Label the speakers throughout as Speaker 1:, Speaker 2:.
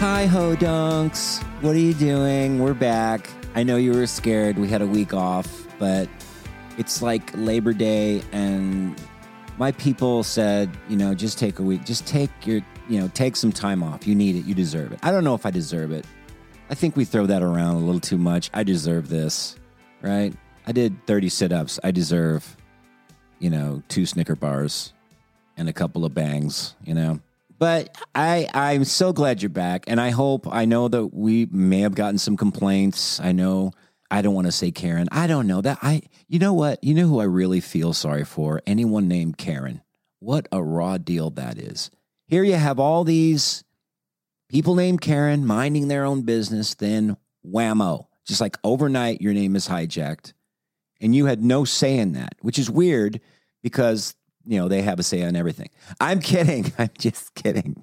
Speaker 1: Hi ho, donks. What are you doing? We're back. I know you were scared. We had a week off, but it's like Labor Day, and my people said, you know, just take a week. Just take your, you know, take some time off. You need it. You deserve it. I don't know if I deserve it. I think we throw that around a little too much. I deserve this, right? I did 30 sit ups. I deserve, you know, two Snicker bars and a couple of bangs, you know. But I I'm so glad you're back and I hope I know that we may have gotten some complaints. I know I don't want to say Karen. I don't know that I you know what? You know who I really feel sorry for? Anyone named Karen. What a raw deal that is. Here you have all these people named Karen minding their own business, then whammo. Just like overnight your name is hijacked and you had no say in that, which is weird because you know they have a say on everything. I'm kidding. I'm just kidding.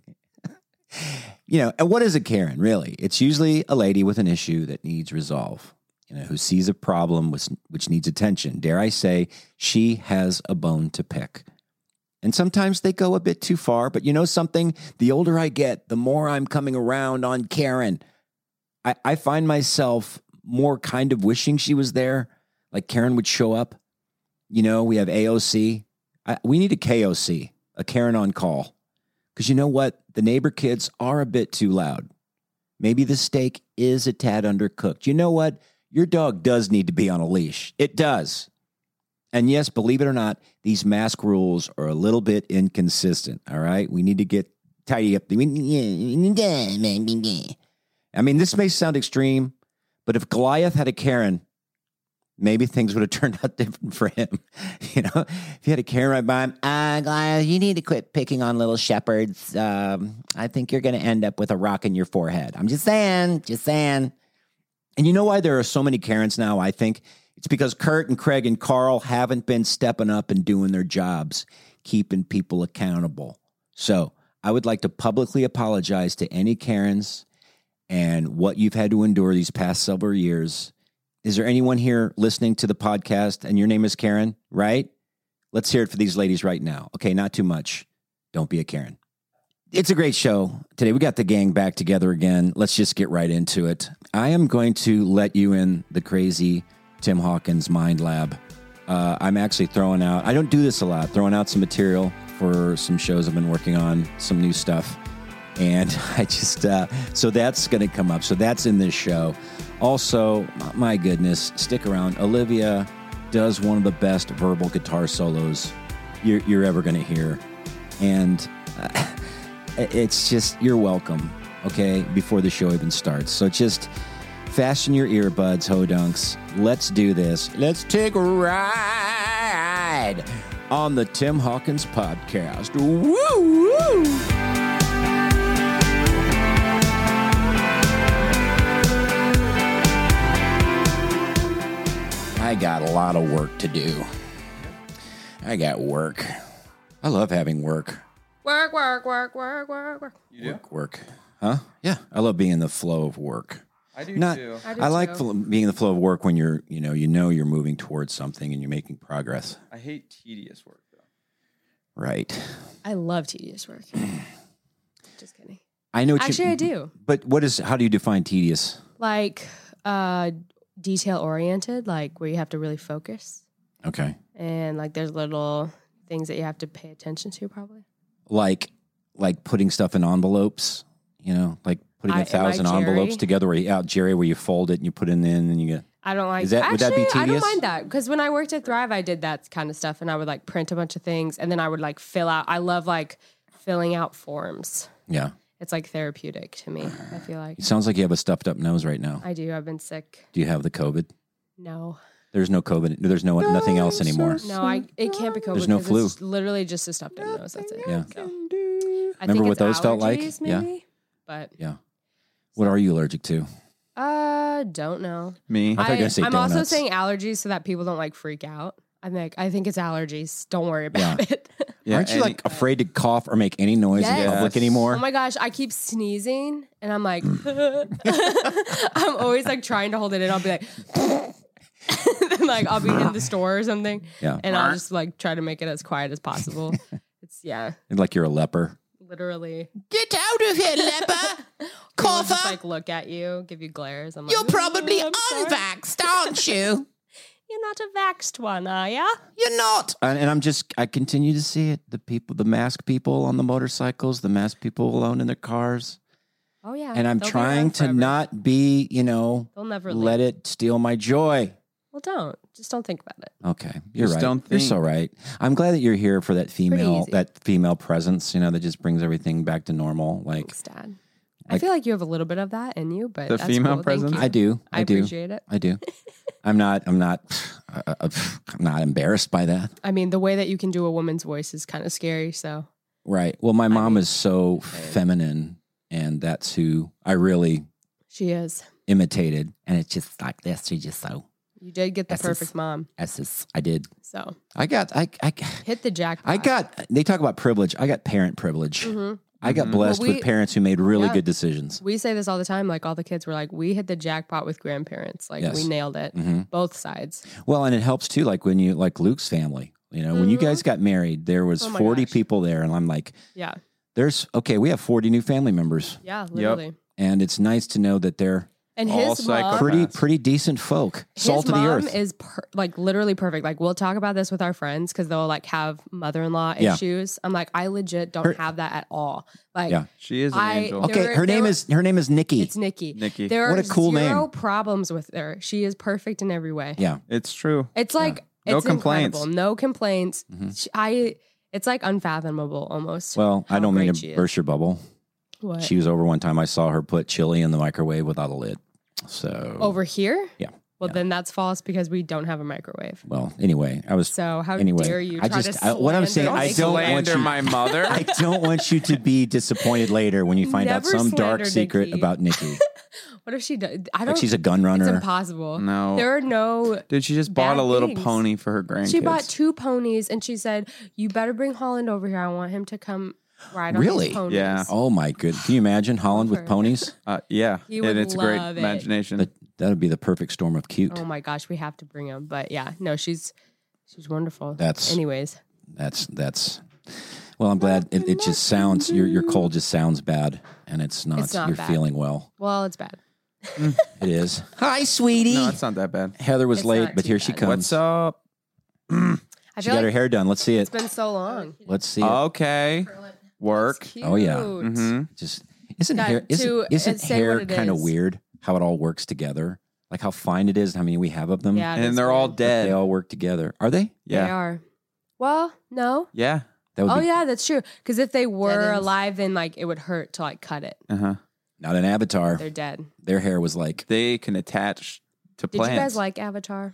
Speaker 1: you know, and what is a Karen really? It's usually a lady with an issue that needs resolve. You know, who sees a problem which, which needs attention. Dare I say, she has a bone to pick. And sometimes they go a bit too far, but you know something? The older I get, the more I'm coming around on Karen. I, I find myself more kind of wishing she was there. Like Karen would show up. You know, we have AOC. I, we need a KOC, a Karen on call. Because you know what? The neighbor kids are a bit too loud. Maybe the steak is a tad undercooked. You know what? Your dog does need to be on a leash. It does. And yes, believe it or not, these mask rules are a little bit inconsistent. All right. We need to get tidy up. I mean, this may sound extreme, but if Goliath had a Karen, maybe things would have turned out different for him. You know, if he had a Karen right by him, uh, Goliath, you need to quit picking on little shepherds. Um, I think you're going to end up with a rock in your forehead. I'm just saying, just saying. And you know why there are so many Karens now, I think? It's because Kurt and Craig and Carl haven't been stepping up and doing their jobs, keeping people accountable. So I would like to publicly apologize to any Karens and what you've had to endure these past several years. Is there anyone here listening to the podcast and your name is Karen, right? Let's hear it for these ladies right now. Okay, not too much. Don't be a Karen. It's a great show today. We got the gang back together again. Let's just get right into it. I am going to let you in the crazy Tim Hawkins mind lab. Uh, I'm actually throwing out, I don't do this a lot, throwing out some material for some shows I've been working on, some new stuff. And I just, uh, so that's going to come up. So that's in this show. Also, m- my goodness, stick around. Olivia does one of the best verbal guitar solos you're, you're ever going to hear. And it's just you're welcome okay before the show even starts so just fasten your earbuds ho dunks let's do this let's take a ride on the tim hawkins podcast woo woo I got a lot of work to do. I got work. I love having work.
Speaker 2: Work, work, work, work, work, work.
Speaker 1: Work, work. Huh? Yeah. I love being in the flow of work.
Speaker 3: I do
Speaker 1: Not,
Speaker 3: too.
Speaker 1: I,
Speaker 2: do
Speaker 1: like
Speaker 2: too.
Speaker 1: fl- being in the flow of work when you're, you know, you know you're moving towards something and you're making progress.
Speaker 3: I hate tedious work though.
Speaker 1: Right.
Speaker 2: I love tedious work. Just kidding.
Speaker 1: I know. what you-
Speaker 2: Actually, I do.
Speaker 1: But what is? How do you define tedious?
Speaker 2: Like uh, detail oriented, like where you have to really focus,
Speaker 1: Okay.
Speaker 2: and like there's little things that you have to pay attention to. Probably.
Speaker 1: Like, like putting stuff in envelopes. You know, like putting
Speaker 2: I-
Speaker 1: a
Speaker 2: am I
Speaker 1: thousand envelopes
Speaker 2: Jerry?
Speaker 1: together. Where you out Jerry, where you fold it and you put it in, and you get.
Speaker 2: I don't like.
Speaker 1: Is that-
Speaker 2: actually,
Speaker 1: would that be
Speaker 2: I don't
Speaker 1: tedious?
Speaker 2: mind that because when I worked at Thrive, I did that kind of stuff, and I would like print a bunch of things, and then I would like fill out. I love like filling out forms.
Speaker 1: Yeah.
Speaker 2: It's like therapeutic to me. I feel like
Speaker 1: It sounds like you have a stuffed up nose right now.
Speaker 2: I do. I've been sick.
Speaker 1: Do you have the COVID?
Speaker 2: No.
Speaker 1: There's no COVID. There's no nothing else anymore.
Speaker 2: No, I it can't be COVID.
Speaker 1: There's no
Speaker 2: 'cause
Speaker 1: flu.
Speaker 2: It's literally just a stuffed up nose. That's it.
Speaker 1: Yeah.
Speaker 2: So, I
Speaker 1: Remember
Speaker 2: think
Speaker 1: what
Speaker 2: it's
Speaker 1: those felt like?
Speaker 2: allergies,
Speaker 1: Yeah.
Speaker 2: Maybe, But
Speaker 1: Yeah. What are you allergic to?
Speaker 2: uh, don't know.
Speaker 3: Me.
Speaker 1: I thought you were gonna say
Speaker 2: am also
Speaker 1: donuts.
Speaker 2: saying allergies so that people don't like freak out. I'm like, I think it's allergies. Don't worry about it.
Speaker 1: Aren't you
Speaker 3: any-
Speaker 1: like afraid to cough or make any noise in
Speaker 2: Yes.
Speaker 1: public
Speaker 3: Yes.
Speaker 1: anymore?
Speaker 2: oh my gosh, I keep sneezing and I'm like,
Speaker 1: Mm.
Speaker 2: I'm always like trying to hold it in. I'll be like, then like I'll be in the store or something,
Speaker 1: Yeah.
Speaker 2: and I'll just like try to make it as quiet as possible. it's yeah,
Speaker 1: Like you're a leper.
Speaker 2: literally
Speaker 4: Get out of here, leper!
Speaker 2: people just
Speaker 4: Cougher!
Speaker 2: like look at you, give you glares. I'm like,
Speaker 4: You're probably
Speaker 2: "Ooh, I'm sorry.
Speaker 4: unvaxxed, aren't you?
Speaker 2: You're not a vaxxed one, are ya?
Speaker 4: You're not.
Speaker 1: And, and I'm just, I continue to see it. The people, the masked people on the motorcycles, the masked people alone in their cars.
Speaker 2: Oh yeah.
Speaker 1: And I'm
Speaker 2: They'll be around
Speaker 1: trying to
Speaker 2: forever.
Speaker 1: not be, you know,
Speaker 2: They'll never leave.
Speaker 1: let it steal my joy.
Speaker 2: Well, don't. Just don't think about it.
Speaker 1: Okay, you're
Speaker 3: Just
Speaker 1: right.
Speaker 3: don't
Speaker 1: You're
Speaker 3: think.
Speaker 1: so right. I'm glad that you're here for that female,
Speaker 2: easy.
Speaker 1: that female presence. You know, that just brings everything back to normal. Like
Speaker 2: Thanks, Dad. I
Speaker 1: Like-
Speaker 2: feel like you have a little bit of that in you, but
Speaker 3: The
Speaker 2: that's
Speaker 3: female
Speaker 2: cool. Thank
Speaker 3: presence?
Speaker 2: you.
Speaker 1: I do, I,
Speaker 2: I,
Speaker 1: do,
Speaker 2: appreciate it.
Speaker 1: I do. I'm not, I'm not, uh, uh, I'm not embarrassed by that.
Speaker 2: I mean, the way that you can do a woman's voice is kind of scary. So
Speaker 1: Right. Well, my mom
Speaker 2: mean-
Speaker 1: is so feminine, and that's who I really
Speaker 2: she is.
Speaker 1: imitated. And it's just like this. She just so.
Speaker 2: You did get the
Speaker 1: Essence.
Speaker 2: perfect mom.
Speaker 1: That's just. I did.
Speaker 2: So
Speaker 1: I got. I. I.
Speaker 2: hit the jackpot.
Speaker 1: I got. They talk about privilege. I got parent privilege.
Speaker 2: Mhm.
Speaker 1: I got
Speaker 3: Mhm.
Speaker 1: blessed
Speaker 2: Well, we-
Speaker 1: with parents who made really
Speaker 2: Yeah.
Speaker 1: good decisions.
Speaker 2: We say this all the time. Like all the kids were like, we hit the jackpot with grandparents. Like
Speaker 1: Yes.
Speaker 2: we nailed it.
Speaker 1: hmm
Speaker 2: Both sides.
Speaker 1: Well, and it helps too, like when you like Luke's family. You know, when you
Speaker 2: Mhm.
Speaker 1: guys got married, there was
Speaker 2: Oh
Speaker 1: forty
Speaker 2: my gosh.
Speaker 1: people there, and I'm like,
Speaker 2: Yeah.
Speaker 1: "There's okay, we have forty new family members,
Speaker 2: Yeah. Literally.
Speaker 1: and it's nice to know that they're
Speaker 2: And
Speaker 3: All
Speaker 2: his
Speaker 3: psycho-
Speaker 2: mom,
Speaker 1: pretty,
Speaker 3: Yes.
Speaker 1: pretty decent folk,
Speaker 2: his
Speaker 1: salt of the
Speaker 2: mom
Speaker 1: earth."
Speaker 2: is per- like literally perfect. Like we'll talk about this with our friends because they'll like have mother-in-law
Speaker 1: Yeah.
Speaker 2: issues. I'm like, I legit don't
Speaker 1: Her-
Speaker 2: have that at all. Like
Speaker 1: Yeah.
Speaker 3: She is an
Speaker 2: I-
Speaker 3: angel.
Speaker 2: Okay.
Speaker 1: okay,
Speaker 2: were-
Speaker 1: her
Speaker 2: there
Speaker 1: name
Speaker 2: were-
Speaker 1: is her name is Nikki.
Speaker 2: it's Nikki.
Speaker 3: Nikki.
Speaker 2: There are
Speaker 1: What a cool
Speaker 2: zero
Speaker 1: name.
Speaker 2: problems with her. She is perfect in every way.
Speaker 1: Yeah.
Speaker 3: It's true.
Speaker 2: It's
Speaker 1: Yeah.
Speaker 2: like
Speaker 3: No
Speaker 2: it's
Speaker 3: complaints.
Speaker 2: incredible. No complaints.
Speaker 1: Mhm.
Speaker 2: She- I. It's like unfathomable almost.
Speaker 1: Well, I
Speaker 2: how
Speaker 1: don't mean
Speaker 2: great
Speaker 1: to
Speaker 2: she is.
Speaker 1: burst your bubble.
Speaker 2: what?
Speaker 1: She was over one time. I saw her put chili in the microwave without a lid. So,
Speaker 2: over here.
Speaker 1: Yeah.
Speaker 2: Well,
Speaker 1: Yeah.
Speaker 2: then that's false because we don't have a microwave.
Speaker 1: well, anyway, I was.
Speaker 2: So how
Speaker 1: Anyway,
Speaker 2: dare you?
Speaker 1: I
Speaker 2: Try
Speaker 1: just-
Speaker 2: to
Speaker 1: I- what I'm saying,
Speaker 2: slander
Speaker 1: I
Speaker 2: Nikki.
Speaker 1: don't want
Speaker 3: slander
Speaker 1: you-
Speaker 3: my mother.
Speaker 1: I don't want you to be disappointed later when you find out
Speaker 2: Never
Speaker 1: some dark
Speaker 2: slander
Speaker 1: secret
Speaker 2: Nikki.
Speaker 1: about Nikki.
Speaker 2: What if she does? I don't.
Speaker 1: like she's a gun runner.
Speaker 2: it's impossible.
Speaker 3: no.
Speaker 2: There are no.
Speaker 3: Dude, she just
Speaker 2: bad
Speaker 3: bought a little
Speaker 2: things.
Speaker 3: pony for her grandkids.
Speaker 2: She bought two ponies and she said, "You better bring Holland over here. I want him to come ride on
Speaker 1: Really?
Speaker 2: these ponies."
Speaker 3: Yeah.
Speaker 1: Oh my good! Can you imagine Holland with
Speaker 2: Over.
Speaker 1: ponies?
Speaker 3: Uh, yeah,
Speaker 2: He would
Speaker 3: and it's a great
Speaker 2: love it.
Speaker 3: imagination.
Speaker 1: That that would be the perfect storm of cute.
Speaker 2: Oh my gosh, we have to bring him. But yeah, no, she's she's wonderful.
Speaker 1: That's-
Speaker 2: Anyways,
Speaker 1: That's that's. Well, I'm glad it, it just sounds your your cold just sounds bad, and it's not.
Speaker 2: It's not
Speaker 1: you're
Speaker 2: bad.
Speaker 1: feeling well.
Speaker 2: well, it's bad.
Speaker 1: It is. Hi, sweetie.
Speaker 3: no, it's not that bad.
Speaker 1: Heather was
Speaker 2: It's
Speaker 1: late,
Speaker 2: not
Speaker 1: but
Speaker 2: too
Speaker 1: here she
Speaker 2: bad.
Speaker 1: comes.
Speaker 3: What's up?
Speaker 2: I
Speaker 1: She
Speaker 2: feel
Speaker 1: got
Speaker 2: like
Speaker 1: her hair done. Let's see it.
Speaker 2: it's been so long.
Speaker 1: Let's see it.
Speaker 3: Okay, work.
Speaker 1: Oh, yeah.
Speaker 2: Cute.
Speaker 3: hmm
Speaker 1: Just isn't
Speaker 2: Got
Speaker 1: hair isn't,
Speaker 2: to, uh,
Speaker 1: isn't
Speaker 2: say what
Speaker 1: hair
Speaker 2: it
Speaker 1: kind of
Speaker 2: is.
Speaker 1: weird how it all works together? Like how fine it is, and how many we have of them.
Speaker 2: Yeah, it is
Speaker 3: And they're all
Speaker 2: weird.
Speaker 1: But
Speaker 3: dead.
Speaker 1: They all work together. Are they?
Speaker 2: They
Speaker 3: yeah,
Speaker 2: are. Well, no.
Speaker 3: yeah.
Speaker 1: That would
Speaker 2: Oh
Speaker 1: be
Speaker 2: yeah, that's true. Because if they
Speaker 4: Dead
Speaker 2: were
Speaker 4: ends.
Speaker 2: alive, then like it would hurt to like cut it.
Speaker 3: Uh huh.
Speaker 1: not an avatar.
Speaker 2: They're dead.
Speaker 1: Their hair was like
Speaker 3: They can attach to
Speaker 2: Did
Speaker 3: plants.
Speaker 2: you guys like Avatar?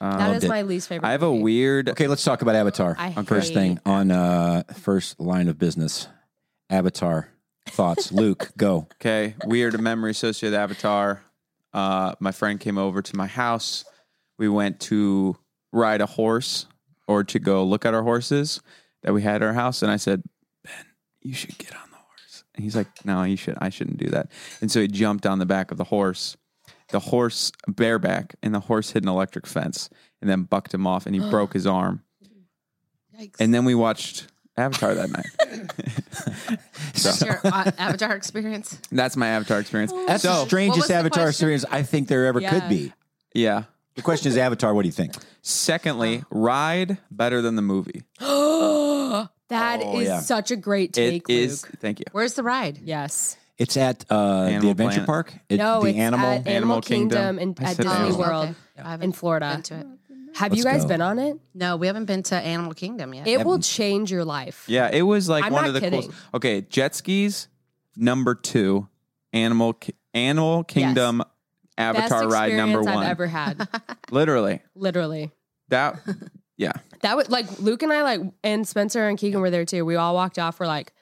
Speaker 3: Um,
Speaker 2: that is
Speaker 1: it.
Speaker 2: my least favorite.
Speaker 3: I have a
Speaker 2: movie.
Speaker 3: weird.
Speaker 1: Okay, let's talk about Avatar.
Speaker 2: I hate
Speaker 1: First thing on uh first line of business. Avatar. Thoughts. Luke, go.
Speaker 3: Okay, weird memory associated with Avatar. Uh, my friend came over to my house. We went to ride a horse or to go look at our horses that we had at our house, and I said, "Ben, you should get on the horse." And he's like, "No, you should. I shouldn't do that." And so he jumped on the back of the horse. The horse bareback, and the horse hit an electric fence, and then bucked him off, and he broke his arm. And then we watched Avatar that night.
Speaker 4: That's your uh, avatar experience.
Speaker 3: That's my Avatar experience.
Speaker 1: That's
Speaker 3: So-
Speaker 1: the strangest
Speaker 4: the
Speaker 1: Avatar
Speaker 4: question?
Speaker 1: series I think there ever could
Speaker 2: Yeah.
Speaker 1: be.
Speaker 3: Yeah.
Speaker 1: The question is Avatar, what do you think?
Speaker 3: Secondly, ride better than the movie.
Speaker 2: That
Speaker 1: Oh,
Speaker 2: is
Speaker 1: yeah.
Speaker 2: such a great
Speaker 3: It
Speaker 2: take,
Speaker 3: is.
Speaker 2: Luke.
Speaker 3: Thank you.
Speaker 4: Where's the ride?
Speaker 2: Yes.
Speaker 1: It's at uh the
Speaker 3: Animal
Speaker 1: adventure
Speaker 3: Planet.
Speaker 1: park? It-
Speaker 2: no,
Speaker 1: the
Speaker 2: it's
Speaker 1: animal
Speaker 2: at Animal,
Speaker 3: Animal
Speaker 2: Kingdom,
Speaker 3: Kingdom.
Speaker 2: and
Speaker 3: I
Speaker 2: at
Speaker 3: said
Speaker 2: Disney
Speaker 3: Animal.
Speaker 2: World
Speaker 4: Okay. I haven't
Speaker 2: in Florida.
Speaker 4: been to it.
Speaker 2: Have you
Speaker 1: Let's
Speaker 2: guys
Speaker 1: go.
Speaker 2: been on it?
Speaker 4: No, we haven't been to Animal Kingdom yet.
Speaker 2: It will change your life.
Speaker 3: Yeah, it was like
Speaker 2: I'm
Speaker 3: one
Speaker 2: not
Speaker 3: of the
Speaker 2: kidding.
Speaker 3: coolest. Okay, jet skis number two, Animal Ki- Animal Kingdom Avatar
Speaker 2: Best
Speaker 3: ride number
Speaker 2: experience
Speaker 3: one.
Speaker 2: I've ever had.
Speaker 3: Literally,
Speaker 2: Literally.
Speaker 3: that. Yeah,
Speaker 2: That would like Luke and I like and Spencer and Keegan were there too. We all walked off. We're like,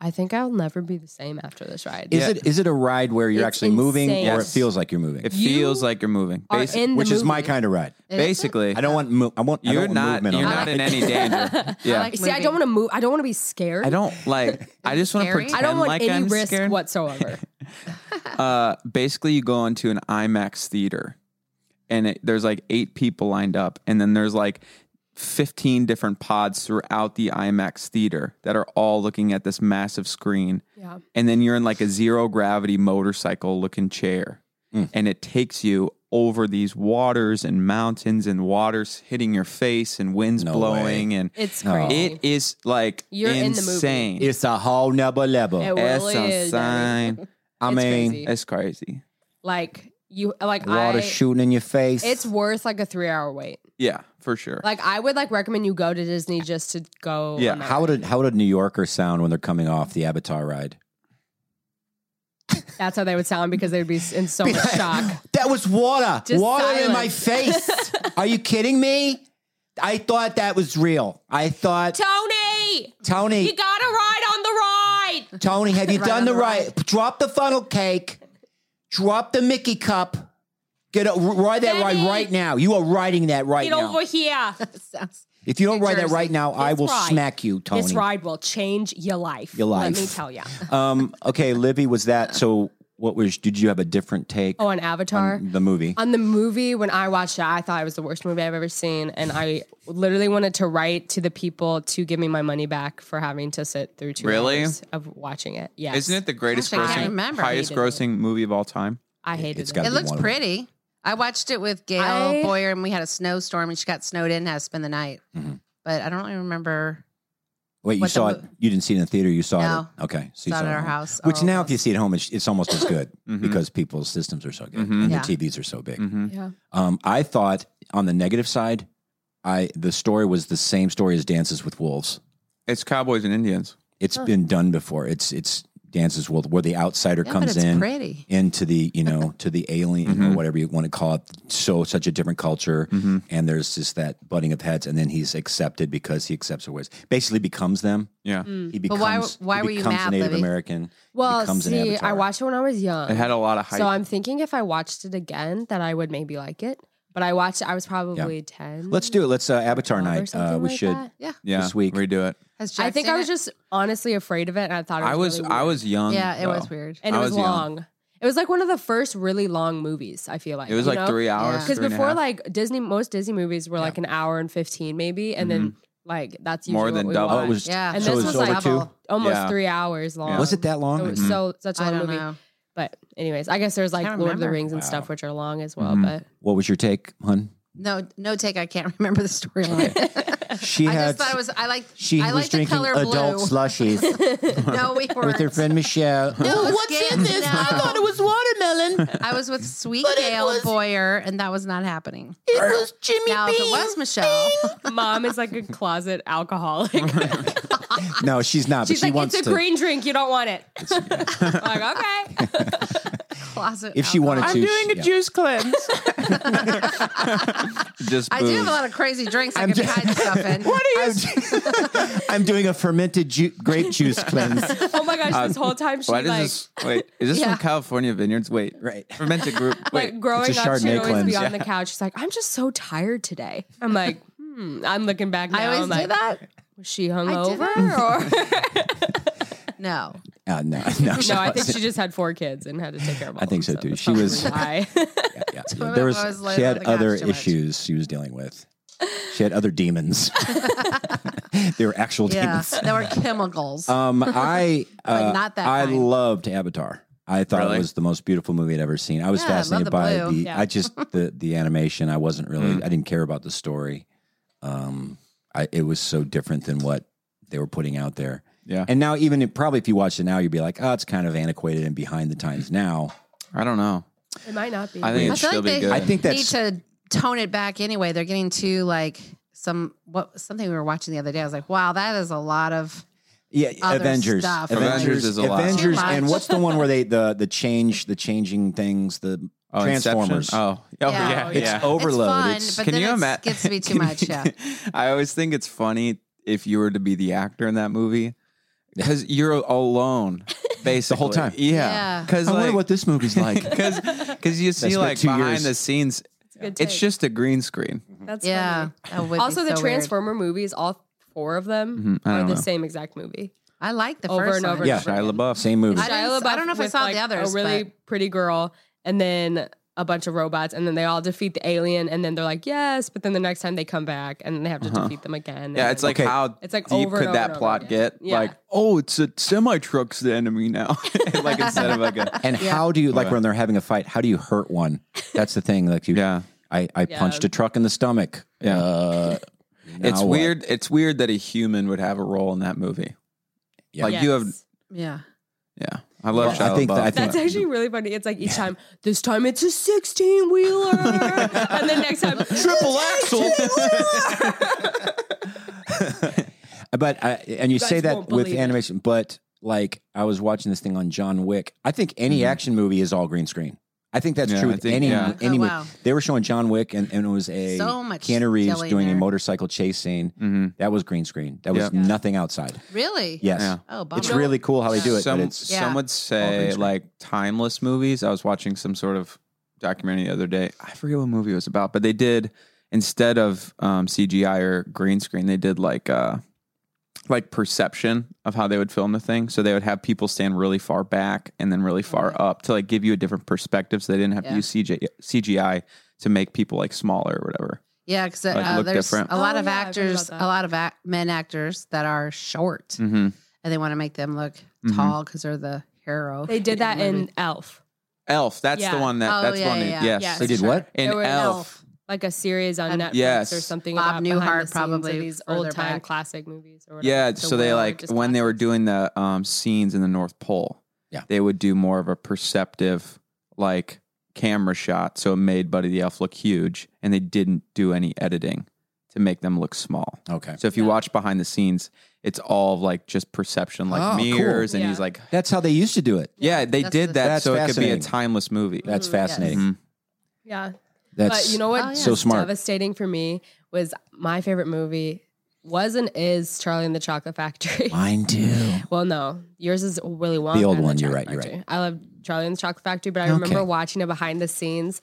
Speaker 2: I think I'll never be the same after this ride.
Speaker 1: Is
Speaker 3: Yeah.
Speaker 1: it is it a ride where you're
Speaker 2: It's
Speaker 1: actually moving
Speaker 2: insane.
Speaker 1: or it
Speaker 3: Yes.
Speaker 1: feels like you're moving?
Speaker 3: it
Speaker 2: You
Speaker 3: feels like you're moving.
Speaker 2: Are
Speaker 3: Basi-
Speaker 2: in the
Speaker 1: Which is my
Speaker 2: movie.
Speaker 1: kind of ride.
Speaker 4: It is-
Speaker 3: basically,
Speaker 1: I don't want mo- I want I
Speaker 3: you're
Speaker 1: don't want
Speaker 3: not.
Speaker 1: movement
Speaker 3: You're
Speaker 1: on
Speaker 3: not
Speaker 1: that.
Speaker 3: in any danger. Yeah,
Speaker 4: like-
Speaker 2: See, I don't want to move. I don't want to be scared.
Speaker 3: I don't like. I just want to
Speaker 4: Scary?
Speaker 3: pretend
Speaker 2: I don't want
Speaker 3: like
Speaker 2: any
Speaker 3: I'm
Speaker 2: risk
Speaker 3: scared.
Speaker 2: whatsoever.
Speaker 3: uh, basically you go into an IMAX theater and it, there's like eight people lined up and then there's like 15 different pods throughout the IMAX theater that are all looking at this massive screen.
Speaker 2: Yeah.
Speaker 3: And then you're in like a zero gravity motorcycle looking chair.
Speaker 1: Mm.
Speaker 3: And it takes you over these waters and mountains and waters hitting your face and winds
Speaker 1: No way.
Speaker 3: blowing. And
Speaker 2: It's
Speaker 1: Oh.
Speaker 2: crazy.
Speaker 3: it is like
Speaker 2: You're in the movie.
Speaker 3: insane.
Speaker 1: It's a whole nother level.
Speaker 2: It really is. I mean,
Speaker 3: insane.
Speaker 1: I
Speaker 2: it's
Speaker 1: mean,
Speaker 2: crazy.
Speaker 3: It's crazy.
Speaker 2: like you like
Speaker 1: water
Speaker 2: I,
Speaker 1: shooting in your face.
Speaker 2: it's worth like a three hour wait.
Speaker 3: Yeah, for sure.
Speaker 2: Like I would like recommend you go to Disney just to go.
Speaker 3: Yeah,
Speaker 2: on that
Speaker 1: how
Speaker 2: ride.
Speaker 1: would a, how would a New Yorker sound when they're coming off the Avatar ride?
Speaker 2: that's how they would sound because they would be s- in so much shock.
Speaker 1: That was water.
Speaker 2: Just
Speaker 1: water in
Speaker 2: silence.
Speaker 1: my face. Are you kidding me? I thought that was real. I thought
Speaker 2: Tony,
Speaker 1: Tony,
Speaker 2: you gotta ride on the ride.
Speaker 1: Tony, have you
Speaker 4: Right
Speaker 1: done
Speaker 4: on
Speaker 1: the
Speaker 4: the
Speaker 1: right? Drop the funnel cake. Drop the Mickey cup. Get a, ride that ride
Speaker 2: Daddy.
Speaker 1: right now. You are riding that right
Speaker 2: Get
Speaker 1: now.
Speaker 2: over here.
Speaker 4: It sounds
Speaker 1: If you don't
Speaker 4: New
Speaker 1: ride that
Speaker 4: Jersey.
Speaker 1: right now, I
Speaker 2: This
Speaker 1: will
Speaker 2: ride.
Speaker 1: smack you, Tony.
Speaker 2: This ride will change your life.
Speaker 1: Your life.
Speaker 2: Let me tell you.
Speaker 1: Um, okay, Livy, was that so? What was? Did you have a different take
Speaker 2: Oh, on Avatar.
Speaker 1: on the movie?
Speaker 2: on the movie when I watched it, I thought it was the worst movie I've ever seen, and I literally wanted to write to the people to give me my money back for having to sit through two
Speaker 3: Really?
Speaker 2: hours of watching it. Yes,
Speaker 3: Isn't it the greatest
Speaker 4: Gosh, I can't
Speaker 3: grossing,
Speaker 4: remember.
Speaker 3: highest grossing movie of all time?
Speaker 2: I hated
Speaker 1: It's
Speaker 2: it.
Speaker 1: gotta
Speaker 4: It
Speaker 1: be
Speaker 4: looks
Speaker 1: one of them.
Speaker 4: pretty. I watched it with Gail
Speaker 2: I-
Speaker 4: Boyer, and we had a snowstorm, and she got snowed in and had to spend the night.
Speaker 1: Mhm.
Speaker 4: But I don't really remember.
Speaker 1: Wait, you
Speaker 4: what the
Speaker 1: saw
Speaker 4: mo-
Speaker 1: it? You didn't see it in the theater. You saw
Speaker 4: No.
Speaker 1: it. Okay, so you
Speaker 4: Saw it at
Speaker 1: at
Speaker 4: our
Speaker 1: home.
Speaker 4: house.
Speaker 1: Which
Speaker 4: Oh,
Speaker 1: now, if you see it at home, it's, it's almost as good
Speaker 3: Mhm.
Speaker 1: because people's systems are so good
Speaker 3: Mhm.
Speaker 1: and
Speaker 4: Yeah.
Speaker 1: the TVs are so big.
Speaker 3: Mm-hmm.
Speaker 2: Yeah,
Speaker 1: Um, I thought on the negative side, I the story was the same story as Dances with Wolves.
Speaker 3: It's Cowboys and Indians.
Speaker 1: It's been done before. It's it's Dances with Wolves where the outsider
Speaker 4: yeah,
Speaker 1: comes
Speaker 4: but it's
Speaker 1: in.
Speaker 4: pretty.
Speaker 1: into the you know to the alien or
Speaker 3: Mhm.
Speaker 1: whatever you want to call it so such a different culture
Speaker 3: Mhm.
Speaker 1: and there's just that butting of heads and then he's accepted because he accepts her ways basically becomes them
Speaker 3: Yeah.
Speaker 2: Hmm.
Speaker 1: he
Speaker 4: But
Speaker 1: becomes
Speaker 4: why- why
Speaker 1: he
Speaker 4: were you
Speaker 1: becomes
Speaker 4: mad,
Speaker 1: native
Speaker 4: Libby?
Speaker 1: american
Speaker 2: well,
Speaker 1: becomes an
Speaker 2: see,
Speaker 1: avatar.
Speaker 2: I watched it when I was young,
Speaker 3: It had a lot of hype.
Speaker 2: so I'm thinking if I watched it again, that I would maybe like it. But I watched it. I was probably ten.
Speaker 1: let's do it let's uh, avatar
Speaker 2: or
Speaker 1: night
Speaker 2: something
Speaker 1: uh, we
Speaker 2: like
Speaker 1: should
Speaker 2: that.
Speaker 3: yeah,
Speaker 1: this week.
Speaker 3: redo it.
Speaker 4: Has Jack
Speaker 2: I think
Speaker 4: seen
Speaker 2: I was
Speaker 4: it?
Speaker 2: just honestly afraid of it, and I thought it was
Speaker 3: I was
Speaker 2: really
Speaker 3: I
Speaker 2: weird.
Speaker 3: was young.
Speaker 4: Yeah, it
Speaker 3: though.
Speaker 4: was weird.
Speaker 2: and it
Speaker 3: I
Speaker 2: was,
Speaker 3: was young.
Speaker 2: long. It was like one of the first really long movies. I feel like
Speaker 3: It was
Speaker 2: you
Speaker 3: like
Speaker 2: know?
Speaker 3: three hours.
Speaker 4: Yeah.
Speaker 2: because
Speaker 3: three and a
Speaker 2: before
Speaker 3: half.
Speaker 2: like Disney, most Disney movies were like an hour and fifteen maybe, and then like that's usually
Speaker 3: Mm-hmm. More
Speaker 2: what
Speaker 3: than
Speaker 2: we
Speaker 3: double.
Speaker 1: oh
Speaker 2: watch.
Speaker 1: it was
Speaker 4: Yeah.
Speaker 2: and
Speaker 1: so
Speaker 2: this
Speaker 1: it's
Speaker 2: was
Speaker 1: over
Speaker 2: like
Speaker 1: two
Speaker 2: almost
Speaker 3: Yeah.
Speaker 2: three hours long.
Speaker 1: was it that long
Speaker 2: So, it was
Speaker 3: Mm-hmm.
Speaker 2: so such a
Speaker 4: I
Speaker 2: long
Speaker 4: don't
Speaker 2: movie.
Speaker 4: know.
Speaker 2: But anyways, I guess there's like Lord
Speaker 4: Can't
Speaker 2: of the
Speaker 4: remember.
Speaker 2: Rings and
Speaker 1: Wow.
Speaker 2: stuff which are long as well.
Speaker 3: Mhm.
Speaker 2: But
Speaker 1: what was your take hun
Speaker 4: No, no take. I can't remember the storyline.
Speaker 1: she
Speaker 4: I
Speaker 1: had
Speaker 4: just thought it was. I like.
Speaker 1: she
Speaker 4: I
Speaker 1: was
Speaker 4: like the
Speaker 1: drinking
Speaker 4: color blue.
Speaker 1: adult slushies
Speaker 4: no, we were
Speaker 1: with her friend michelle
Speaker 4: what's in this? I thought it was watermelon. I was with Sweet Gail Boyer, and that was not happening. It was Jimmy. Now, if it was Michelle,
Speaker 2: mom is like a closet alcoholic.
Speaker 1: no she's not
Speaker 2: She's
Speaker 1: but she
Speaker 2: like,
Speaker 1: wants
Speaker 2: it's a
Speaker 1: to
Speaker 2: green drink. You don't want it. I'm like okay.
Speaker 4: closet.
Speaker 1: if she wanted to
Speaker 4: alcohol.
Speaker 1: she- yeah.
Speaker 3: juice cleanse. Just
Speaker 4: I do have
Speaker 3: booze.
Speaker 4: a lot of crazy drinks I can hide stuff in. What
Speaker 1: I'm, I'm doing a fermented ju- grape juice cleanse.
Speaker 2: Oh my gosh! This whole time she
Speaker 3: Um, Why does
Speaker 2: like.
Speaker 3: this? Wait, is this
Speaker 4: Yeah.
Speaker 3: from California Vineyards? Wait,
Speaker 1: Right.
Speaker 3: Fermented group. Wait,
Speaker 2: like growing
Speaker 1: it's a
Speaker 2: up, she
Speaker 1: Chardonnay
Speaker 2: would always
Speaker 1: cleanse.
Speaker 2: be on the couch. She's like, I'm just so tired today. I'm like, hmm. I'm looking back now.
Speaker 4: I
Speaker 2: am
Speaker 4: always
Speaker 2: like,
Speaker 4: do that.
Speaker 2: Was she
Speaker 4: I did
Speaker 2: hungover? Or
Speaker 4: No,
Speaker 1: Uh, no, no,
Speaker 2: no, I think she just had four kids and had to take care of. All
Speaker 1: I think so, too. She was-
Speaker 2: high.
Speaker 1: Yeah, yeah, yeah.
Speaker 4: what
Speaker 1: There
Speaker 4: I
Speaker 1: was,
Speaker 4: was laying
Speaker 1: she had
Speaker 4: on the couch
Speaker 1: other
Speaker 4: too much.
Speaker 1: issues she was dealing with. She had other demons. they were actual
Speaker 4: yeah,
Speaker 1: demons.
Speaker 4: there were chemicals.
Speaker 1: Um, I
Speaker 4: But
Speaker 1: uh,
Speaker 4: not that
Speaker 1: I
Speaker 4: kind.
Speaker 1: loved Avatar. I thought
Speaker 3: Really?
Speaker 1: it was the most beautiful movie I'd ever seen. I was
Speaker 4: Yeah, I love
Speaker 1: fascinated
Speaker 4: the
Speaker 1: by
Speaker 4: blue.
Speaker 1: the.
Speaker 2: Yeah.
Speaker 1: I just the the animation. I wasn't really.
Speaker 3: Hmm.
Speaker 1: I didn't care about the story. Um, I, it was so different than what they were putting out there.
Speaker 3: Yeah.
Speaker 1: And now, even if, probably if you watch it now, you'd be like, oh, it's kind of antiquated and behind the times now.
Speaker 3: I don't know.
Speaker 2: it might not be.
Speaker 3: I think
Speaker 4: I
Speaker 3: it
Speaker 4: feel
Speaker 3: should
Speaker 4: like
Speaker 3: be
Speaker 4: they-
Speaker 3: good.
Speaker 1: I think
Speaker 4: need
Speaker 1: that's
Speaker 4: to tone it back anyway. They're getting too like some what something we were watching the other day. I was like, wow, that is a lot of
Speaker 1: yeah.
Speaker 4: other
Speaker 1: Avengers.
Speaker 4: stuff.
Speaker 3: Avengers is a lot.
Speaker 1: Avengers,
Speaker 4: Too much.
Speaker 1: and what's the one where they the the change the changing things the
Speaker 3: Oh, Inception?
Speaker 1: Transformers.
Speaker 3: Oh, oh
Speaker 4: Yeah.
Speaker 3: yeah,
Speaker 2: Oh,
Speaker 1: It's
Speaker 3: yeah.
Speaker 1: overload.
Speaker 4: It's
Speaker 1: It's-
Speaker 4: fun, but then it
Speaker 3: ima-
Speaker 4: gets to be too
Speaker 3: can
Speaker 4: much.
Speaker 3: you-
Speaker 4: Yeah,
Speaker 3: I always think it's funny if you were to be the actor in that movie because you're alone basically
Speaker 1: whole time.
Speaker 3: Yeah,
Speaker 4: Yeah.
Speaker 3: because
Speaker 1: I wonder
Speaker 3: like
Speaker 1: what this movie's like.
Speaker 3: because because you see
Speaker 1: spent
Speaker 3: like
Speaker 1: two
Speaker 3: behind
Speaker 1: years-
Speaker 3: the scenes,
Speaker 2: it's, a good
Speaker 3: it's
Speaker 2: take.
Speaker 3: just a green screen.
Speaker 2: that's
Speaker 4: yeah.
Speaker 2: funny.
Speaker 4: That would be
Speaker 2: Also, the
Speaker 4: so weird.
Speaker 2: Transformer movies, all four of them
Speaker 3: Mhm, I
Speaker 2: are
Speaker 3: don't
Speaker 2: the
Speaker 3: know.
Speaker 2: same exact movie.
Speaker 4: I like the
Speaker 2: Over
Speaker 4: first
Speaker 2: and over
Speaker 4: one.
Speaker 1: Yeah.
Speaker 3: Shia LaBeouf.
Speaker 1: Same movie.
Speaker 4: I didn't-
Speaker 2: Shia LaBeouf
Speaker 4: don't know if I
Speaker 2: with,
Speaker 4: saw
Speaker 2: like,
Speaker 4: the others,
Speaker 2: A really pretty girl, and then a bunch of robots and then they all defeat the alien and then they're like yes but then the next time they come back and they have to defeat them again
Speaker 3: Yeah,
Speaker 2: and
Speaker 3: it's like
Speaker 1: Okay.
Speaker 3: how
Speaker 2: It's like
Speaker 3: deep
Speaker 2: over
Speaker 3: could
Speaker 2: and over and
Speaker 3: that
Speaker 2: over
Speaker 3: plot
Speaker 2: again.
Speaker 3: get?
Speaker 2: Yeah.
Speaker 3: Like, oh, it's a semi truck's the enemy now. like instead of like a
Speaker 1: And how do you like
Speaker 3: Okay.
Speaker 1: when they're having a fight? How do you hurt one? That's the thing. Like you,
Speaker 3: Yeah.
Speaker 1: I, I
Speaker 2: Yeah.
Speaker 1: punched a truck in the stomach.
Speaker 3: Yeah.
Speaker 1: Uh,
Speaker 3: It's
Speaker 1: now what?
Speaker 3: weird. It's weird that a human would have a role in that movie.
Speaker 1: Yeah.
Speaker 3: Like you have,
Speaker 2: Yes.
Speaker 4: Yeah.
Speaker 3: yeah. I love.
Speaker 1: Well, I
Speaker 3: Shia
Speaker 1: think
Speaker 3: LaBeouf,
Speaker 1: that- I think-
Speaker 2: That's actually really funny. It's like each time, this time it's a 16 wheeler. and then next time,
Speaker 3: triple axle.
Speaker 1: But I, and you,
Speaker 2: guys
Speaker 1: say that
Speaker 2: won't
Speaker 1: with
Speaker 2: believe it.
Speaker 1: animation, but like I was watching this thing on John Wick. I think any action movie is all green screen. I think that's
Speaker 3: Mm-hmm. Yeah,
Speaker 1: true
Speaker 3: I
Speaker 1: with
Speaker 3: think-
Speaker 1: any
Speaker 3: yeah.
Speaker 1: any.
Speaker 4: Oh,
Speaker 1: movie.
Speaker 4: wow.
Speaker 1: They were showing John Wick, and, and it was a
Speaker 4: So much
Speaker 1: Keanu Reeves
Speaker 4: silly
Speaker 1: doing a
Speaker 4: there.
Speaker 1: motorcycle chase scene.
Speaker 3: Mhm.
Speaker 1: That was green screen. That was
Speaker 3: Yep.
Speaker 1: nothing outside.
Speaker 4: Really?
Speaker 1: Yes,
Speaker 3: Yeah.
Speaker 4: Oh, bummer.
Speaker 1: it's really cool how they do it.
Speaker 3: Some
Speaker 1: but it's
Speaker 4: Yeah.
Speaker 3: some would say
Speaker 1: screen.
Speaker 3: like timeless movies. I was watching some sort of documentary the other day. I forget what movie it was about, but they did instead of um, CGI or green screen, they did like uh, like perception of how they would film the thing. So they would have people stand really far back and then really far up to like give you a different perspective. So they didn't have to
Speaker 4: Mm-hmm. Yeah.
Speaker 3: use CGI, CGI to make people like smaller or whatever.
Speaker 4: Yeah, because
Speaker 3: Like,
Speaker 4: uh,
Speaker 3: look
Speaker 4: there's
Speaker 3: different.
Speaker 4: a lot
Speaker 2: Oh,
Speaker 4: of
Speaker 2: yeah, I heard
Speaker 4: actors,
Speaker 2: about that.
Speaker 4: a lot of ac- men actors that are short,
Speaker 3: Mm-hmm.
Speaker 4: and they want to make them look
Speaker 1: Mm-hmm.
Speaker 3: Mhm.
Speaker 4: tall because they're the hero.
Speaker 2: they did that in Elf.
Speaker 3: Elf. That's the
Speaker 2: Yeah.
Speaker 3: one that.
Speaker 4: Oh,
Speaker 3: that's the
Speaker 4: yeah,
Speaker 3: one.
Speaker 4: yeah,
Speaker 3: that-
Speaker 4: yeah.
Speaker 3: Yes.
Speaker 2: Yes.
Speaker 1: they did
Speaker 2: sure.
Speaker 1: what?
Speaker 3: In
Speaker 2: They were in
Speaker 3: Elf.
Speaker 2: Like a series on
Speaker 4: And-
Speaker 2: Netflix
Speaker 3: Yes.
Speaker 2: or something.
Speaker 4: Bob
Speaker 2: about behind
Speaker 4: Newhart
Speaker 2: the scenes
Speaker 4: probably
Speaker 2: of these
Speaker 4: further
Speaker 2: old time
Speaker 4: back.
Speaker 2: classic movies. Or whatever.
Speaker 3: Yeah. So they
Speaker 2: we're
Speaker 3: like
Speaker 2: just
Speaker 3: when they were
Speaker 2: classics.
Speaker 3: doing the um, scenes in the North Pole.
Speaker 1: Yeah.
Speaker 3: They would do more of a perceptive like camera shot, so it made Buddy the Elf look huge, and they didn't do any editing to make them look small.
Speaker 1: Okay,
Speaker 3: So if you watch behind the scenes, it's all like just perception, like
Speaker 1: Oh, cool.
Speaker 3: mirrors, and he's
Speaker 2: Yeah.
Speaker 3: like,
Speaker 1: that's how they used to do it.
Speaker 3: yeah, they
Speaker 4: That's
Speaker 3: did
Speaker 4: the-
Speaker 3: that,
Speaker 1: That's
Speaker 3: so it could be a
Speaker 1: fascinating.
Speaker 3: timeless movie.
Speaker 1: That's
Speaker 4: Mm,
Speaker 1: fascinating.
Speaker 3: Mhm.
Speaker 2: Yeah.
Speaker 3: Mm-hmm.
Speaker 1: That's
Speaker 2: but you know what?
Speaker 4: Oh, yeah.
Speaker 1: so smart.
Speaker 2: Devastating for me was my favorite movie was and is Charlie and the Chocolate Factory.
Speaker 1: mine too.
Speaker 2: Well, no, yours is Willy Wonka.
Speaker 1: old
Speaker 2: and
Speaker 1: one, you're
Speaker 2: Chocolate
Speaker 1: right, you're
Speaker 2: Factory. I love Charlie and the Chocolate Factory, but I
Speaker 1: Okay.
Speaker 2: remember watching it behind the scenes,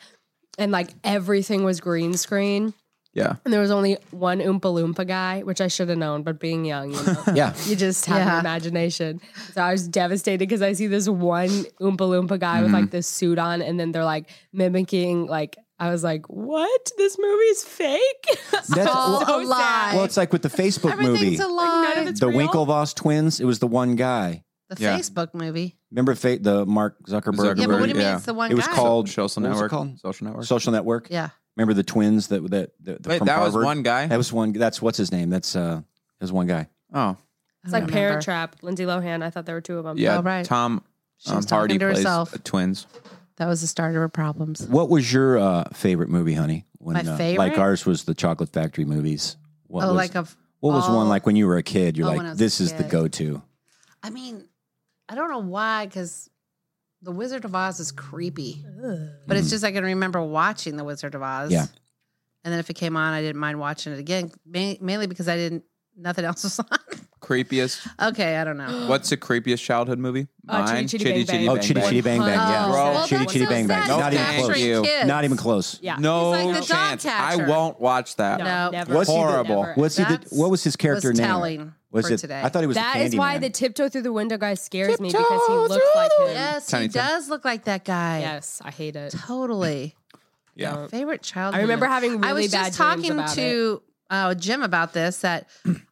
Speaker 2: and like everything was green screen,
Speaker 3: Yeah.
Speaker 2: and there was only one Oompa Loompa guy, which I should have known. But being young, you know,
Speaker 1: Yeah.
Speaker 2: you just have
Speaker 4: Yeah.
Speaker 2: your imagination. So I was devastated because I see this one Oompa Loompa guy with
Speaker 1: Mm-hmm.
Speaker 2: like this suit on, and then they're like mimicking like. I was like, "What? This movie's fake."
Speaker 1: That's-
Speaker 4: all
Speaker 2: Oh, So
Speaker 4: a
Speaker 2: sad.
Speaker 4: lie.
Speaker 1: Well, it's like with the Facebook movie,
Speaker 4: Everything's
Speaker 1: the
Speaker 4: a lie.
Speaker 2: Like, none of it's real.
Speaker 1: Winklevoss twins. It was the one guy.
Speaker 4: the
Speaker 3: Yeah.
Speaker 4: Facebook movie.
Speaker 1: Remember fa- the Mark Zuckerberg?
Speaker 4: Yeah, but what do you mean?
Speaker 3: Yeah.
Speaker 4: It's the one.
Speaker 1: It was
Speaker 4: guy.
Speaker 1: called
Speaker 3: Social
Speaker 1: what was it
Speaker 3: network.
Speaker 1: called?
Speaker 3: Social network.
Speaker 1: Social Network.
Speaker 4: Yeah.
Speaker 1: Remember the twins that that, that, that
Speaker 3: Wait,
Speaker 1: from
Speaker 3: that was
Speaker 1: Harvard?
Speaker 3: one guy.
Speaker 1: That was one. That's what's his name. That's uh, that was one guy.
Speaker 3: Oh,
Speaker 2: It's like
Speaker 4: I don't
Speaker 2: Parent
Speaker 4: remember.
Speaker 2: Trap, Lindsay Lohan. I thought there were two of them.
Speaker 3: yeah.
Speaker 4: Oh, right.
Speaker 3: Tom
Speaker 4: She
Speaker 3: um,
Speaker 4: was
Speaker 3: Hardy
Speaker 4: talking to
Speaker 3: plays
Speaker 4: herself.
Speaker 3: uh, twins.
Speaker 4: That was the start of her problems.
Speaker 1: What was your uh, favorite movie, honey? When,
Speaker 4: My
Speaker 1: uh,
Speaker 4: favorite?
Speaker 1: Like ours was the Chocolate Factory movies. What
Speaker 4: oh,
Speaker 1: was,
Speaker 4: like a. f-
Speaker 1: what was one
Speaker 4: all-
Speaker 1: like when you were a kid? You're
Speaker 4: Oh, when I
Speaker 1: like,
Speaker 4: was
Speaker 1: this
Speaker 4: a
Speaker 1: is the
Speaker 4: kid.
Speaker 1: go-to.
Speaker 4: I mean, I don't know why, because The Wizard of Oz is creepy, but it's just I can remember watching The Wizard of Oz.
Speaker 1: Mm-hmm. Yeah.
Speaker 4: And then if it came on, I didn't mind watching it again, ma- mainly because I didn't. Nothing else was on.
Speaker 3: Creepiest
Speaker 4: okay, I don't know.
Speaker 3: What's the creepiest childhood movie?
Speaker 2: Uh, Chitty Chitty Bang Bang.
Speaker 1: Oh, Chitty Chitty Bang Bang. Yeah,
Speaker 2: Oh,
Speaker 3: Bro.
Speaker 1: Chitty
Speaker 4: well,
Speaker 1: Chitty
Speaker 4: that's
Speaker 1: Chitty
Speaker 4: so
Speaker 1: Bang Bang.
Speaker 4: sad.
Speaker 1: Not even
Speaker 4: Factory
Speaker 1: close.
Speaker 4: Kids.
Speaker 1: Not even close.
Speaker 2: Yeah.
Speaker 3: No
Speaker 4: He's like the dog
Speaker 3: chance.
Speaker 4: catcher.
Speaker 3: I won't watch that.
Speaker 4: No.
Speaker 2: never.
Speaker 1: Was he the-
Speaker 3: Horrible.
Speaker 2: Never.
Speaker 1: What's he? The,
Speaker 4: That's-
Speaker 1: what was his character
Speaker 4: was
Speaker 1: name?
Speaker 4: telling
Speaker 1: was
Speaker 4: for
Speaker 1: it?
Speaker 4: today.
Speaker 1: I thought he was.
Speaker 2: That
Speaker 1: the
Speaker 2: is why
Speaker 1: Candyman.
Speaker 2: the tiptoe through the window guy scares me
Speaker 3: Tiptoe
Speaker 2: because he looks like him.
Speaker 4: Yes,
Speaker 3: Tiny
Speaker 4: he
Speaker 3: Tim.
Speaker 4: does look like that guy.
Speaker 2: Yes, I hate it.
Speaker 4: Totally.
Speaker 3: Yeah.
Speaker 2: Don't.
Speaker 4: Favorite child.
Speaker 2: I remember having really
Speaker 4: I was
Speaker 2: bad
Speaker 4: just
Speaker 2: dreams
Speaker 4: talking
Speaker 2: about it.
Speaker 4: to uh, Jim about this that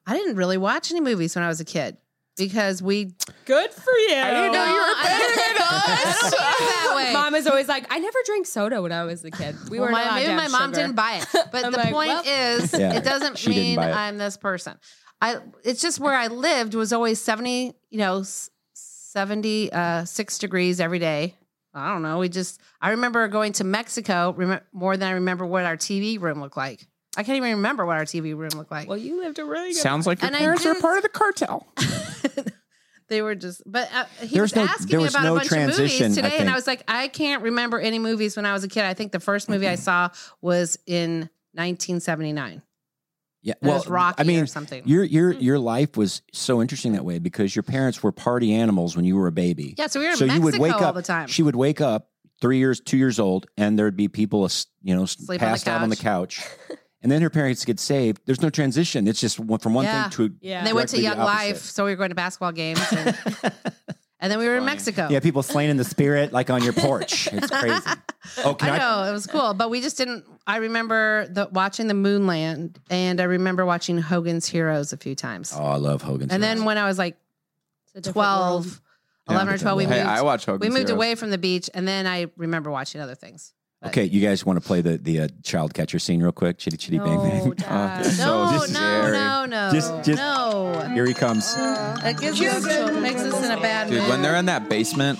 Speaker 4: I didn't really watch any movies when I was a kid because we.
Speaker 2: Good for you. I
Speaker 4: No, I don't mean it that way.
Speaker 2: Mom is always like, I never drank soda when I was a kid. We
Speaker 4: Well,
Speaker 2: were
Speaker 4: my, maybe my mom didn't buy it, but
Speaker 2: I'm
Speaker 4: the
Speaker 2: like,
Speaker 4: point
Speaker 2: well.
Speaker 4: is,
Speaker 1: Yeah,
Speaker 4: it doesn't
Speaker 1: she didn't
Speaker 4: mean
Speaker 1: buy it.
Speaker 4: I'm this person. I it's just where I lived was always seventy, you know, s- seventy uh, six degrees every day. I don't know. We just I remember going to Mexico rem- more than I remember what our TV room looked like. I can't even remember what our TV room looked like.
Speaker 2: Well, you lived a really good.
Speaker 3: Sounds like your
Speaker 4: And I
Speaker 3: parents are
Speaker 4: didn't-
Speaker 3: part of the cartel.
Speaker 4: They were just, but uh, he
Speaker 1: There's
Speaker 4: was
Speaker 1: no-
Speaker 4: asking
Speaker 1: there
Speaker 4: me
Speaker 1: was
Speaker 4: about
Speaker 1: no
Speaker 4: a bunch of
Speaker 1: transition, I
Speaker 4: movies today, and
Speaker 1: think.
Speaker 4: I was like, I can't remember any movies when I was a kid. I think the first movie
Speaker 1: Mm-hmm.
Speaker 4: I saw was in 1979.
Speaker 1: Yeah,
Speaker 4: It
Speaker 1: well,
Speaker 4: was Rocky
Speaker 1: I mean,
Speaker 4: or something. Hmm.
Speaker 1: your your your life was so interesting that way because your parents were party animals when you were a baby.
Speaker 4: Yeah, so we were in
Speaker 1: so
Speaker 4: Mexico
Speaker 1: you would wake
Speaker 4: all
Speaker 1: up.
Speaker 4: the time.
Speaker 1: She would wake up three years, two years old, and there'd be people, as- you know, s-
Speaker 4: Sleep on the
Speaker 1: passed out on the couch. and then her parents get saved. There's no transition. It's just one, from one
Speaker 4: Yeah.
Speaker 1: thing to
Speaker 2: Yeah.
Speaker 4: and they went to
Speaker 1: directly
Speaker 4: Young
Speaker 1: the opposite.
Speaker 4: Life, so we were going to basketball games. And And then we were in
Speaker 3: Funny.
Speaker 4: Mexico.
Speaker 1: Yeah, people slain in the spirit, like on your porch. It's crazy. Oh, can
Speaker 4: I
Speaker 1: I?
Speaker 4: know it was cool, but we just didn't. I remember the, watching the Moonland, and I remember watching Hogan's Heroes a few times.
Speaker 1: Oh, I love Hogan's.
Speaker 4: and then
Speaker 1: Heroes.
Speaker 4: when I was like
Speaker 2: It's a different
Speaker 4: 12,
Speaker 2: world.
Speaker 4: 11
Speaker 1: Yeah,
Speaker 4: or 12, we
Speaker 3: hey,
Speaker 4: moved,
Speaker 3: I watch Hogan's
Speaker 4: we moved
Speaker 3: Heroes.
Speaker 4: away from the beach, and then I remember watching other things. but-
Speaker 1: okay, you guys want to play the the uh, child catcher scene real quick? Chitty chitty bang Oh,
Speaker 2: No,
Speaker 1: bang.
Speaker 2: Dad.
Speaker 3: Uh,
Speaker 4: No,
Speaker 3: So
Speaker 4: no,
Speaker 3: scary.
Speaker 4: no, no,
Speaker 1: Just- just-
Speaker 4: no.
Speaker 1: Here he comes.
Speaker 4: It gives us, it makes us in a bad
Speaker 3: Dude,
Speaker 4: mood.
Speaker 3: when they're in that basement,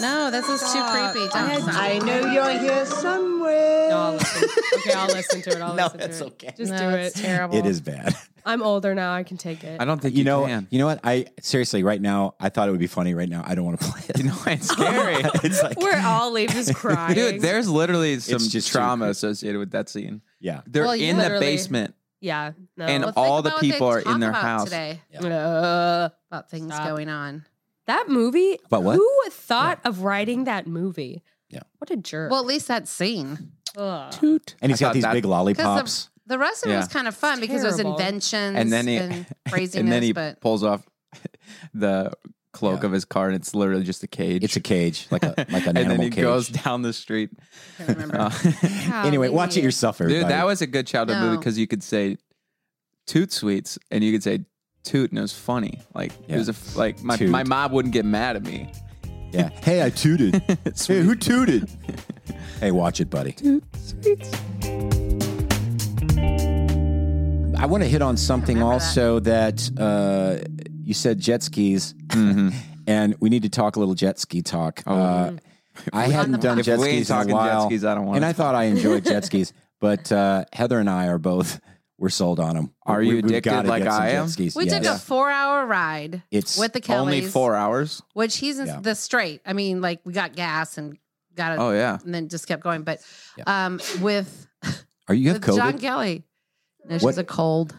Speaker 4: no, this is too creepy. Don't stop.
Speaker 5: I know you're here somewhere.
Speaker 2: No, I'll listen. okay, I'll listen to it. I'll
Speaker 1: No,
Speaker 2: listen
Speaker 1: that's
Speaker 2: to it.
Speaker 1: okay.
Speaker 2: Just
Speaker 4: no,
Speaker 2: do
Speaker 4: It's
Speaker 2: it.
Speaker 4: terrible.
Speaker 1: It is bad.
Speaker 2: I'm older now. I can take it.
Speaker 3: I don't think
Speaker 1: You know,
Speaker 3: can.
Speaker 1: you know what? I seriously, right now, I thought it would be funny. Right now, I don't want to play it.
Speaker 3: You know, it's scary.
Speaker 1: it's like,
Speaker 2: We're all leaving just crying.
Speaker 3: Dude, there's literally some
Speaker 1: just too
Speaker 3: trauma
Speaker 1: creepy.
Speaker 3: associated with that scene.
Speaker 1: yeah,
Speaker 3: They're
Speaker 4: Well, yeah.
Speaker 3: in the
Speaker 2: Literally.
Speaker 3: basement.
Speaker 2: yeah, no.
Speaker 3: And-
Speaker 4: Well, think
Speaker 3: all the
Speaker 4: about what they
Speaker 3: people are in
Speaker 4: talk
Speaker 3: their
Speaker 4: about
Speaker 3: house.
Speaker 4: today
Speaker 2: Uh,
Speaker 4: about things
Speaker 2: Stop.
Speaker 4: going on.
Speaker 2: that movie.
Speaker 1: But what?
Speaker 2: Who thought of writing that movie?
Speaker 1: Yeah.
Speaker 2: What a jerk.
Speaker 4: Well, at least that scene.
Speaker 2: Ugh.
Speaker 1: and he's got
Speaker 3: I thought
Speaker 1: these
Speaker 3: that-
Speaker 1: big lollipops.
Speaker 4: The rest of it
Speaker 3: Yeah.
Speaker 4: was kind of fun because it was
Speaker 2: Terrible.
Speaker 4: inventions
Speaker 3: And then he
Speaker 4: and craziness.
Speaker 3: and then he
Speaker 4: but
Speaker 3: pulls off the cloak
Speaker 1: Yeah.
Speaker 3: of his car and it's literally just a cage.
Speaker 1: It's a cage, like a like an
Speaker 3: and then
Speaker 1: animal
Speaker 3: he
Speaker 1: cage.
Speaker 3: goes down the street.
Speaker 4: I can't remember.
Speaker 3: Uh,
Speaker 1: anyway, watch it
Speaker 4: Golly.
Speaker 1: yourself, everybody.
Speaker 3: Dude, that was a good childhood movie
Speaker 4: No.
Speaker 3: because you could say toot sweets and you could say toot and it was funny. Like
Speaker 1: Yeah.
Speaker 3: it was a f like my,
Speaker 1: Toot.
Speaker 3: my mom wouldn't get mad at me.
Speaker 1: yeah. Hey, I tooted. hey, who tooted? hey, watch it, buddy. I want to hit on something
Speaker 4: Remember
Speaker 1: also that, uh, you said jet skis,
Speaker 3: Mm-hmm.
Speaker 1: and we need to talk a little jet ski talk. Uh, I hadn't done
Speaker 3: If
Speaker 1: jet
Speaker 3: Oh, we ain't
Speaker 1: skis in a
Speaker 3: talking jet
Speaker 1: while,
Speaker 3: skis, I don't wanna
Speaker 1: and I thought I enjoyed jet skis, but uh, Heather and I are both we're sold on them.
Speaker 3: Are you addicted like I am?
Speaker 1: Jet skis.
Speaker 4: we took a
Speaker 1: yes.
Speaker 4: four-hour ride
Speaker 1: It's
Speaker 4: with the
Speaker 3: Only
Speaker 4: Kellys,
Speaker 3: four hours.
Speaker 4: which he's in
Speaker 1: Yeah.
Speaker 4: the straight. I mean, like we got gas and got it,
Speaker 3: Oh yeah.
Speaker 4: and then just kept going. But um, with
Speaker 1: Are you have
Speaker 4: with John
Speaker 1: COVID?
Speaker 4: Kelly, no,
Speaker 1: What-
Speaker 4: she's a cold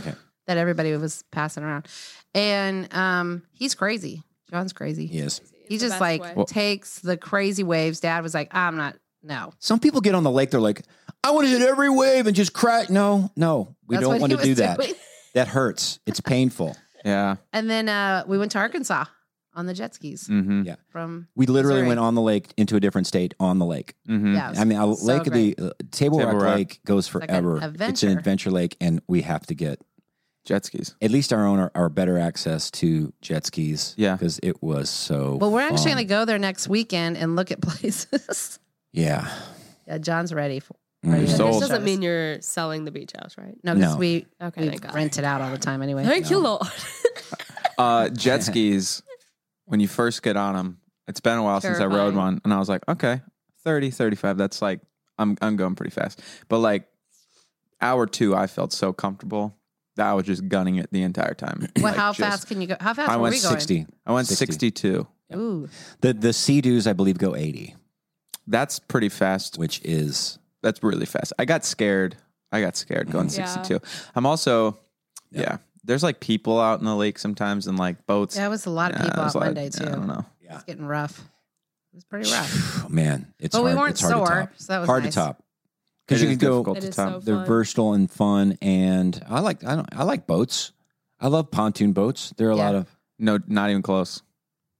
Speaker 1: Okay.
Speaker 4: that everybody was passing around, and um, he's crazy. John's crazy.
Speaker 1: Yes.
Speaker 4: He
Speaker 2: It's the best
Speaker 4: just like
Speaker 2: way.
Speaker 4: takes the crazy waves. Dad was like, I'm not. No,
Speaker 1: Some people get on the lake. They're like, I want to hit every wave and just cry. No, no, we
Speaker 4: That's
Speaker 1: don't
Speaker 4: what
Speaker 1: want
Speaker 4: he
Speaker 1: to do
Speaker 4: was
Speaker 1: that.
Speaker 4: doing.
Speaker 1: That hurts. It's painful.
Speaker 3: Yeah.
Speaker 4: And then uh, we went to Arkansas on the jet skis
Speaker 3: Mm-hmm.
Speaker 4: from
Speaker 1: We literally
Speaker 4: Missouri.
Speaker 1: went on the lake into a different state on the lake.
Speaker 3: Mm-hmm.
Speaker 4: yeah. it was
Speaker 1: I mean, a
Speaker 4: so
Speaker 1: lake of
Speaker 4: great.
Speaker 1: the uh, Table,
Speaker 3: Table
Speaker 1: Rock,
Speaker 3: Rock.
Speaker 1: Lake goes
Speaker 4: an
Speaker 1: forever. it's an
Speaker 4: adventure.
Speaker 1: adventure lake, and we have to get
Speaker 3: Jet skis.
Speaker 1: at least our own or, or better access to jet skis.
Speaker 3: Yeah.
Speaker 1: because it was so.
Speaker 4: Well, we're actually
Speaker 1: Oh, fun.
Speaker 4: going to go there next weekend and look at places.
Speaker 1: Yeah,
Speaker 4: yeah, John's ready. For,
Speaker 1: Mm.
Speaker 4: ready to
Speaker 2: This
Speaker 3: sold.
Speaker 4: do
Speaker 2: doesn't
Speaker 4: this.
Speaker 2: mean you're selling the beach house, right?
Speaker 4: no, because
Speaker 1: No.
Speaker 4: we
Speaker 2: Okay,
Speaker 4: we
Speaker 2: thank God.
Speaker 4: rent it out all the time anyway.
Speaker 2: Thank you, Lord.
Speaker 3: Uh, jet skis, when you first get on them, it's been a while since I rode
Speaker 2: Terrifying.
Speaker 3: one. And I was like, okay, 30, 35. That's like, I'm, I'm going pretty fast. But like, hour two, I felt so comfortable that I was just gunning it the entire time.
Speaker 4: Well,
Speaker 3: Like,
Speaker 4: how
Speaker 3: just-
Speaker 4: fast can you go? How fast
Speaker 3: I
Speaker 4: were
Speaker 3: went
Speaker 4: we going?
Speaker 1: sixty.
Speaker 3: I went
Speaker 1: 60.
Speaker 3: 62.
Speaker 4: Ooh,
Speaker 1: The the sea doos, I believe, go eighty,
Speaker 3: That's pretty fast.
Speaker 1: which is
Speaker 3: That's really fast. I got scared. I got
Speaker 4: Mm-hmm.
Speaker 3: scared going
Speaker 1: Mhm.
Speaker 2: Yeah.
Speaker 3: 62. I'm also,
Speaker 1: Yeah.
Speaker 3: yeah. there's like people out in the lake sometimes and like boats.
Speaker 4: that was a lot of
Speaker 3: Yeah,
Speaker 4: people
Speaker 3: there's
Speaker 4: out
Speaker 3: a lot-
Speaker 4: Monday too.
Speaker 3: yeah, I don't know.
Speaker 4: It's getting rough. It was pretty rough,
Speaker 1: Phew, man. It's
Speaker 4: but
Speaker 1: hard,
Speaker 4: we weren't
Speaker 1: it's hard to
Speaker 4: sore,
Speaker 1: top.
Speaker 4: so that was
Speaker 1: hard
Speaker 4: nice.
Speaker 1: to top because
Speaker 3: It
Speaker 1: you
Speaker 3: is
Speaker 1: can go.
Speaker 3: difficult
Speaker 2: It
Speaker 3: to
Speaker 2: is
Speaker 3: time.
Speaker 2: so
Speaker 1: They're
Speaker 2: fun.
Speaker 1: versatile and fun, and I like I don't I like boats. I love pontoon boats. There are a
Speaker 4: Yeah.
Speaker 1: lot of
Speaker 3: no, not even close.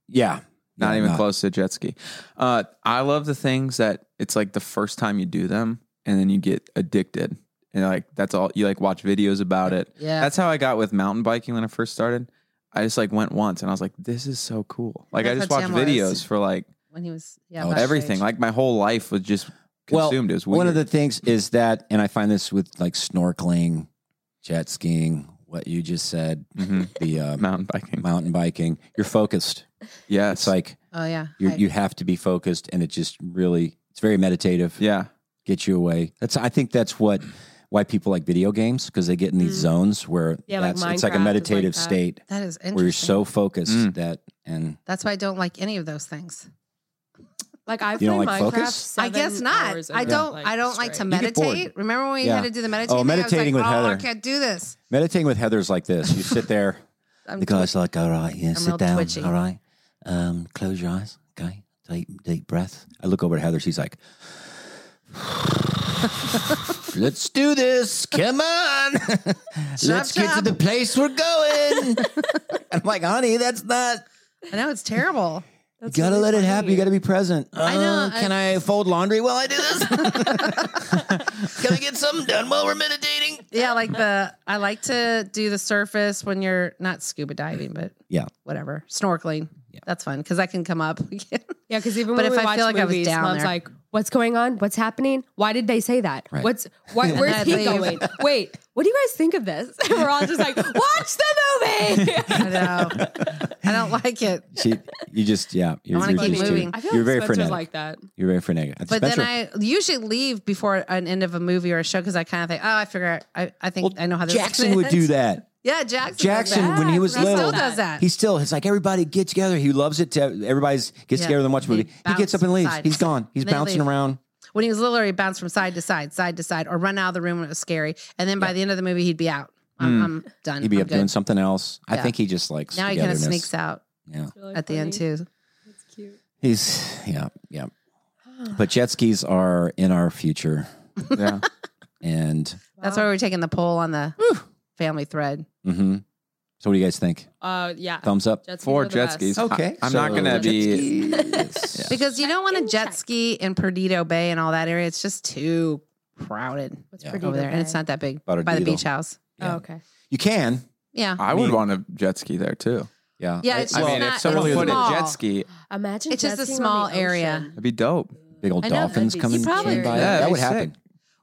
Speaker 1: yeah,
Speaker 3: Not
Speaker 1: Yeah,
Speaker 3: even close to a jet ski. Uh, I love the things that it's like the first time you do them and then you get addicted. And like that's all you like watch videos about it.
Speaker 4: Yeah.
Speaker 3: That's how I got with mountain biking when I first started. I just like went once and I was like, this is so cool. Like I
Speaker 4: That's
Speaker 3: just
Speaker 4: what
Speaker 3: watched
Speaker 4: Sam was.
Speaker 3: videos for like
Speaker 4: when he was yeah
Speaker 1: Oh,
Speaker 4: about your
Speaker 3: everything.
Speaker 4: age.
Speaker 3: Like my whole life was just
Speaker 1: Well,
Speaker 3: consumed. it was weird.
Speaker 1: One of the things is that, and I find this with like snorkeling, jet skiing, what you just said,
Speaker 3: Mhm.
Speaker 1: the uh,
Speaker 3: mountain biking.
Speaker 1: mountain biking. You're focused.
Speaker 3: Yes.
Speaker 1: It's like
Speaker 4: oh yeah,
Speaker 1: you
Speaker 4: I-
Speaker 1: you have to be focused, and it just really it's very meditative.
Speaker 3: yeah.
Speaker 1: Get you away. That's I think that's what why people like video games because they get in these
Speaker 2: Mm.
Speaker 1: zones where
Speaker 2: Yeah, like
Speaker 1: that's- it's like a
Speaker 2: Minecraft is like
Speaker 1: meditative
Speaker 2: that.
Speaker 1: state
Speaker 4: that is interesting.
Speaker 1: where you're so focused
Speaker 3: Mm.
Speaker 1: that and
Speaker 4: That's why I don't like any of those things.
Speaker 2: Like I've
Speaker 1: You don't
Speaker 2: played
Speaker 1: like
Speaker 2: Minecraft.
Speaker 1: focus?
Speaker 4: I
Speaker 2: seven
Speaker 4: guess not.
Speaker 2: hours in a
Speaker 4: I
Speaker 2: row,
Speaker 4: don't. I don't like to
Speaker 2: straight.
Speaker 1: You get bored.
Speaker 4: meditate. Remember when we
Speaker 1: Yeah. Oh,
Speaker 4: had to do the meditating? thing?
Speaker 1: meditating
Speaker 4: I
Speaker 1: with
Speaker 4: was like, oh,
Speaker 1: Heather.
Speaker 4: I can't do this.
Speaker 1: meditating with Heather's like this. You sit there.
Speaker 4: I'm
Speaker 1: The guy's like, all right, yeah,
Speaker 4: I'm
Speaker 1: sit
Speaker 4: real
Speaker 1: down.
Speaker 4: twitchy.
Speaker 1: All right. Um, close your eyes. Okay. Deep, deep breath. I look over at Heather. She's like, let's do this. Come on. let's get to
Speaker 4: chop.
Speaker 1: the place we're going. I'm like, honey, that's not
Speaker 4: I know it's terrible.
Speaker 1: You
Speaker 2: That's
Speaker 1: gotta
Speaker 2: really
Speaker 1: let it happen.
Speaker 2: funny.
Speaker 1: You gotta be present.
Speaker 4: I know,
Speaker 1: Uh, can I, fold laundry while I do this? can I get something done while we're meditating?
Speaker 4: yeah, like the I like to do the surface when you're not scuba diving, but
Speaker 1: Yeah.
Speaker 4: whatever snorkeling.
Speaker 1: Yeah.
Speaker 4: That's fun because I can come up.
Speaker 2: Yeah, because even
Speaker 4: But
Speaker 2: when
Speaker 4: if
Speaker 2: we
Speaker 4: I
Speaker 2: watch
Speaker 4: feel like I was
Speaker 2: movies,
Speaker 4: down
Speaker 2: mom's
Speaker 4: there-
Speaker 2: like, "What's going on? What's happening? Why did they say that?
Speaker 1: Right.
Speaker 2: What's why,
Speaker 4: then
Speaker 2: where's he
Speaker 4: I'd
Speaker 2: going?
Speaker 4: leave.
Speaker 2: Wait, what do you guys think of this?" And we're all just like, "Watch the movie."
Speaker 4: I know. I don't like it.
Speaker 1: She, you just yeah. You're,
Speaker 4: wanna
Speaker 1: you're
Speaker 4: keep
Speaker 1: just
Speaker 4: moving.
Speaker 1: Too,
Speaker 2: I feel
Speaker 1: you're
Speaker 2: like
Speaker 1: very
Speaker 2: Spencer's
Speaker 1: frenetic.
Speaker 2: like that.
Speaker 1: you're very frenetic. That's
Speaker 4: But
Speaker 1: Spencer.
Speaker 4: then I usually leave before an end of a movie or a show because I kind of think, oh, I figure out, I, I think
Speaker 1: Well,
Speaker 4: I know how this is
Speaker 1: Jackson
Speaker 4: gonna
Speaker 1: would do
Speaker 4: end.
Speaker 1: that.
Speaker 4: Yeah, Jackson. does
Speaker 1: Jackson,
Speaker 4: that.
Speaker 1: when he was
Speaker 4: he still
Speaker 1: little,
Speaker 4: does that.
Speaker 1: he still it's like everybody get together. He loves it. To, everybody's gets
Speaker 4: Yeah.
Speaker 1: together and watch a
Speaker 4: They
Speaker 1: movie. He gets
Speaker 4: bounce
Speaker 1: up and leaves.
Speaker 4: side.
Speaker 1: He's gone. He's
Speaker 4: They
Speaker 1: bouncing
Speaker 4: leave.
Speaker 1: around.
Speaker 4: when he was little, he bounced from side to side, side to side, or run out of the room when it was scary. And then by the end of the movie, he'd be out. I'm, I'm done.
Speaker 1: He'd be
Speaker 4: I'm
Speaker 1: up
Speaker 4: good.
Speaker 1: doing something else. I
Speaker 4: Yeah.
Speaker 1: think he just likes
Speaker 4: Now he kind of
Speaker 1: togetherness.
Speaker 4: sneaks out
Speaker 1: Yeah,
Speaker 4: at the end too.
Speaker 2: It's cute.
Speaker 1: he's yeah yeah. But jet skis are in our future,
Speaker 3: Yeah.
Speaker 1: and
Speaker 4: That's why we're taking the poll on the family thread.
Speaker 1: hmm so what do you guys think?
Speaker 2: Uh, yeah.
Speaker 1: Thumbs up.
Speaker 2: Jet skis
Speaker 3: Four
Speaker 2: are the
Speaker 3: jet
Speaker 2: best.
Speaker 4: Oh,
Speaker 3: skis.
Speaker 1: Okay,
Speaker 3: I, am
Speaker 1: so-
Speaker 3: not going to
Speaker 1: Jet
Speaker 3: be.
Speaker 1: skis.
Speaker 4: Because you don't want to jet ski in Perdido Bay and all that area. It's just too crowded
Speaker 2: What's
Speaker 1: Yeah.
Speaker 2: Perdido
Speaker 4: over there. And it's
Speaker 2: Bay?
Speaker 4: not that big
Speaker 1: But a
Speaker 4: by the
Speaker 1: deedle.
Speaker 4: beach house.
Speaker 1: Yeah.
Speaker 2: Oh, okay.
Speaker 1: You can.
Speaker 4: Yeah.
Speaker 3: I would want to jet ski there too.
Speaker 1: Yeah.
Speaker 4: Yeah, it's
Speaker 3: Uh, I
Speaker 4: just
Speaker 3: mean,
Speaker 4: not,
Speaker 3: if someone
Speaker 4: it's
Speaker 3: put
Speaker 4: small.
Speaker 3: a jet ski,
Speaker 2: Imagine
Speaker 4: It's
Speaker 2: jet
Speaker 4: just a
Speaker 2: skiing on
Speaker 4: small
Speaker 2: the
Speaker 4: area.
Speaker 2: ocean.
Speaker 3: it'd be dope.
Speaker 1: Big old
Speaker 4: I know, that'd
Speaker 1: dolphins
Speaker 2: be
Speaker 1: coming
Speaker 4: probably-
Speaker 1: by.
Speaker 2: Yeah,
Speaker 1: that
Speaker 3: that'd
Speaker 1: would
Speaker 3: be sick.
Speaker 1: happen.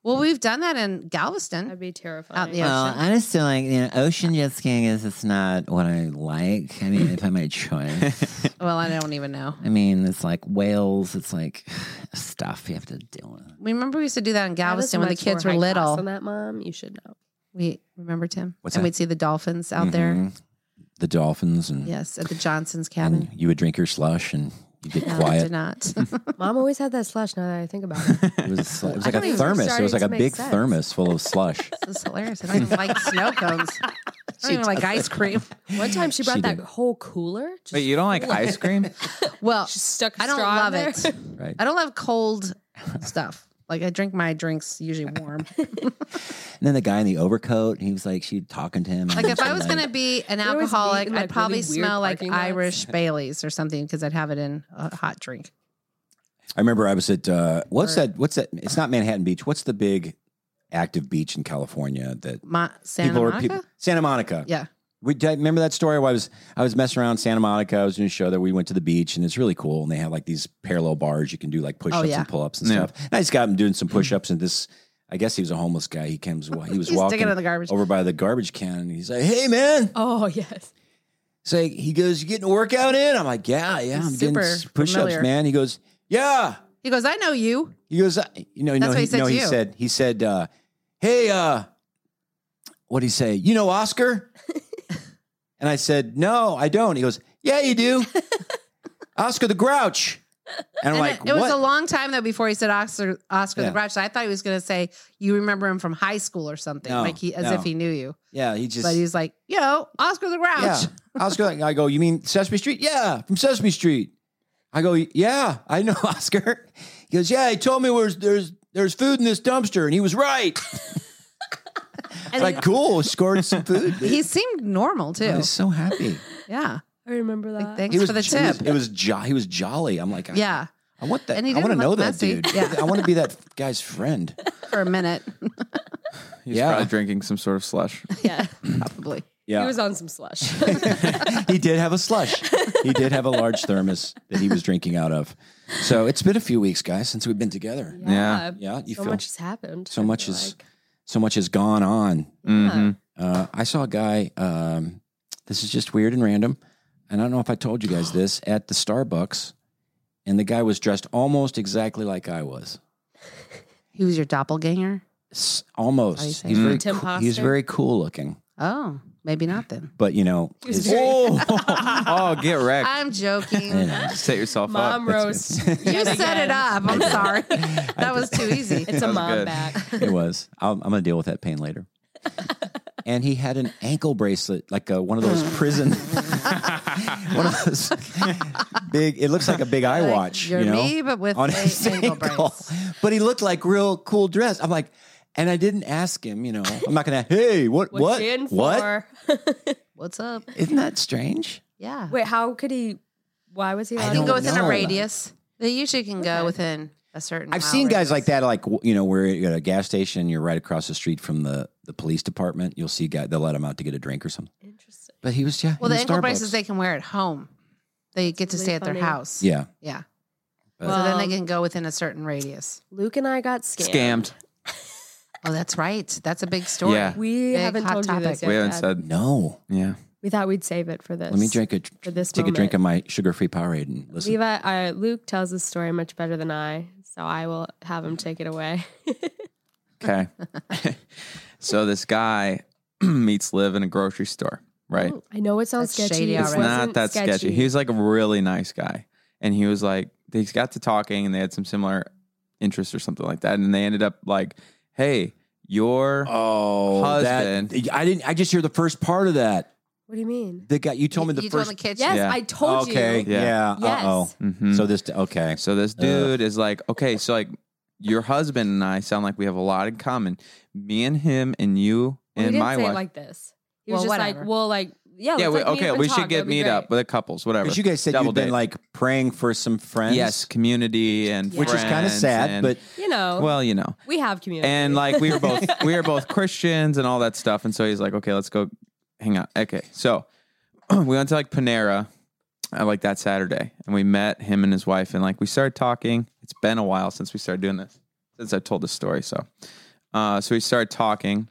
Speaker 4: Well, we've done that in Galveston.
Speaker 2: That'd be terrifying.
Speaker 4: the Well, ocean.
Speaker 6: I just feel like you know, ocean jet skiing is it's not what I like. I mean, if I made choice,
Speaker 4: Well, I don't even know.
Speaker 6: I mean, it's like whales. It's like stuff you have to deal with.
Speaker 4: Remember, we used to do that in
Speaker 2: That is
Speaker 4: Galveston when the
Speaker 2: much more
Speaker 4: kids were
Speaker 2: high class
Speaker 4: little.
Speaker 2: Than that, mom, you should know.
Speaker 4: We remember Tim,
Speaker 1: What's
Speaker 4: and
Speaker 1: that?
Speaker 4: we'd see the dolphins out there.
Speaker 1: Mhm. The dolphins and
Speaker 4: Yes, at the Johnson's
Speaker 1: and
Speaker 4: cabin.
Speaker 1: you would drink your slush and you get
Speaker 4: No, I
Speaker 1: quiet.
Speaker 4: did not.
Speaker 2: Mom always had that slush. Now that I think about it,
Speaker 1: It was, a sl- it was like
Speaker 2: I
Speaker 1: a
Speaker 2: don't even-
Speaker 1: thermos. It was
Speaker 2: starting
Speaker 1: like
Speaker 2: to
Speaker 1: a
Speaker 2: make
Speaker 1: big
Speaker 2: sense.
Speaker 1: thermos full of slush.
Speaker 4: this is hilarious. I don't even like snow cones. I don't even like ice cream.
Speaker 2: one time she brought
Speaker 1: She
Speaker 2: that
Speaker 1: did.
Speaker 2: whole cooler. Just
Speaker 3: Wait, you don't like ice cream?
Speaker 4: Well,
Speaker 2: She stuck. I
Speaker 4: I don't love it.
Speaker 1: Right.
Speaker 4: I don't love cold stuff. Like I drink my drinks usually warm.
Speaker 1: And then the guy in the overcoat, he was like, she talking to him.
Speaker 4: Like if I was gonna be
Speaker 2: always
Speaker 4: an
Speaker 2: meet
Speaker 4: alcoholic,
Speaker 2: in,
Speaker 4: I'd
Speaker 2: like,
Speaker 4: probably
Speaker 2: really weird
Speaker 4: smell like
Speaker 2: parking lots.
Speaker 4: Irish Baileys or something because I'd have it in a hot drink.
Speaker 1: I remember I was at uh, what's that? What's that? It's not Manhattan Beach. What's the big active beach in California that
Speaker 4: Ma- Santa Monica.
Speaker 1: peop- Santa Monica.
Speaker 4: yeah.
Speaker 1: We did, remember that story where I was I was messing around Santa Monica. I was doing a show there. We went to the beach and it's really cool. And they have like these parallel bars you can do like push ups
Speaker 4: Oh, yeah.
Speaker 1: and pull ups and
Speaker 3: Yeah.
Speaker 1: stuff. And I just got him doing some push ups and this. I guess he was a homeless guy. He comes. He was
Speaker 4: He's
Speaker 1: walking Oh.
Speaker 4: digging in the garbage.
Speaker 1: over by the garbage can and he's like, "Hey man!"
Speaker 2: Oh yes.
Speaker 1: So he goes, "You getting a workout in?" I'm like, "Yeah, yeah, I'm
Speaker 4: He's
Speaker 1: getting
Speaker 4: super
Speaker 1: s- push-ups,
Speaker 4: familiar.
Speaker 1: man." He goes, "Yeah."
Speaker 4: He goes, I know you.
Speaker 1: He goes, "I- "You know, no,
Speaker 4: what he said
Speaker 1: no."
Speaker 4: to
Speaker 1: He
Speaker 4: you.
Speaker 1: said, "He said, uh, hey, uh, what did he say? You know, Oscar?" and I said, "No, I don't." He goes, "Yeah, you do, Oscar the Grouch." And I'm
Speaker 4: And
Speaker 1: like,
Speaker 4: it, it was
Speaker 1: "What?"
Speaker 4: a long time though before he said Oscar Oscar
Speaker 1: Yeah.
Speaker 4: the Grouch. So I thought he was going to say you remember him from high school or something,
Speaker 1: No,
Speaker 4: like he as
Speaker 1: no.
Speaker 4: if he knew you.
Speaker 1: yeah, he just,
Speaker 4: But he's like, yo, Oscar the Grouch.
Speaker 1: yeah, Oscar. I go, "You mean Sesame Street?" Yeah, from Sesame Street. I go, "Yeah, I know Oscar." He goes, "Yeah, he told me where's there's there's food in this dumpster, and he was right."
Speaker 2: And
Speaker 1: like, cool, scored some food.
Speaker 4: He seemed normal too.
Speaker 1: I was so happy.
Speaker 4: Yeah.
Speaker 2: I remember that.
Speaker 4: Thanks
Speaker 1: He was,
Speaker 4: for the
Speaker 1: it was
Speaker 4: tip.
Speaker 1: it was jo- he was jolly. I'm like, I,
Speaker 4: yeah.
Speaker 1: I want that.
Speaker 4: And he
Speaker 1: I want to
Speaker 4: didn't
Speaker 1: know
Speaker 4: look
Speaker 1: that
Speaker 4: messy.
Speaker 1: dude.
Speaker 4: Yeah.
Speaker 1: I want to be that guy's friend.
Speaker 4: For a minute.
Speaker 3: He's
Speaker 1: Yeah.
Speaker 3: probably drinking some sort of slush.
Speaker 2: yeah.
Speaker 4: Probably.
Speaker 1: Yeah,
Speaker 2: He was on some slush.
Speaker 1: he did have a slush. He did have a large thermos that he was drinking out of. So it's been a few weeks, guys, since we've been together.
Speaker 3: Yeah.
Speaker 1: Yeah, you
Speaker 2: So
Speaker 1: feel
Speaker 2: much has happened.
Speaker 1: so
Speaker 2: I
Speaker 1: much
Speaker 2: feel
Speaker 1: is
Speaker 2: like.
Speaker 1: so much has gone on.
Speaker 3: Mhm.
Speaker 1: Uh, I saw a guy. Um, this is just weird and random, and I don't know if I told you guys this at the Starbucks, and the guy was dressed almost exactly like I was.
Speaker 4: He was your doppelganger?
Speaker 1: S- Almost.
Speaker 4: say
Speaker 1: He's
Speaker 4: that.
Speaker 1: very
Speaker 2: Tim
Speaker 1: cool. he's
Speaker 2: Foster?
Speaker 1: very cool looking,
Speaker 4: Oh, maybe not then.
Speaker 1: but you know,
Speaker 2: He was
Speaker 1: his-
Speaker 2: very-
Speaker 3: Oh, oh, get wrecked.
Speaker 4: I'm joking.
Speaker 1: you know,
Speaker 3: Set yourself up.
Speaker 2: mom roast.
Speaker 4: you set it up. I'm sorry. that was too easy.
Speaker 2: It's
Speaker 3: That
Speaker 2: a
Speaker 3: was
Speaker 2: mom
Speaker 3: good.
Speaker 2: back.
Speaker 1: it was. I'll, I'm gonna deal with that pain later. and he had an ankle bracelet, like uh one of those prison, one of those big. It looks like a big eye watch,
Speaker 4: You're
Speaker 1: you know,
Speaker 4: me, but with
Speaker 1: on
Speaker 4: a
Speaker 1: his
Speaker 4: ankle brace.
Speaker 1: ankle. But he looked like real cool dress. I'm like, and I didn't ask him, you know. I'm not gonna. Hey, what?
Speaker 2: What's
Speaker 1: what?
Speaker 2: in
Speaker 1: what?
Speaker 2: for?
Speaker 4: What's up?
Speaker 1: Isn't that strange?
Speaker 4: Yeah.
Speaker 2: Wait, how could he Why was he?
Speaker 1: I
Speaker 2: allowed
Speaker 4: You
Speaker 2: to
Speaker 4: can go
Speaker 1: don't
Speaker 2: live
Speaker 4: within
Speaker 2: in
Speaker 1: know.
Speaker 4: a
Speaker 2: Florida?
Speaker 4: radius. They usually can go within a certain.
Speaker 1: I've seen
Speaker 4: mile
Speaker 1: guys like
Speaker 4: radius.
Speaker 1: that, like you know, where you're at a gas station, you're right across the street from the, the police department. You'll see guy they'll let him out to get a drink or something.
Speaker 2: Interesting.
Speaker 1: But he was yeah.
Speaker 4: Well,
Speaker 1: he was
Speaker 4: the ankle
Speaker 1: Starbucks.
Speaker 4: braces they can wear at home. They get to
Speaker 2: really
Speaker 4: stay at their
Speaker 2: funny.
Speaker 4: house.
Speaker 1: yeah.
Speaker 4: Yeah.
Speaker 1: But-
Speaker 4: so then they
Speaker 2: Um,
Speaker 4: can go within a certain radius.
Speaker 2: Luke and I got scammed.
Speaker 3: Scammed.
Speaker 4: Oh, that's right. That's a big story.
Speaker 3: Yeah.
Speaker 2: We
Speaker 4: Big
Speaker 2: haven't
Speaker 4: hot
Speaker 2: told you this
Speaker 4: topic.
Speaker 2: yet.
Speaker 3: we haven't
Speaker 2: Dad.
Speaker 3: said.
Speaker 1: No,
Speaker 3: Yeah.
Speaker 2: We thought we'd save it for this.
Speaker 1: let me drink a
Speaker 2: for this.
Speaker 1: take a
Speaker 2: moment.
Speaker 1: drink of my sugar free Powerade and listen.
Speaker 2: Levi, uh, Luke tells the story much better than I, so I will have him take it away.
Speaker 3: Okay. so this guy meets Liv in a grocery store, right?
Speaker 2: I know it sounds
Speaker 4: That's
Speaker 2: sketchy.
Speaker 4: shady
Speaker 2: It
Speaker 3: It's
Speaker 4: already.
Speaker 2: wasn't
Speaker 3: not that sketchy. He was like a really nice guy. And he was like, they got to talking and they had some similar interests or something like that. And they ended up like, hey, you're.
Speaker 1: Oh,
Speaker 3: Husband.
Speaker 1: that I didn't. I just hear the first part of that.
Speaker 2: what do you mean?
Speaker 1: The guy you told me the
Speaker 4: you go in
Speaker 1: first.
Speaker 4: the kitchen.
Speaker 2: Yes,
Speaker 3: Yeah.
Speaker 2: I told
Speaker 1: okay,
Speaker 2: you.
Speaker 3: Yeah.
Speaker 1: yeah.
Speaker 2: Yes.
Speaker 1: Uh oh.
Speaker 3: Mhm.
Speaker 1: So this okay.
Speaker 3: So this dude is like, okay, so like your husband and I sound like we have a lot in common. Me and him and you
Speaker 2: Well, he
Speaker 3: and
Speaker 2: didn't
Speaker 3: my
Speaker 2: say
Speaker 3: wife.
Speaker 2: it like this. He was
Speaker 4: Well,
Speaker 2: just like,
Speaker 4: whatever.
Speaker 2: well, like, yeah, let's,
Speaker 3: yeah, we,
Speaker 2: like, meet
Speaker 3: okay,
Speaker 2: up
Speaker 3: we
Speaker 2: and
Speaker 3: should
Speaker 2: talk.
Speaker 3: get
Speaker 2: That'd be
Speaker 3: meet
Speaker 2: great.
Speaker 3: up with the couples, whatever.
Speaker 1: Because you guys said
Speaker 3: Double
Speaker 1: you've been
Speaker 3: date.
Speaker 1: like praying for some friends.
Speaker 3: yes, community and
Speaker 1: which is kind of
Speaker 3: friends
Speaker 1: sad,
Speaker 3: and-
Speaker 1: but
Speaker 2: You know,
Speaker 3: well, you know.
Speaker 2: we have community.
Speaker 3: and like we were both we were both Christians and all that stuff. And so he's like, okay, let's go hang out. Okay, so we went to like Panera uh, like that Saturday, and we met him and his wife, and like we started talking. It's been a while since we started doing this, since I told this story. So, uh, so we started talking.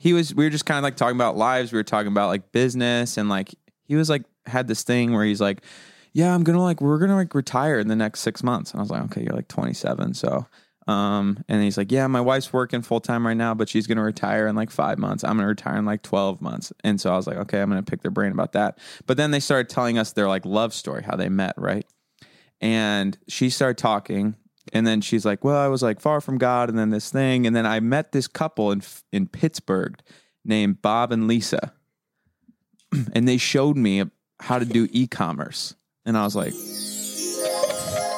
Speaker 3: He was we were just kind of like talking about lives. We were talking about like business, and like he was like had this thing where he's like. Yeah, I'm gonna like we're gonna like retire in the next six months. And I was like, okay, you're like 27, so um, and he's like, Yeah, my wife's working full time right now, but she's gonna retire in like five months. I'm gonna retire in like 12 months. And so I was like, Okay, I'm gonna pick their brain about that. But then they started telling us their like love story, how they met, right? And she started talking, and then she's like, Well, I was like far from God, and then this thing. And then I met this couple in, in Pittsburgh named Bob and Lisa, and they showed me how to do e commerce. And I was like,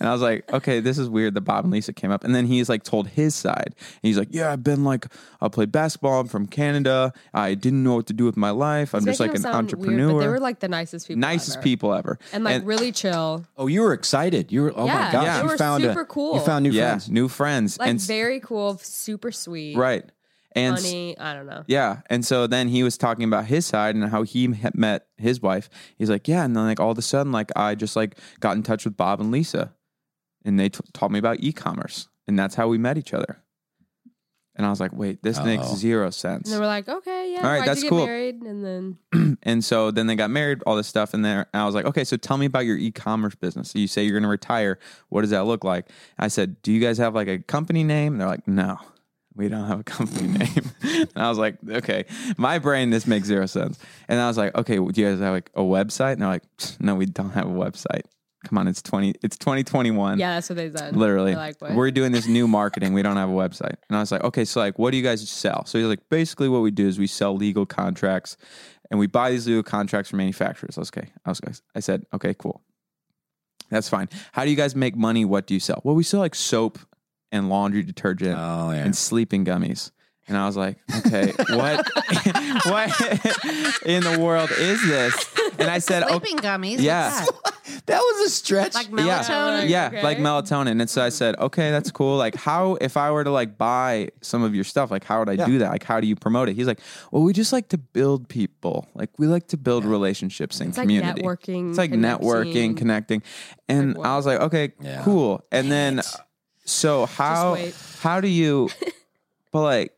Speaker 3: And I was like, okay, this is weird that Bob and Lisa came up. And then he's like told his side. And he's like, yeah, I've been like, I played basketball. I'm from Canada. I didn't know what to do with my life. I'm
Speaker 2: He's
Speaker 3: just like
Speaker 2: making
Speaker 3: an
Speaker 2: them sound weird,
Speaker 3: entrepreneur.
Speaker 2: but they were like the nicest people.
Speaker 3: nicest
Speaker 2: ever.
Speaker 3: people ever.
Speaker 2: And like really chill.
Speaker 1: oh, you were excited. You were oh
Speaker 2: Yeah,
Speaker 1: my gosh,
Speaker 3: they
Speaker 1: you
Speaker 2: were
Speaker 1: found
Speaker 2: super
Speaker 1: a,
Speaker 2: cool.
Speaker 1: You found new
Speaker 3: yeah,
Speaker 1: friends.
Speaker 3: new friends.
Speaker 2: Like
Speaker 3: and s-
Speaker 2: very cool, super sweet.
Speaker 3: right. And s-
Speaker 2: Funny. I don't know.
Speaker 3: Yeah. And so then he was talking about his side and how he had met his wife. He's like, yeah. And then like all of a sudden, like I just like got in touch with Bob and Lisa and they t- taught me about e-commerce and that's how we met each other. And I was like, wait, this makes
Speaker 1: Uh-oh.
Speaker 3: zero sense.
Speaker 2: And they were like, okay, yeah,
Speaker 3: All right,
Speaker 2: why'd
Speaker 3: that's
Speaker 2: you get
Speaker 3: cool.
Speaker 2: married? And then
Speaker 3: and so then they got married, all this stuff. And then I was like, okay, so tell me about your e-commerce business. You say you're going to retire. What does that look like? I said, do you guys have like a company name? And they're like, no, we don't have a company name. and I was like, okay, my brain, this makes zero sense. And I was like, okay, well, do you guys have like a website? And they're like, no, we don't have a website. Come on, it's 20, it's 2021.
Speaker 2: yeah, that's what they said.
Speaker 3: Literally,
Speaker 2: They're like, what?
Speaker 3: we're doing this new marketing. We don't have a website, and I was like, okay, so like, what do you guys sell? So he's like, basically, what we do is we sell legal contracts, and we buy these legal contracts from manufacturers. I was okay. I was I said, okay, cool, that's fine. How do you guys make money? What do you sell? Well, we sell like soap and laundry detergent
Speaker 1: Oh yeah.
Speaker 3: and sleeping gummies. And I was like, okay, what, what in the world is this? And I said, okay,
Speaker 4: Sleeping gummies. what's
Speaker 3: oh, Yeah.
Speaker 4: that?
Speaker 1: that was a stretch.
Speaker 4: Like
Speaker 3: Yeah.
Speaker 4: melatonin.
Speaker 2: Like,
Speaker 3: yeah,
Speaker 2: okay.
Speaker 3: like melatonin. And so I said, okay, that's cool. Like, how if I were to like buy some of your stuff, like how would I do that? Like, how do you promote it? He's like, well, we just like to build people. Like, we like to build relationships and
Speaker 2: It's like
Speaker 3: community.
Speaker 2: networking,
Speaker 3: It's like
Speaker 2: connecting.
Speaker 3: networking, connecting. And I was like, okay,
Speaker 1: Yeah.
Speaker 3: cool. And then, so how
Speaker 2: wait.
Speaker 3: how do you? but like,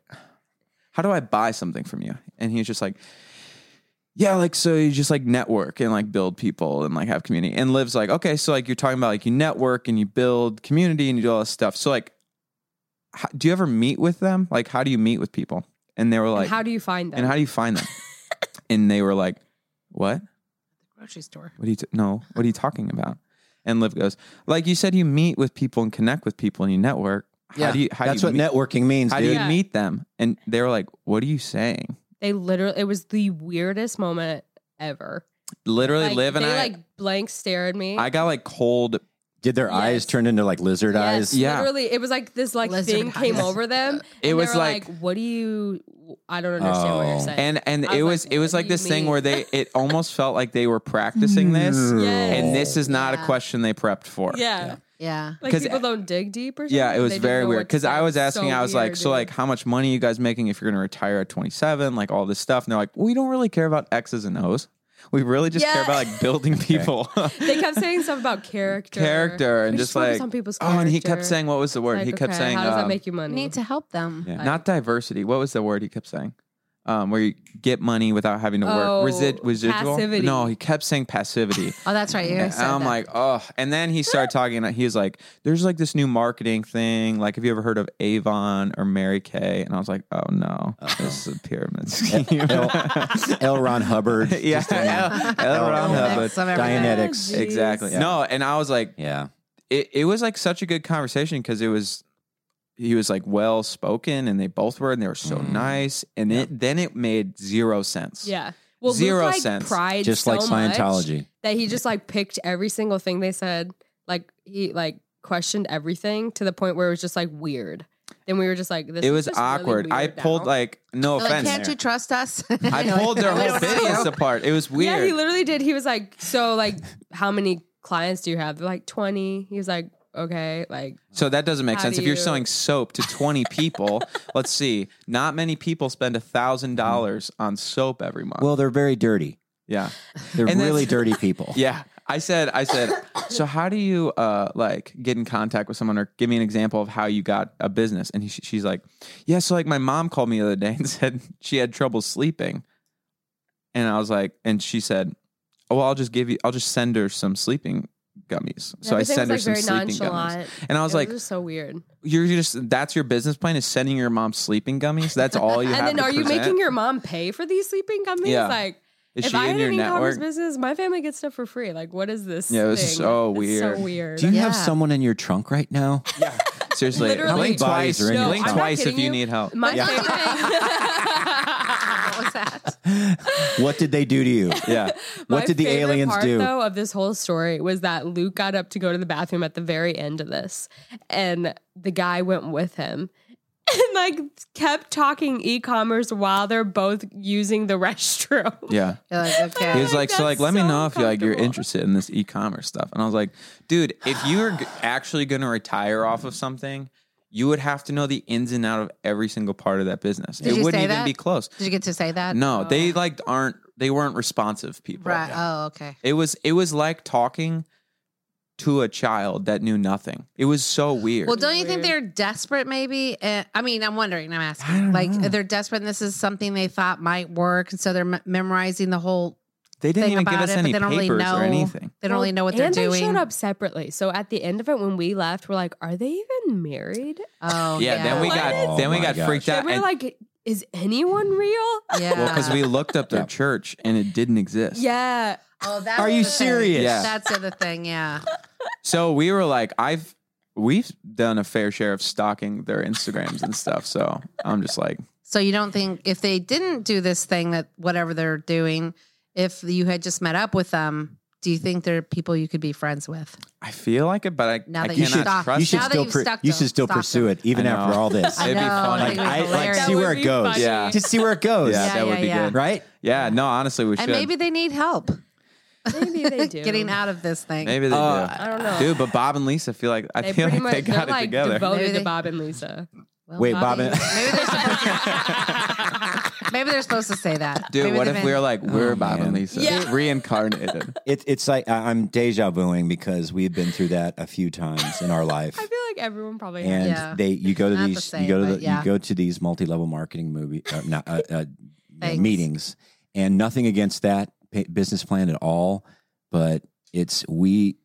Speaker 3: how do I buy something from you? And he's just like, yeah, like so you just like network and like build people and like have community. And Liv's like, okay, so like you're talking about like you network and you build community and you do all this stuff. So like, how, do you ever meet with them? Like, how do you meet with people? And they were like,
Speaker 2: and how do you find them?
Speaker 3: and how do you find them? and they were like, what?
Speaker 4: Grocery store.
Speaker 3: What are you t- no? What are you talking about? And Liv goes, like you said, you meet with people and connect with people and you network. How
Speaker 1: Yeah.
Speaker 3: do you? How
Speaker 1: That's
Speaker 3: do you
Speaker 1: what
Speaker 3: meet-
Speaker 1: networking means,
Speaker 3: How
Speaker 1: dude.
Speaker 3: do you
Speaker 2: Yeah.
Speaker 3: meet them? And they were like, what are you saying?
Speaker 2: they literally it was the weirdest moment ever.
Speaker 3: Literally,
Speaker 2: like,
Speaker 3: Liv and
Speaker 2: they
Speaker 3: I.
Speaker 2: like blank stare at me.
Speaker 3: I got like cold
Speaker 1: Did their eyes
Speaker 2: Yes.
Speaker 1: turn into like lizard
Speaker 2: Yes,
Speaker 1: eyes?
Speaker 3: Yeah.
Speaker 2: literally, it was like this like
Speaker 4: Lizard
Speaker 2: thing came
Speaker 4: eyes.
Speaker 2: over them. and
Speaker 3: It
Speaker 2: they
Speaker 3: was
Speaker 2: were
Speaker 3: like-
Speaker 2: what do you? I don't understand what you're
Speaker 1: Oh.
Speaker 2: saying.
Speaker 3: And and
Speaker 2: I was like,
Speaker 3: it was it
Speaker 2: what
Speaker 3: was
Speaker 2: do
Speaker 3: like
Speaker 2: you
Speaker 3: this thing
Speaker 2: mean?
Speaker 3: where they it almost felt like they were practicing this,
Speaker 2: Yes.
Speaker 3: and this is not
Speaker 4: Yeah.
Speaker 3: a question they prepped for.
Speaker 2: yeah.
Speaker 4: Yeah.
Speaker 2: Like
Speaker 3: 'Cause-
Speaker 2: people don't dig deep or something.
Speaker 3: Yeah, it was
Speaker 2: They don't
Speaker 3: very
Speaker 2: know
Speaker 3: weird
Speaker 2: what to
Speaker 3: because
Speaker 2: say.
Speaker 3: I was
Speaker 2: It's
Speaker 3: asking,
Speaker 2: so
Speaker 3: I was like,
Speaker 2: weird,
Speaker 3: so
Speaker 2: dude.
Speaker 3: like, how much money are you guys making if you're going to retire at 27? Like all this stuff, and they're like, we don't really care about X's and O's. We really just care
Speaker 2: Yeah.
Speaker 3: about like building people,
Speaker 2: they kept saying stuff about character,
Speaker 3: character, and
Speaker 2: We
Speaker 3: just
Speaker 2: focus
Speaker 3: like
Speaker 2: on people's
Speaker 3: oh, and he kept
Speaker 2: character.
Speaker 3: saying what was the word?
Speaker 2: Like,
Speaker 3: he kept
Speaker 2: okay,
Speaker 3: saying
Speaker 2: how does that
Speaker 3: um,
Speaker 2: make you money?
Speaker 4: We need to help them.
Speaker 3: yeah, not diversity. What was the word he kept saying? Um, where you get money without having to
Speaker 2: Oh,
Speaker 3: work. Resi- residual.
Speaker 2: passivity.
Speaker 3: No, he kept saying passivity.
Speaker 4: Oh, that's right. You're
Speaker 3: And I'm like, oh. And then he started talking. He was like, there's like this new marketing thing. Like, have you ever heard of Avon or Mary Kay? And I was like, oh no, this is a pyramid scheme.
Speaker 1: L. Ron Hubbard.
Speaker 3: yeah.
Speaker 1: Just a-
Speaker 3: L- L. Ron
Speaker 1: Oh,
Speaker 3: Hubbard.
Speaker 1: Dianetics.
Speaker 2: Jeez.
Speaker 3: Exactly.
Speaker 1: Yeah.
Speaker 3: No, and I was like,
Speaker 1: yeah.
Speaker 3: it, it was like such a good conversation because it was he was like well spoken and they both were and they were so
Speaker 1: Mm.
Speaker 3: nice. And it, then it made zero sense.
Speaker 2: Yeah. Well,
Speaker 3: Zero
Speaker 2: Luke, like,
Speaker 3: sense.
Speaker 2: Pried
Speaker 1: Just
Speaker 2: so
Speaker 1: like Scientology.
Speaker 2: much that he just like picked every single thing they said. Like he like questioned everything to the point where it was just like weird. Then we were just like, this.
Speaker 3: It
Speaker 2: is
Speaker 3: was
Speaker 2: just really
Speaker 3: awkward. I
Speaker 2: weird
Speaker 3: pulled
Speaker 2: now.
Speaker 3: like no
Speaker 4: like,
Speaker 3: offense.
Speaker 4: can't you trust us?
Speaker 3: I pulled their
Speaker 4: We
Speaker 3: whole
Speaker 4: don't know
Speaker 3: business
Speaker 4: you.
Speaker 3: apart. It was weird.
Speaker 2: Yeah, he literally did. He was like, so like, how many clients do you have? They're like twenty. He was like, okay, like
Speaker 3: So that doesn't make
Speaker 2: How
Speaker 3: sense.
Speaker 2: do
Speaker 3: If you're
Speaker 2: you-
Speaker 3: selling soap to 20 people, let's see, not many people spend $1,000 on soap every month.
Speaker 1: Well, they're very dirty.
Speaker 3: yeah.
Speaker 1: They're
Speaker 3: And that's-
Speaker 1: really dirty people.
Speaker 3: Yeah. I said, I said, so how do you uh, like get in contact with someone or give me an example of how you got a business? And he, she's like, yeah. So like my mom called me the other day and said she had trouble sleeping. And I was like, and she said, oh, well, I'll just give you, I'll just send her some sleeping gummies. So I
Speaker 2: everything
Speaker 3: send her
Speaker 2: was
Speaker 3: some
Speaker 2: like very
Speaker 3: sleeping gummies.
Speaker 2: nonchalant.
Speaker 3: And I was
Speaker 2: It
Speaker 3: like,
Speaker 2: just so weird.
Speaker 3: you're just that's your business plan is sending your mom sleeping gummies. That's all you have.
Speaker 2: And then
Speaker 3: to
Speaker 2: are you
Speaker 3: present?
Speaker 2: making your mom pay for these sleeping companies?
Speaker 3: Yeah.
Speaker 2: Like
Speaker 3: Is
Speaker 2: if
Speaker 3: she
Speaker 2: I
Speaker 3: in
Speaker 2: had
Speaker 3: your
Speaker 2: an e-commerce
Speaker 3: network?
Speaker 2: business, my family gets stuff for free. Like what is this?
Speaker 3: Yeah, it was
Speaker 2: thing?
Speaker 3: so
Speaker 2: It's
Speaker 3: weird.
Speaker 2: so weird.
Speaker 1: Do you have
Speaker 4: Yeah.
Speaker 1: someone in your trunk right now?
Speaker 3: Yeah, seriously.
Speaker 2: Literally.
Speaker 3: Blink
Speaker 1: How many bodies
Speaker 3: twice.
Speaker 1: are in your
Speaker 3: blink
Speaker 1: car?
Speaker 3: twice
Speaker 2: I'm not
Speaker 3: if you
Speaker 2: kidding
Speaker 3: need help.
Speaker 2: My favorite.
Speaker 4: what was that?
Speaker 1: What did they do to you?
Speaker 3: yeah,
Speaker 1: What
Speaker 2: My
Speaker 1: did the
Speaker 2: favorite
Speaker 1: aliens
Speaker 2: part,
Speaker 1: do?
Speaker 2: Though of this whole story was that Luke got up to go to the bathroom at the very end of this, and the guy went with him. And like kept talking e-commerce while they're both using the restroom.
Speaker 3: yeah.
Speaker 4: You're like, okay.
Speaker 3: He was like,
Speaker 2: that's
Speaker 3: so like, let me
Speaker 2: so
Speaker 3: know if you like you're
Speaker 2: uncomfortable.
Speaker 3: interested in this e-commerce stuff. And I was like, dude, if you were g- actually going to retire off of something, you would have to know the ins and out of every single part of that business.
Speaker 4: Did
Speaker 3: it
Speaker 4: you
Speaker 3: wouldn't
Speaker 4: say
Speaker 3: even
Speaker 4: that?
Speaker 3: be close.
Speaker 4: Did you get to say that?
Speaker 3: No,
Speaker 2: Oh.
Speaker 3: they like aren't. They weren't responsive people.
Speaker 4: Right. Oh, okay.
Speaker 3: It was it was like talking to a child that knew nothing. It was so weird.
Speaker 4: Well, don't you think they're desperate? Maybe. Uh, I mean, I'm wondering. I'm asking. Like they're desperate. and This is something they thought might work, and so they're m- memorizing the whole.
Speaker 3: they didn't
Speaker 4: thing
Speaker 3: even give us
Speaker 4: about it, but
Speaker 3: any
Speaker 4: they
Speaker 3: papers
Speaker 4: don't really know.
Speaker 3: or anything.
Speaker 4: They don't really know what they're
Speaker 2: and
Speaker 4: doing.
Speaker 2: they showed up separately. So at the end of it, when we left, we're like, "Are they even married?"
Speaker 4: Oh,
Speaker 3: yeah, then we
Speaker 2: What
Speaker 3: got
Speaker 1: is-
Speaker 3: then we
Speaker 1: Oh
Speaker 3: got
Speaker 1: my
Speaker 3: freaked
Speaker 2: And
Speaker 3: out.
Speaker 2: we're
Speaker 3: and-
Speaker 2: like, "Is anyone real?"
Speaker 4: Yeah.
Speaker 3: well, because we looked up their church and it didn't exist.
Speaker 2: Yeah,
Speaker 4: Oh, that's
Speaker 1: Are you
Speaker 4: the thing.
Speaker 1: serious?
Speaker 3: Yeah.
Speaker 4: That's the other thing. Yeah.
Speaker 3: So we were like, I've we've done a fair share of stalking their Instagrams and stuff. So I'm just like,
Speaker 4: So you don't think if they didn't do this thing that whatever they're doing, if you had just met up with them, do you think they're people you could be friends with?
Speaker 3: I feel like it, but I,
Speaker 4: Now
Speaker 3: I
Speaker 4: that
Speaker 3: cannot
Speaker 4: you
Speaker 1: should,
Speaker 4: stalked-
Speaker 3: trust
Speaker 1: you should
Speaker 4: Now that
Speaker 1: still
Speaker 4: you've
Speaker 1: pre-
Speaker 4: stalked
Speaker 1: you
Speaker 4: them,
Speaker 1: should still
Speaker 4: stalked
Speaker 1: pursue
Speaker 4: them.
Speaker 1: it even
Speaker 3: I
Speaker 1: after
Speaker 3: know.
Speaker 1: all this.
Speaker 3: It'd be
Speaker 4: I know, I
Speaker 3: funny.
Speaker 1: like
Speaker 4: think it would be
Speaker 1: I like
Speaker 4: hilarious.
Speaker 1: see where it
Speaker 2: That would be
Speaker 1: goes.
Speaker 2: funny.
Speaker 3: Yeah.
Speaker 1: Just see where it goes.
Speaker 3: Yeah,
Speaker 4: Yeah,
Speaker 3: that would
Speaker 4: yeah,
Speaker 3: be
Speaker 4: yeah.
Speaker 3: good.
Speaker 1: Right?
Speaker 3: Yeah, no, honestly, we should.
Speaker 4: And maybe they need help
Speaker 2: maybe they do.
Speaker 4: getting out of this thing.
Speaker 3: Maybe they
Speaker 1: Uh,
Speaker 3: do.
Speaker 2: I don't know.
Speaker 3: Dude, but Bob and Lisa feel like I
Speaker 2: they
Speaker 3: feel
Speaker 2: pretty
Speaker 3: like
Speaker 2: much
Speaker 3: they got
Speaker 2: they're
Speaker 3: it
Speaker 2: like
Speaker 3: together.
Speaker 2: devoted
Speaker 4: Maybe they-
Speaker 2: to Bob and Lisa.
Speaker 4: Well,
Speaker 1: Wait, Bob.
Speaker 4: Bobby- Maybe they're supposed to say that.
Speaker 3: Dude,
Speaker 4: Maybe
Speaker 3: what
Speaker 4: they've
Speaker 3: if
Speaker 4: been-
Speaker 3: we were like, we're Bob and
Speaker 1: Oh, man.
Speaker 3: Lisa
Speaker 2: Yeah.
Speaker 3: reincarnated?
Speaker 1: It, it's like I- I'm deja vuing because we've been through that a few times in our life.
Speaker 2: I feel like everyone probably
Speaker 1: and
Speaker 2: has.
Speaker 4: Yeah.
Speaker 1: they you go to
Speaker 4: Not the
Speaker 1: these
Speaker 4: same,
Speaker 1: you go to
Speaker 4: but
Speaker 1: the,
Speaker 4: yeah.
Speaker 1: you go to these multi-level marketing movie uh, not, uh, uh, you know,
Speaker 4: Thanks.
Speaker 1: meetings and nothing against that pa- business plan at all but it's we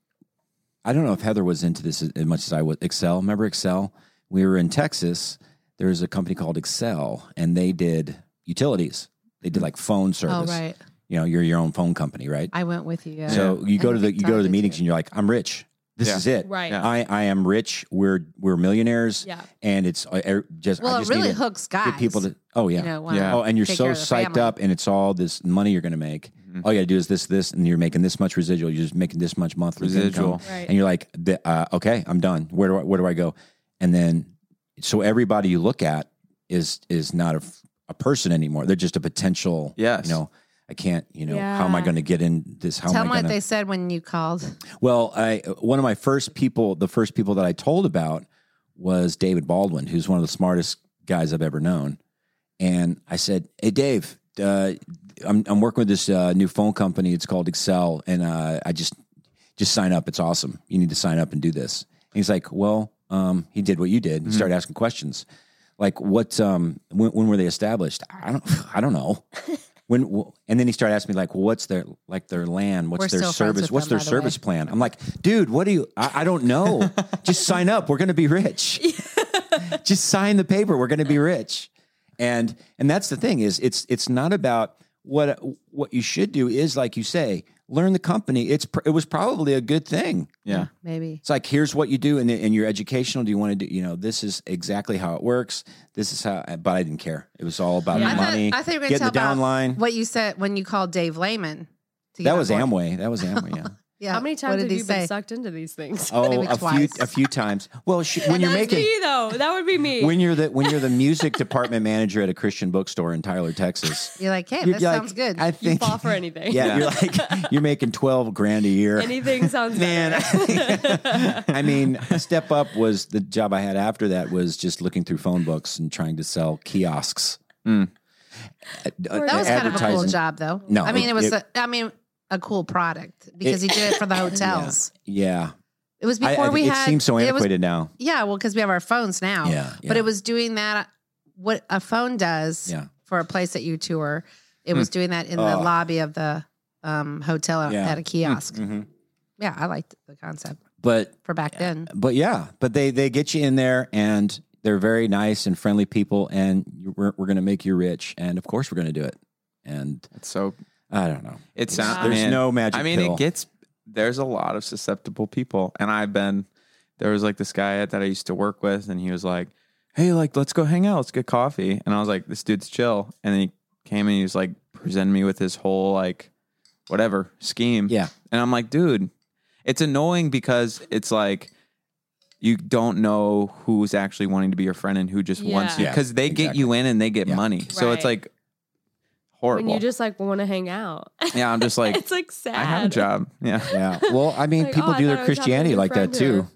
Speaker 1: i don't know if heather was into this as as much as i was excel remember excel we were in texas there was a company called excel and they did utilities they did like phone
Speaker 4: Oh,
Speaker 1: service
Speaker 4: right.
Speaker 1: you know you're your own phone company right
Speaker 4: I went with you. Yeah.
Speaker 1: so you go
Speaker 4: And
Speaker 1: to the
Speaker 4: they
Speaker 1: you go to the
Speaker 4: talked
Speaker 1: meetings
Speaker 4: to-
Speaker 1: and you're like i'm rich this
Speaker 3: Yeah.
Speaker 1: is it
Speaker 2: Right.
Speaker 3: Yeah.
Speaker 1: I, I am rich. We're we're millionaires,
Speaker 2: Yeah.
Speaker 1: and it's uh, er, just
Speaker 4: well,
Speaker 1: I
Speaker 4: it
Speaker 1: just
Speaker 4: really
Speaker 1: need to
Speaker 4: hooks guys.
Speaker 1: get people to. Oh yeah,
Speaker 4: you know, wanna
Speaker 3: Yeah.
Speaker 1: oh, and you're
Speaker 4: take
Speaker 1: so
Speaker 4: care of the
Speaker 1: psyched
Speaker 4: family.
Speaker 1: up, and it's all this money you're going to make.
Speaker 3: Mm-hmm.
Speaker 1: All you got to do is this, this, and you're making this much residual. You're just making this much monthly
Speaker 3: Residual.
Speaker 1: income.
Speaker 2: Right.
Speaker 1: and you're like, the- uh, okay, I'm done. Where do I where do I go? And then, so everybody you look at is is not a f- a person anymore. They're just a potential.
Speaker 3: Yes.
Speaker 1: You know, I can't. You know, how am I
Speaker 2: Yeah.
Speaker 1: going to get in this? How
Speaker 4: Tell
Speaker 1: am
Speaker 4: them
Speaker 1: I
Speaker 4: what
Speaker 1: going
Speaker 4: they said when you called.
Speaker 1: Well, I one of my first people, the first people that I told about was David Baldwin, who's one of the smartest guys I've ever known. And I said, "Hey, Dave, uh, I'm, I'm working with this uh, new phone company. It's called Excel, and uh, I just just sign up. It's awesome. You need to sign up and do this." And he's like, "Well, um, he did what you
Speaker 4: Mm-hmm.
Speaker 1: did. He started asking questions, like what um, when, when were they established? I don't I don't know." When, w- and then he started asking me like, well, what's their like their land? What's
Speaker 4: We're
Speaker 1: their
Speaker 4: still friends
Speaker 1: service?
Speaker 4: with
Speaker 1: What's their
Speaker 4: them, by the way.
Speaker 1: service plan. I'm like, dude, what do you? I, I don't know. Just sign up. We're going to be rich. Just sign the paper. We're going to be rich. And and that's the thing is it's it's not about what what you should do is like you say learn the company. It's pr- it was probably a good thing.
Speaker 3: Yeah.
Speaker 4: Maybe.
Speaker 1: It's like here's what you do and and you're educational. Do you want to do you know this is exactly how it works. This is how. uh, But I didn't care. It was all about
Speaker 3: Yeah.
Speaker 4: I thought,
Speaker 1: money.
Speaker 4: I thought you were going
Speaker 1: getting
Speaker 4: to tell
Speaker 1: E. the down
Speaker 4: about
Speaker 1: line.
Speaker 4: what you said when you called Dave Lehman. to get
Speaker 1: That
Speaker 4: on
Speaker 1: was
Speaker 4: board.
Speaker 1: Amway. That was Amway. Yeah.
Speaker 4: Yeah.
Speaker 2: How many
Speaker 4: what
Speaker 2: times
Speaker 4: did
Speaker 2: have
Speaker 4: he
Speaker 2: you
Speaker 4: say?
Speaker 2: been sucked into these things?
Speaker 1: Oh,
Speaker 4: Maybe
Speaker 1: a few
Speaker 4: twice.
Speaker 1: a few times. Well, she, when you're
Speaker 2: That's
Speaker 1: making
Speaker 2: me though. That would be me.
Speaker 1: when you're the when you're the music department manager at a Christian bookstore in Tyler, Texas.
Speaker 4: You're like, hey,
Speaker 1: you're
Speaker 4: that
Speaker 1: like,
Speaker 4: sounds good.
Speaker 1: I
Speaker 2: you
Speaker 1: think
Speaker 2: fall for anything.
Speaker 1: yeah, you're like you're making twelve grand a year.
Speaker 2: Anything sounds
Speaker 1: Man,
Speaker 2: better.
Speaker 1: I mean, step up was the job I had after that was just looking through phone books and trying to sell kiosks.
Speaker 3: Mm.
Speaker 1: Uh,
Speaker 4: that was kind of a cool
Speaker 1: advertising.
Speaker 4: job, though.
Speaker 1: No,
Speaker 4: I mean
Speaker 1: it-
Speaker 4: it was.
Speaker 1: it-
Speaker 4: a, I mean a cool product because he did it for the hotels.
Speaker 1: Yeah,
Speaker 4: It was
Speaker 1: I-
Speaker 4: before
Speaker 1: I-
Speaker 4: we
Speaker 1: it
Speaker 4: had.
Speaker 1: seems so
Speaker 4: it was-
Speaker 1: antiquated now.
Speaker 4: yeah, well, because we have our phones now.
Speaker 1: Yeah,
Speaker 4: But
Speaker 1: yeah.
Speaker 4: it was doing that. What a phone does
Speaker 1: Yeah.
Speaker 4: for a place that you tour. It was doing that in the
Speaker 1: Oh.
Speaker 4: lobby of the um, hotel
Speaker 1: Yeah.
Speaker 4: at a kiosk.
Speaker 3: Mm-hmm.
Speaker 1: Mhm.
Speaker 4: Yeah, I liked the concept
Speaker 1: But
Speaker 4: for back then.
Speaker 1: but yeah, but they they get you in there and they're very nice and friendly people, and you, we're we're gonna make you rich, and of course we're gonna do it. And
Speaker 3: It's so
Speaker 1: I don't know.
Speaker 3: it
Speaker 1: It's-
Speaker 3: sounds.
Speaker 1: there's no magic
Speaker 3: I mean,
Speaker 1: pill.
Speaker 3: it gets. There's a lot of susceptible people, and I've been. There was like this guy that I used to work with, and he was like, "Hey, like, let's go hang out, let's get coffee." And I was like, "This dude's chill." And then he came and he was like, presenting me with his whole like, whatever scheme.
Speaker 1: Yeah.
Speaker 3: And I'm like, dude, it's annoying because it's like you don't know who's actually wanting to be your friend and who just wants you
Speaker 1: Yeah. Yeah,
Speaker 3: because they get you in and they get
Speaker 1: Yeah.
Speaker 3: money. So it's
Speaker 2: Right.
Speaker 3: like
Speaker 2: when
Speaker 3: horrible.
Speaker 2: you just like want to hang out.
Speaker 3: yeah, I'm just like,
Speaker 2: it's like sad.
Speaker 3: I have a job. Yeah.
Speaker 1: Yeah. Well, I mean,
Speaker 2: Like,
Speaker 1: people
Speaker 2: oh, I
Speaker 1: do
Speaker 2: thought
Speaker 1: their
Speaker 2: I was having a
Speaker 1: Christianity
Speaker 2: good
Speaker 1: like that
Speaker 2: friend
Speaker 1: too.
Speaker 2: here.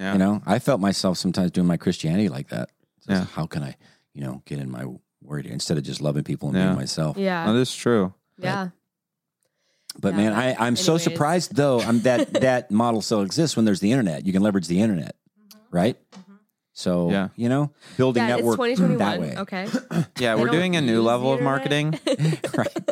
Speaker 3: Yeah.
Speaker 1: You know, I felt myself sometimes doing my Christianity like that. It's just,
Speaker 3: Yeah.
Speaker 1: How can I, you know, get in my word here instead of just loving people and
Speaker 3: Yeah.
Speaker 1: being myself?
Speaker 2: Yeah.
Speaker 3: No, this is true.
Speaker 2: yeah.
Speaker 1: But
Speaker 2: Yeah.
Speaker 1: man, I, I'm so
Speaker 2: Anyways.
Speaker 1: surprised though I'm that that model still exists when there's the internet. You can leverage the internet, right? So
Speaker 3: Yeah.
Speaker 1: you know, building
Speaker 2: Yeah, it's
Speaker 1: network that
Speaker 2: 2021.
Speaker 1: way,
Speaker 2: Okay.
Speaker 3: Yeah, we're
Speaker 2: don't
Speaker 3: doing a
Speaker 2: use
Speaker 3: new
Speaker 2: the
Speaker 3: level of
Speaker 2: internet.
Speaker 3: marketing.
Speaker 1: right?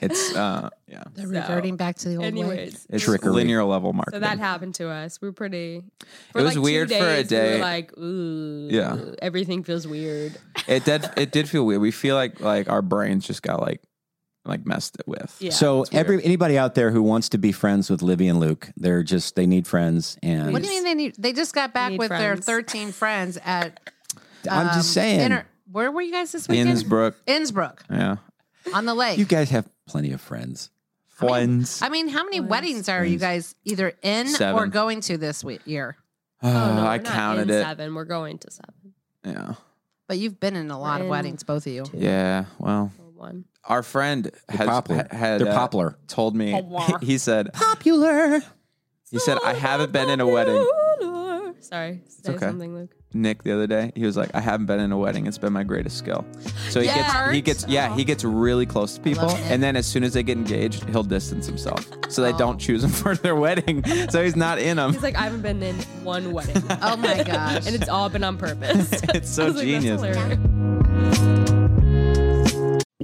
Speaker 3: It's uh yeah.
Speaker 4: They're
Speaker 2: So,
Speaker 4: reverting back to the old way.
Speaker 2: Anyways.
Speaker 3: It's
Speaker 1: Trickery.
Speaker 3: linear level
Speaker 2: So
Speaker 3: marketing.
Speaker 2: that happened to us. We were pretty.
Speaker 3: It was
Speaker 2: like two
Speaker 3: weird for a
Speaker 2: days, we were
Speaker 3: day.
Speaker 2: like, ooh,
Speaker 3: Yeah.
Speaker 2: everything feels weird.
Speaker 3: it did it did feel weird. We feel like like our brains just got like like messed with.
Speaker 2: Yeah.
Speaker 1: so
Speaker 3: weird.
Speaker 1: every anybody out there who wants to be friends with Livy and Luke, they're just they need friends, and
Speaker 4: What do you mean they need? They just got back
Speaker 2: Need
Speaker 4: with
Speaker 2: friends.
Speaker 4: their 13 friends at.
Speaker 1: I'm
Speaker 4: um,
Speaker 1: just saying,
Speaker 4: inter- where were you guys this weekend?
Speaker 3: Innsbruck.
Speaker 4: Innsbruck
Speaker 3: Yeah.
Speaker 4: on the lake.
Speaker 1: you guys have plenty of friends.
Speaker 3: Friends.
Speaker 4: I mean, how many
Speaker 2: Friends.
Speaker 4: weddings are you guys either in
Speaker 3: Seven.
Speaker 4: or going to this we- year?
Speaker 2: Oh, no,
Speaker 3: Ah, uh, I
Speaker 2: we're not in
Speaker 3: counted it.
Speaker 2: Seven. We're going to seven.
Speaker 3: Yeah.
Speaker 4: But you've been in a lot of
Speaker 2: In
Speaker 4: weddings, both of you.
Speaker 2: two,
Speaker 3: Yeah. Well,
Speaker 2: or One.
Speaker 3: our friend
Speaker 1: They're
Speaker 3: has,
Speaker 1: popular.
Speaker 3: ha- had
Speaker 1: they're
Speaker 3: uh,
Speaker 1: popular.
Speaker 3: told me.
Speaker 2: Popular.
Speaker 3: He said.
Speaker 1: Popular.
Speaker 3: He said I haven't been in a wedding.
Speaker 2: Sorry. Say
Speaker 3: okay.
Speaker 2: something, Luke.
Speaker 3: Nick the other day. He was like, I haven't been in a wedding. It's been my greatest skill. So he
Speaker 2: Yeah.
Speaker 3: gets he gets yeah he gets really close to people,
Speaker 4: love Nick.
Speaker 3: and then as soon as they get engaged, he'll distance himself. So they
Speaker 4: Oh.
Speaker 3: don't choose him for their wedding. So he's not in them.
Speaker 2: He's like, I haven't been in one wedding.
Speaker 4: Oh my gosh.
Speaker 2: and it's all been on purpose.
Speaker 3: It's
Speaker 2: I
Speaker 3: so
Speaker 2: was like, that's
Speaker 3: genius.
Speaker 2: hilarious.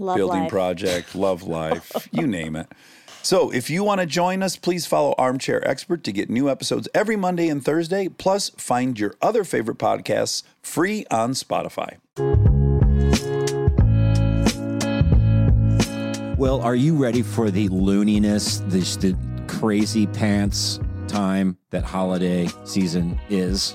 Speaker 7: Love
Speaker 8: building
Speaker 7: life.
Speaker 8: project, love life, you name it. So, if you want to join us, please follow Armchair Expert to get new episodes every Monday and Thursday. Plus, find your other favorite podcasts free on Spotify.
Speaker 1: Well, are you ready for the looniness, this the crazy pants time that holiday season is?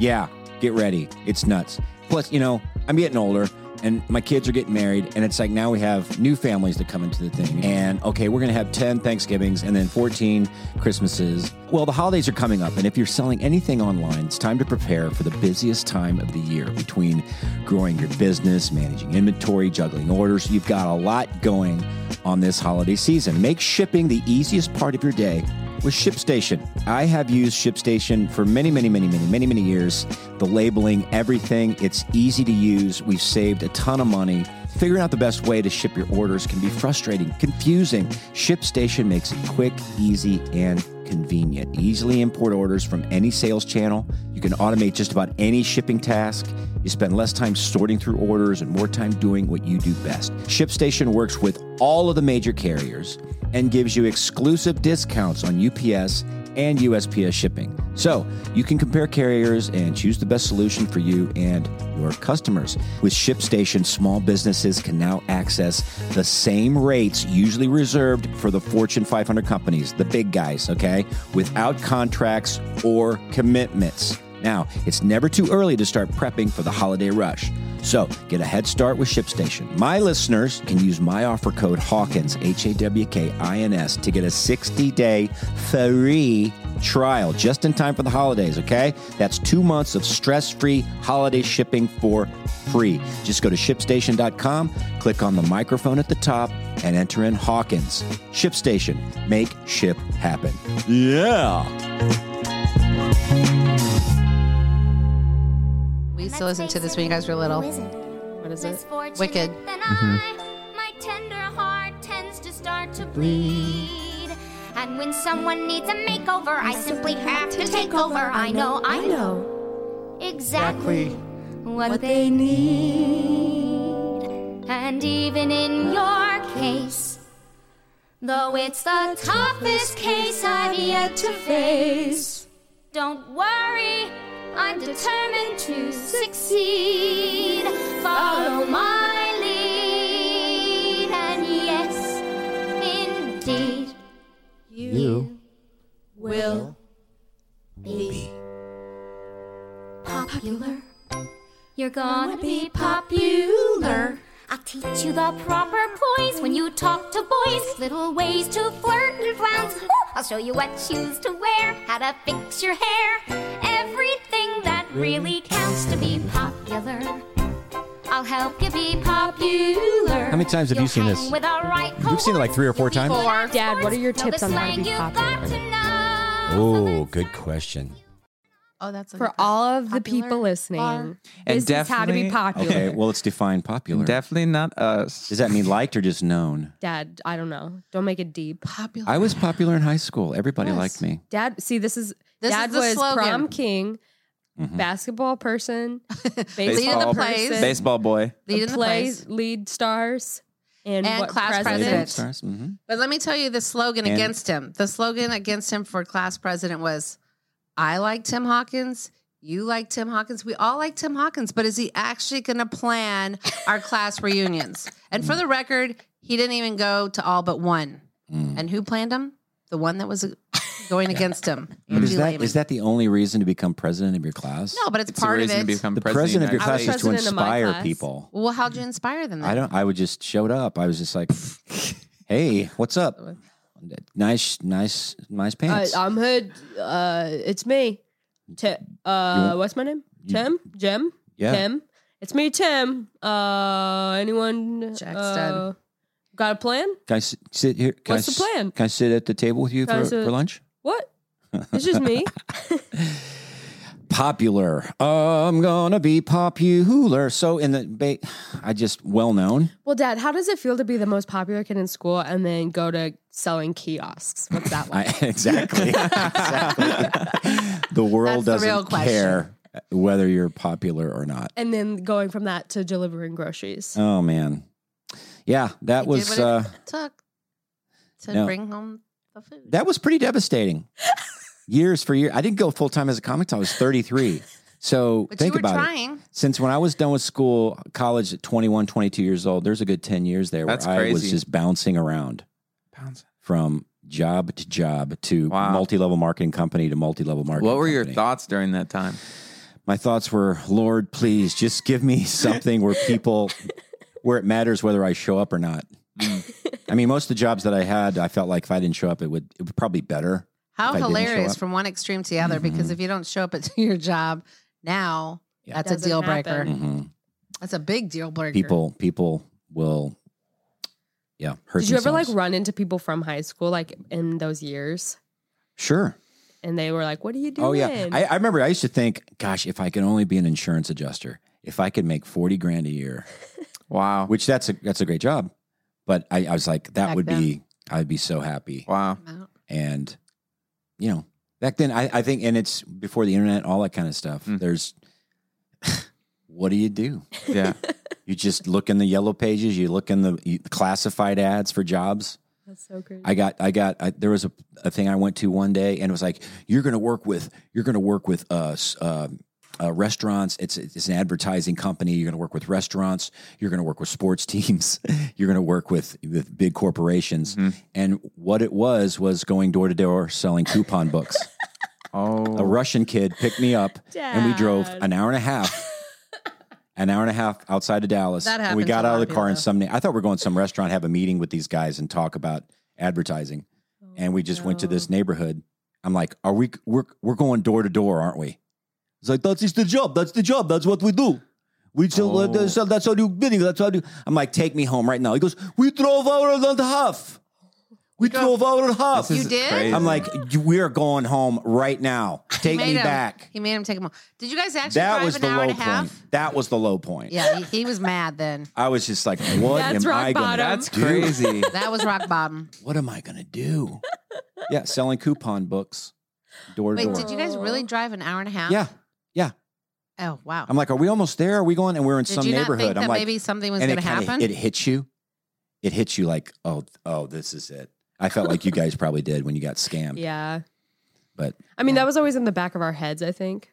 Speaker 1: Yeah, get ready. It's nuts. Plus, you know, I'm getting older and my kids are getting married and it's like now we have new families that come into the thing. And okay, we're going to have 10 Thanksgivings and then 14 Christmases. Well, the holidays are coming up and if you're selling anything online, it's time to prepare for the busiest time of the year between growing your business, managing inventory, juggling orders. You've got a lot going on this holiday season. Make shipping the easiest part of your day with ShipStation. I have used ShipStation for many, many, many, many, many, many years. The labeling, everything, it's easy to use. We've saved a ton of money. Figuring out the best way to ship your orders can be frustrating, confusing. ShipStation makes it quick, easy, and convenient. Easily import orders from any sales channel. You can automate just about any shipping task. You spend less time sorting through orders and more time doing what you do best. ShipStation works with all of the major carriers and gives you exclusive discounts on UPS and USPS shipping. So you can compare carriers and choose the best solution for you and your customers. With ShipStation, small businesses can now access the same rates usually reserved for the Fortune 500 companies, the big guys, okay, without contracts or commitments. Now, it's never too early to start prepping for the holiday rush. So get a head start with ShipStation. My listeners can use my offer code Hawkins, H A W K I N S, to get a 60 day free trial just in time for the holidays, okay? That's two months of stress free holiday shipping for free. Just go to shipstation.com, click on the microphone at the top, and enter in Hawkins. ShipStation, make ship happen. Yeah.
Speaker 4: We used to listen to this when you guys were little.
Speaker 2: What is it?
Speaker 4: Wicked.
Speaker 7: My tender heart tends to start to bleed. And when someone needs a makeover, I simply have to take over. I know, I know exactly what they need. And even in your case, though it's the toughest case I've yet to face, don't worry, I'm determined to succeed. Follow my lead, and yes, indeed, you, will be popular. You're gonna be popular. I'll teach you the proper poise when you talk to boys. Little ways to flirt and flounce. Ooh, I'll show you what shoes to wear, how to fix your hair. Everything that really counts to be popular. I'll help you be popular.
Speaker 9: How many times have you seen this? We've seen it like three or four times.
Speaker 2: Four. Dad, what are your tips on how to be popular?
Speaker 9: Oh, good question.
Speaker 4: Oh, that's a
Speaker 2: For
Speaker 4: good-
Speaker 2: all of the
Speaker 4: Popular
Speaker 2: people listening,
Speaker 4: are-
Speaker 3: And
Speaker 2: this is how to
Speaker 3: definitely-
Speaker 2: be popular.
Speaker 1: Okay, well, let's define popular.
Speaker 3: Definitely not us.
Speaker 1: Does that mean liked or just known?
Speaker 2: Dad, I don't know. Don't make it deep.
Speaker 4: popular.
Speaker 1: I was popular in high school. Everybody liked me.
Speaker 2: Dad, see, this is
Speaker 4: This
Speaker 2: Dad
Speaker 4: is the
Speaker 2: was
Speaker 4: slogan.
Speaker 2: prom king,
Speaker 1: Mm-hmm.
Speaker 2: basketball person,
Speaker 3: Lead in
Speaker 2: baseball
Speaker 3: the
Speaker 4: plays.
Speaker 2: person,
Speaker 3: Baseball boy.
Speaker 4: lead in the
Speaker 2: plays,
Speaker 4: place.
Speaker 2: lead stars, and,
Speaker 4: And
Speaker 2: what
Speaker 4: class
Speaker 2: president?
Speaker 4: president.
Speaker 1: Stars, mhm.
Speaker 4: But let me tell you the slogan
Speaker 1: And-
Speaker 4: against him. The slogan against him for class president was, "I like Tim Hawkins." You like Tim Hawkins. We all like Tim Hawkins, but is he actually going to plan our class reunions? And
Speaker 1: Mm.
Speaker 4: for the record, he didn't even go to all but one.
Speaker 1: Mm.
Speaker 4: And who planned him? The one that was uh, going against him.
Speaker 1: But is
Speaker 4: Angie
Speaker 1: that
Speaker 4: Lehman.
Speaker 1: is that the only reason to become president of your class?
Speaker 4: no, but it's,
Speaker 3: It's
Speaker 4: part
Speaker 3: the
Speaker 4: of
Speaker 3: reason
Speaker 4: it.
Speaker 3: to become
Speaker 1: the president
Speaker 3: president,
Speaker 1: of your
Speaker 3: of
Speaker 1: class
Speaker 3: the United
Speaker 1: is
Speaker 3: States.
Speaker 1: to
Speaker 2: president of my
Speaker 1: inspire
Speaker 2: class.
Speaker 1: people.
Speaker 4: well, how'd you inspire them? Then?
Speaker 1: I don't. I would just showed up. I was just like, "Hey, what's up? Nice, nice, nice
Speaker 2: Uh,
Speaker 1: pants."
Speaker 2: I'm Hood. Uh, it's me. Ti- uh, what's my name? Tim? Jim?
Speaker 1: Yeah.
Speaker 2: Tim? It's me, Tim. Uh, anyone?
Speaker 4: Jack
Speaker 2: uh,
Speaker 4: Stud.
Speaker 2: got a plan?
Speaker 1: can I sit, sit here? Can
Speaker 2: What's
Speaker 1: I,
Speaker 2: the
Speaker 1: s-
Speaker 2: plan?
Speaker 1: Can I sit at the table with you
Speaker 2: Can I
Speaker 1: for,
Speaker 2: sit-
Speaker 1: for lunch?
Speaker 2: What? It's just me.
Speaker 1: Popular. I'm gonna be popular. So in the, ba- I just well known.
Speaker 2: well, Dad, how does it feel to be the most popular kid in school and then go to selling kiosks? What's that like?
Speaker 1: I, exactly. exactly. The world
Speaker 4: That's the real
Speaker 1: doesn't care whether you're popular or not.
Speaker 2: and then going from that to delivering groceries.
Speaker 1: Oh man, yeah, that
Speaker 4: He did
Speaker 1: was
Speaker 4: what it
Speaker 1: uh,
Speaker 4: took to
Speaker 1: no.
Speaker 4: bring home the food.
Speaker 1: that was pretty devastating. years for years, I didn't go full time as a comic. Till I was 33, So
Speaker 4: But
Speaker 1: think
Speaker 4: you were
Speaker 1: about it.
Speaker 4: trying.
Speaker 1: Since when I was done with school, college at 21, 22 years old, there's a good 10 years there
Speaker 3: That's
Speaker 1: where I was
Speaker 3: crazy.
Speaker 1: just bouncing around
Speaker 3: Pounds.
Speaker 1: from job to job to
Speaker 3: Wow.
Speaker 1: multi-level marketing company to multi-level marketing
Speaker 3: What were your
Speaker 1: company.
Speaker 3: thoughts during that time?
Speaker 1: My thoughts were, Lord, please just give me something where people, where it matters whether I show up or not.
Speaker 2: Mm.
Speaker 1: I mean, most of the jobs that I had, I felt like if I didn't show up, it would, it would probably be better. if
Speaker 4: How
Speaker 1: I didn't show
Speaker 4: hilarious
Speaker 1: up. Mm-hmm.
Speaker 4: from one extreme to the other because if you don't show up at your job now,
Speaker 1: Yeah.
Speaker 4: that's a
Speaker 2: Doesn't
Speaker 4: deal
Speaker 2: happen.
Speaker 4: breaker.
Speaker 1: hmm
Speaker 2: Mm-hmm.
Speaker 4: That's a big deal breaker.
Speaker 1: People, people will, yeah, hurt
Speaker 2: Did you ever like
Speaker 1: themselves.
Speaker 2: run into people from high school like in those years?
Speaker 1: Sure.
Speaker 2: And they were like, What are you doing?
Speaker 1: Oh yeah, I, I remember. I used to think, gosh, if I could only be an insurance adjuster, if I could make forty grand a year,
Speaker 3: Wow.
Speaker 1: which that's a that's a great job, but I, I was like, that
Speaker 4: Back
Speaker 1: would be, I'd be so happy,
Speaker 3: Wow.
Speaker 1: and you know, back then, I, I think, and it's before the internet, all that kind of stuff.
Speaker 3: Mm.
Speaker 1: There's, what do you do?
Speaker 3: Yeah.
Speaker 1: You just look in the yellow pages, you look in the you- classified ads for jobs.
Speaker 2: That's so crazy.
Speaker 1: I got, I got, I, there was a, a thing I went to one day and it was like, you're going to work with, you're going to work with us, uh, uh, restaurants. It's, it's an advertising company. You're going to work with restaurants. You're going to work with sports teams. you're going to work with, with big corporations. And what it was, was going door to door selling coupon books. a
Speaker 3: Oh.
Speaker 1: Russian kid picked me up and we drove
Speaker 2: Dad.
Speaker 1: an hour and a half. An hour and a half outside of Dallas.
Speaker 4: That
Speaker 1: and we
Speaker 4: happens
Speaker 1: got
Speaker 4: a
Speaker 1: out of
Speaker 4: lot,
Speaker 1: the car and
Speaker 4: yeah.
Speaker 1: some I thought we were going to some restaurant, have a meeting with these guys and talk about advertising.
Speaker 4: Oh,
Speaker 1: and we just went to this neighborhood. I'm like, are we we're we're going door to door, aren't we? It's like that's just the job. That's the job. That's what we do. We sell, uh,
Speaker 3: Oh.
Speaker 1: sell- that's how you bidding. That's how you I'm like, take me home right now. He goes, We drove hour and a half. We drove hour and a half.
Speaker 4: You did?
Speaker 1: I'm like, "You- we are going home right now. Take
Speaker 4: Made
Speaker 1: me
Speaker 4: him-
Speaker 1: back.
Speaker 4: He made him take him home. Did you guys actually
Speaker 1: That
Speaker 4: drive
Speaker 1: was
Speaker 4: an
Speaker 1: the
Speaker 4: hour
Speaker 1: low
Speaker 4: and a
Speaker 1: point.
Speaker 4: half?
Speaker 1: That was the low point.
Speaker 4: Yeah, he, he was mad then.
Speaker 1: I was just like, what
Speaker 2: That's
Speaker 1: am
Speaker 2: rock
Speaker 1: I gonna
Speaker 4: um,
Speaker 2: bottom.
Speaker 3: That's
Speaker 1: do?
Speaker 3: crazy.
Speaker 4: That was rock bottom.
Speaker 1: What am I gonna do? yeah, selling coupon books, door to
Speaker 4: Wait,
Speaker 1: door.
Speaker 4: did you guys really drive an hour and a half?
Speaker 1: yeah, yeah.
Speaker 4: Oh wow.
Speaker 1: I'm like, are we almost there? Are we going? And we're in
Speaker 4: Did
Speaker 1: some
Speaker 4: you not
Speaker 1: neighborhood.
Speaker 4: think
Speaker 1: I'm
Speaker 4: that
Speaker 1: like,
Speaker 4: maybe something was
Speaker 1: and
Speaker 4: going to
Speaker 1: it kinda-
Speaker 4: happen?
Speaker 1: It hits you. It hits you like, oh, oh, this is it. I felt like you guys probably did when you got scammed.
Speaker 2: yeah.
Speaker 1: Um, But
Speaker 2: I mean, that was always in the back of our heads, I think.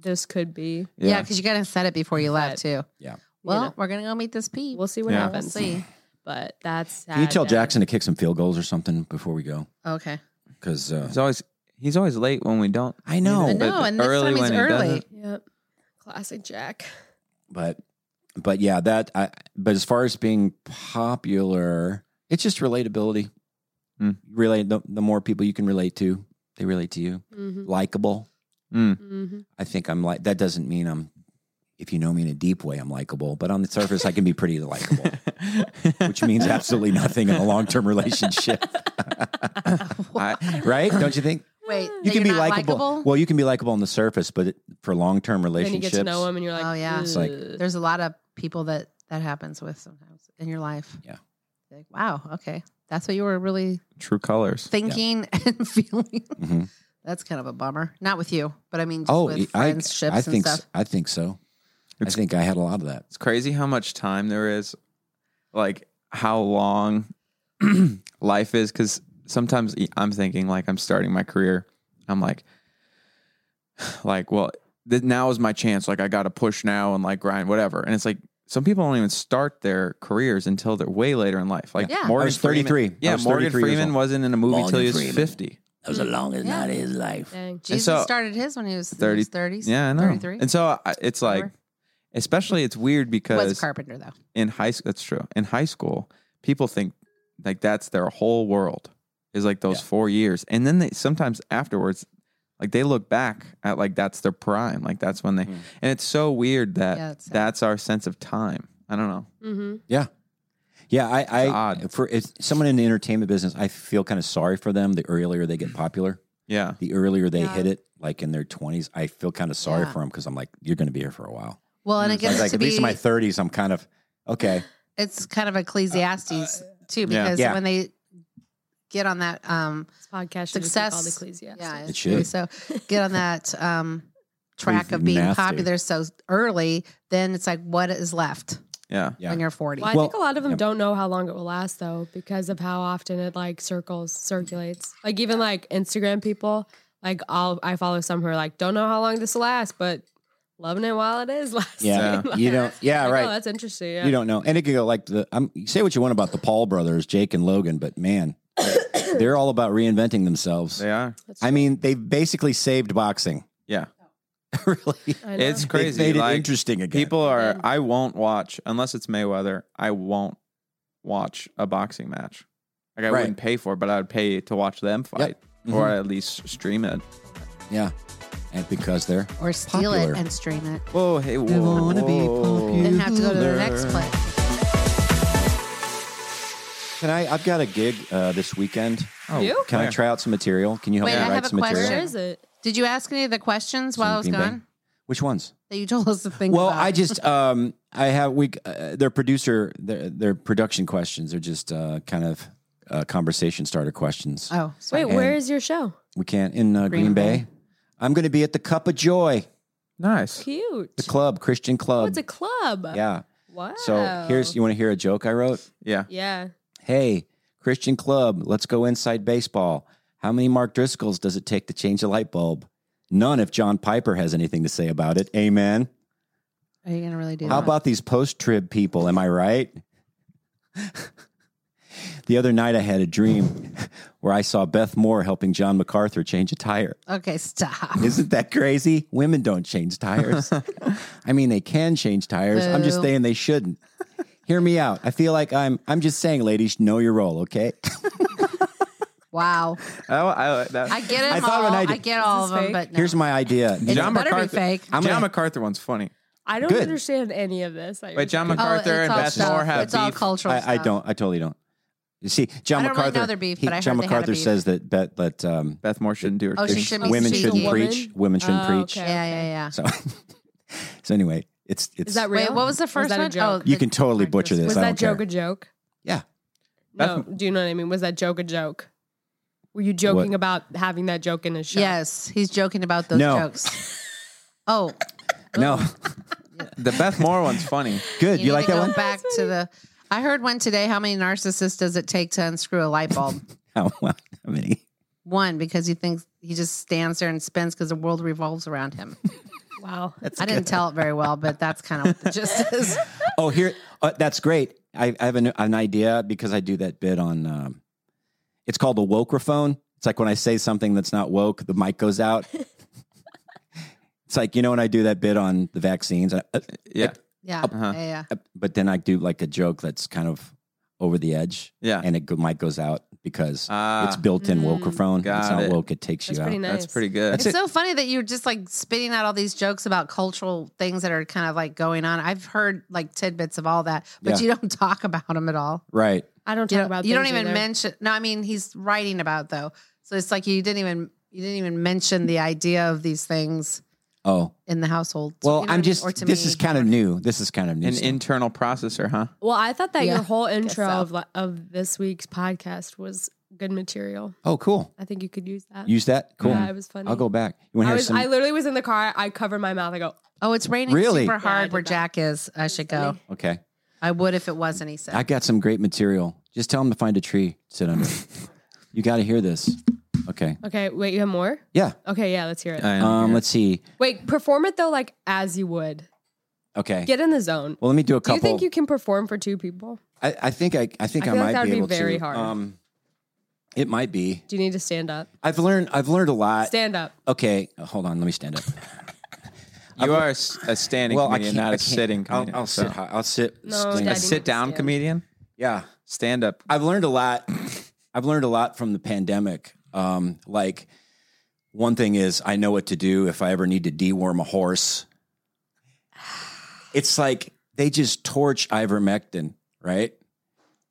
Speaker 2: This could be.
Speaker 4: yeah, because you got to set it before you left too.
Speaker 1: Yeah.
Speaker 4: Well,
Speaker 2: know.
Speaker 4: we're gonna go meet this Pete.
Speaker 2: We'll see what
Speaker 3: Yeah.
Speaker 2: happens.
Speaker 4: We'll see.
Speaker 2: But that's sad.
Speaker 1: can you tell
Speaker 2: man.
Speaker 1: Jackson to kick some field goals or something before we go?
Speaker 4: Okay.
Speaker 1: Because uh,
Speaker 3: He's always he's always late when we don't.
Speaker 1: I know.
Speaker 4: I know, and this time he's
Speaker 3: when he
Speaker 4: early.
Speaker 3: doesn't.
Speaker 2: Yep. Classic Jack.
Speaker 1: but but yeah that i but as far as being popular it's just relatability
Speaker 3: Hmm.
Speaker 1: relate the, the more people you can relate to they relate to you
Speaker 2: hmm
Speaker 1: likable
Speaker 2: hmm
Speaker 1: i think i'm like that doesn't mean i'm if you know me in a deep way i'm likable but on the surface i can be pretty likable which means absolutely nothing in a long-term relationship
Speaker 3: I,
Speaker 1: right don't you think
Speaker 4: Wait,
Speaker 1: you
Speaker 4: that
Speaker 1: can
Speaker 4: you're
Speaker 1: be
Speaker 4: not
Speaker 1: likable well you can be likable on the surface but it, for long-term
Speaker 2: Then you get
Speaker 1: relationships
Speaker 2: to know him and you're like,
Speaker 4: Oh, yeah.
Speaker 1: It's like-
Speaker 2: "Ugh."
Speaker 4: There's a lot of people that that happens with sometimes in your life.
Speaker 1: Yeah.
Speaker 4: Like, wow. Okay. That's what you were really
Speaker 3: true colors.
Speaker 4: thinking and feeling.
Speaker 1: Mhm.
Speaker 4: That's kind of a bummer. Not with you, but I mean, just
Speaker 1: oh
Speaker 4: with
Speaker 1: I,
Speaker 4: friendships
Speaker 1: I think
Speaker 4: and
Speaker 1: s-
Speaker 4: stuff.
Speaker 1: i think so
Speaker 3: It's-
Speaker 1: i think i had a lot of that
Speaker 3: It's crazy how much time there is, like how long life is. Because sometimes e, I'm thinking like I'm starting my career. I'm like, like well, th- now is my chance. Like I got to push now and like grind whatever. And it's like some people don't even start their careers until they're way later in life. Like
Speaker 4: Yeah. I
Speaker 3: Morgan
Speaker 1: was
Speaker 3: Freeman-
Speaker 1: 33. I
Speaker 3: Yeah,
Speaker 1: was
Speaker 3: Morgan
Speaker 1: 33 years
Speaker 3: Freeman
Speaker 1: old.
Speaker 3: wasn't in a movie
Speaker 6: Morgan
Speaker 3: till he was
Speaker 6: Freeman.
Speaker 3: fifty.
Speaker 6: That was a long as
Speaker 4: Yeah.
Speaker 6: not his life.
Speaker 2: Dang.
Speaker 4: Jesus
Speaker 3: so-
Speaker 4: started his when he was
Speaker 3: 30
Speaker 4: 30, 30s.
Speaker 3: Yeah, I know.
Speaker 4: 33.
Speaker 3: And so I, it's like,
Speaker 4: Four.
Speaker 3: especially it's weird
Speaker 4: was a
Speaker 3: because
Speaker 4: carpenter though.
Speaker 3: in high school, that's true. In high school, people think like that's their whole world is like those four years, and then they sometimes afterwards, like they look back at like that's their prime, like that's when they, and it's so weird that
Speaker 4: Yeah, it's sad.
Speaker 3: that's our sense of time. I don't know.
Speaker 4: Mm-hmm.
Speaker 1: Yeah. Yeah, I, I
Speaker 3: odd.
Speaker 1: for if someone in the entertainment business, I feel kind of sorry for them. The earlier they get popular,
Speaker 3: Yeah,
Speaker 1: the earlier they hit it, like in their twenties. I feel kind of sorry
Speaker 4: Yeah.
Speaker 1: for them because I'm like, you're going to be here for a while.
Speaker 4: Well, and it
Speaker 1: Mm. I
Speaker 4: gets
Speaker 1: was like,
Speaker 4: to
Speaker 1: at least
Speaker 4: be
Speaker 1: in my thirties, I'm kind of okay.
Speaker 4: it's kind of Ecclesiastes
Speaker 2: Uh,
Speaker 4: too,
Speaker 3: Yeah.
Speaker 4: because
Speaker 1: Yeah.
Speaker 4: when they get on that um
Speaker 2: This podcast
Speaker 4: Success.
Speaker 2: Should just be called Ecclesiastes.
Speaker 4: yeah,
Speaker 1: It
Speaker 4: it's really
Speaker 1: should.
Speaker 4: so get on that um track of
Speaker 1: We've
Speaker 4: being
Speaker 1: nasty.
Speaker 4: popular so early, then it's like what is left
Speaker 3: yeah,
Speaker 1: Yeah.
Speaker 4: when you're 40.
Speaker 2: Well, I think a
Speaker 1: Well-
Speaker 2: lot of them
Speaker 1: Yep.
Speaker 2: don't know how long it will last though, because of how often it like circles, circulates. Like even like Instagram people, like I'll I follow some who are like, don't know how long this will last, but Loving it while it is. Last
Speaker 1: Yeah.
Speaker 2: name.
Speaker 1: You don't, yeah,
Speaker 2: Like,
Speaker 1: right.
Speaker 2: Oh, that's interesting. Yeah.
Speaker 1: You don't know. And it could go like the, I'm, you say what you want about the Paul brothers, Jake and Logan, but man, they're all about reinventing themselves.
Speaker 3: They are.
Speaker 1: I mean, they basically saved boxing.
Speaker 3: Yeah.
Speaker 1: really?
Speaker 2: I know.
Speaker 3: It's crazy.
Speaker 1: They made it
Speaker 3: like,
Speaker 1: interesting again.
Speaker 3: People are. I won't watch unless it's Mayweather. I won't watch a boxing match. Like I
Speaker 1: Right.
Speaker 3: wouldn't pay for, it, but I'd pay to watch them fight, or at least stream it.
Speaker 1: yeah. And because they're
Speaker 4: Or steal
Speaker 1: Popular.
Speaker 4: it and stream it.
Speaker 3: Whoa, hey, whoa,
Speaker 6: wanna be
Speaker 3: whoa.
Speaker 6: popular.
Speaker 4: And have to go to the next play.
Speaker 1: Can I? I've got a gig uh, this weekend.
Speaker 3: Oh,
Speaker 2: You?
Speaker 1: Can I
Speaker 3: where?
Speaker 1: try out some material? Can you help
Speaker 4: Wait,
Speaker 1: me
Speaker 4: I
Speaker 1: write
Speaker 4: have a
Speaker 1: some
Speaker 4: question.
Speaker 2: Where
Speaker 1: material?
Speaker 2: is it?
Speaker 4: Did you ask any of the questions while I was
Speaker 1: Some
Speaker 4: gone
Speaker 1: beanbag? Which ones?
Speaker 4: that you told us to think
Speaker 1: Well,
Speaker 4: about?
Speaker 1: I just um, I have we uh, their producer their their production questions are just uh, kind of uh, conversation starter questions.
Speaker 4: Oh, sorry.
Speaker 2: Wait, where is your show?
Speaker 1: we can't in uh, Green, Bay. I'm going to be at the Cup of Joy,
Speaker 3: Nice.
Speaker 2: Cute.
Speaker 1: the club, Christian
Speaker 2: Oh,
Speaker 1: club.
Speaker 2: it's a club.
Speaker 1: yeah.
Speaker 2: Wow.
Speaker 1: So here's you want to hear a joke I wrote.
Speaker 3: Yeah.
Speaker 2: Yeah.
Speaker 1: Hey, Christian Club, let's go inside baseball. How many Mark Driscolls does it take to change a light bulb? None if John Piper has anything to say about it. Amen.
Speaker 4: Are you gonna really do
Speaker 1: How
Speaker 4: that?
Speaker 1: about these post trib people? Am I right? the other night I had a dream where I saw Beth Moore helping John MacArthur change a tire.
Speaker 4: okay, stop.
Speaker 1: Isn't that crazy? Women don't change tires. I mean, they can change tires. I'm just
Speaker 4: Boo.
Speaker 1: saying they shouldn't. Hear me out. I feel like I'm I'm just saying ladies know your role, okay?
Speaker 4: Wow,
Speaker 3: I, Oh, I, that,
Speaker 4: I get 'em
Speaker 1: I thought
Speaker 4: all.
Speaker 1: when I
Speaker 4: I,
Speaker 1: did-
Speaker 4: get all of
Speaker 2: Is this
Speaker 4: them,
Speaker 2: fake?
Speaker 4: but no.
Speaker 1: Here's my idea.
Speaker 4: It's better be fake.
Speaker 1: I'm
Speaker 3: John
Speaker 1: gonna-
Speaker 3: MacArthur one's funny.
Speaker 2: I don't
Speaker 1: Good.
Speaker 2: understand any of this. that you're
Speaker 3: Wait, John
Speaker 2: saying.
Speaker 4: oh,
Speaker 3: MacArthur
Speaker 4: it's
Speaker 3: and
Speaker 4: all
Speaker 3: Beth
Speaker 4: stuff.
Speaker 3: Moore have
Speaker 4: It's all
Speaker 3: beef.
Speaker 4: cultural.
Speaker 1: I, I
Speaker 4: stuff.
Speaker 1: don't. I totally don't. You see, John
Speaker 4: I don't really
Speaker 1: MacArthur.
Speaker 4: know their beef,
Speaker 1: he-
Speaker 4: but I heard
Speaker 1: John
Speaker 4: they had a
Speaker 1: MacArthur
Speaker 4: beef.
Speaker 1: says that that that um,
Speaker 3: Beth Moore shouldn't do her.
Speaker 4: Oh, she
Speaker 3: thing.
Speaker 4: should be
Speaker 1: women
Speaker 4: speaking.
Speaker 1: shouldn't
Speaker 2: Woman?
Speaker 1: preach. Women shouldn't
Speaker 2: Oh,
Speaker 1: preach.
Speaker 2: okay.
Speaker 4: Yeah, yeah, yeah.
Speaker 1: So, so anyway, it's it's.
Speaker 2: Is that real?
Speaker 4: Wait, what was the first
Speaker 2: that a
Speaker 4: one? Oh,
Speaker 2: joke?
Speaker 1: you
Speaker 4: the-
Speaker 1: can totally butcher this.
Speaker 2: Was
Speaker 1: I
Speaker 2: that
Speaker 1: don't
Speaker 2: joke
Speaker 1: care.
Speaker 2: a joke?
Speaker 1: Yeah.
Speaker 2: No, do you know what I mean? Was that joke a joke? Were you joking about having that joke in a show?
Speaker 4: Yes, he's joking about those
Speaker 1: No.
Speaker 4: jokes. Oh,
Speaker 1: No,
Speaker 3: The Beth Moore one's funny.
Speaker 1: good. You,
Speaker 4: need
Speaker 1: like
Speaker 4: to
Speaker 1: that
Speaker 4: go
Speaker 1: one?
Speaker 4: Back to the. I heard one today. How many narcissists does it take to unscrew a light bulb?
Speaker 1: Oh, well, I mean,
Speaker 4: one because he thinks he just stands there and spins because the world revolves around him.
Speaker 2: Wow.
Speaker 4: I didn't tell it very well, but that's kind of what the gist is.
Speaker 1: oh, here. Uh, that's great. I, I have an, an idea because I do that bit on. Um, it's called a wokerophone. It's like when I say something that's not woke, the mic goes out. it's like you know when I do that bit on the vaccines. I, uh,
Speaker 3: Yeah.
Speaker 4: Yeah,
Speaker 3: Uh-huh.
Speaker 4: yeah, yeah.
Speaker 1: but then I do like a joke that's kind of over the edge,
Speaker 3: Yeah.
Speaker 1: and it go, mic goes out because
Speaker 3: Ah,
Speaker 1: it's built in
Speaker 2: Mm.
Speaker 1: wokerophone. It's
Speaker 3: Got
Speaker 1: not
Speaker 3: it.
Speaker 1: woke; it takes
Speaker 2: That's
Speaker 1: you out.
Speaker 2: pretty nice.
Speaker 3: that's pretty good.
Speaker 1: That's
Speaker 4: It's so funny that you're just like spitting out all these jokes about cultural things that are kind of like going on. I've heard like tidbits of all that, but
Speaker 1: Yeah.
Speaker 4: you don't talk about them at all.
Speaker 1: Right?
Speaker 2: I don't
Speaker 4: You,
Speaker 2: talk
Speaker 4: don't-
Speaker 2: about
Speaker 4: you don't
Speaker 2: things
Speaker 4: even
Speaker 2: either.
Speaker 4: mention. No, I mean he's writing about though, so it's like you didn't even you didn't even mention the idea of these things
Speaker 1: Oh,
Speaker 4: in the household.
Speaker 1: well,
Speaker 4: You know what I
Speaker 1: I'm
Speaker 4: mean?
Speaker 1: just.
Speaker 4: Or to
Speaker 1: This
Speaker 4: me.
Speaker 1: is kind of new. This is kind of new.
Speaker 3: An
Speaker 1: stuff.
Speaker 3: internal processor, huh?
Speaker 2: Well, I thought that
Speaker 4: Yeah,
Speaker 2: your whole intro
Speaker 4: so.
Speaker 2: of, li- of this week's podcast was good material.
Speaker 1: oh, cool.
Speaker 2: I think you could use that.
Speaker 1: Use that. Cool.
Speaker 2: Yeah, it was funny.
Speaker 1: I'll go back. You want to
Speaker 2: I
Speaker 1: hear
Speaker 2: was.
Speaker 1: some?
Speaker 2: I literally was in the car. I covered my mouth. I go.
Speaker 4: Oh, it's raining
Speaker 1: Really?
Speaker 4: super
Speaker 1: Yeah,
Speaker 2: I
Speaker 4: hard
Speaker 2: did
Speaker 4: where
Speaker 2: that.
Speaker 4: Jack is. I should go.
Speaker 2: Funny.
Speaker 1: okay,
Speaker 4: I would if it wasn't. He said.
Speaker 1: I got some great material. Just tell them to find a tree, to sit under. you got to hear this. Okay.
Speaker 2: Okay, wait. You have more?
Speaker 1: Yeah.
Speaker 2: Okay, yeah. Let's hear it.
Speaker 1: Um. Let's see.
Speaker 2: Wait, perform it though, like as you would.
Speaker 1: Okay.
Speaker 2: Get in the zone.
Speaker 1: well, let me do a
Speaker 2: Do
Speaker 1: couple.
Speaker 2: you think you can perform for two people?
Speaker 1: I, I think I. I think
Speaker 2: I
Speaker 1: I,
Speaker 2: feel like
Speaker 1: might
Speaker 2: that would
Speaker 1: be
Speaker 2: be
Speaker 1: able
Speaker 2: very
Speaker 1: to.
Speaker 2: hard.
Speaker 1: Um. It might be.
Speaker 2: Do you need to stand up?
Speaker 1: I've learned. I've learned a lot.
Speaker 2: Stand up.
Speaker 1: Okay, hold on. Let me stand up.
Speaker 3: You are a s- a standing comedian, not a sitting
Speaker 1: I'll,
Speaker 3: comedian.
Speaker 1: I'll
Speaker 3: so-
Speaker 1: sit. high. I'll sit.
Speaker 2: No,
Speaker 1: stand-
Speaker 2: Daddy.
Speaker 3: A sit down
Speaker 2: Stand.
Speaker 3: comedian?
Speaker 1: Yeah,
Speaker 3: Stand up.
Speaker 1: I've learned a lot. I've learned a lot from the pandemic. Um, like one thing is, I know what to do if I ever need to deworm a horse. It's like they just torch ivermectin, right?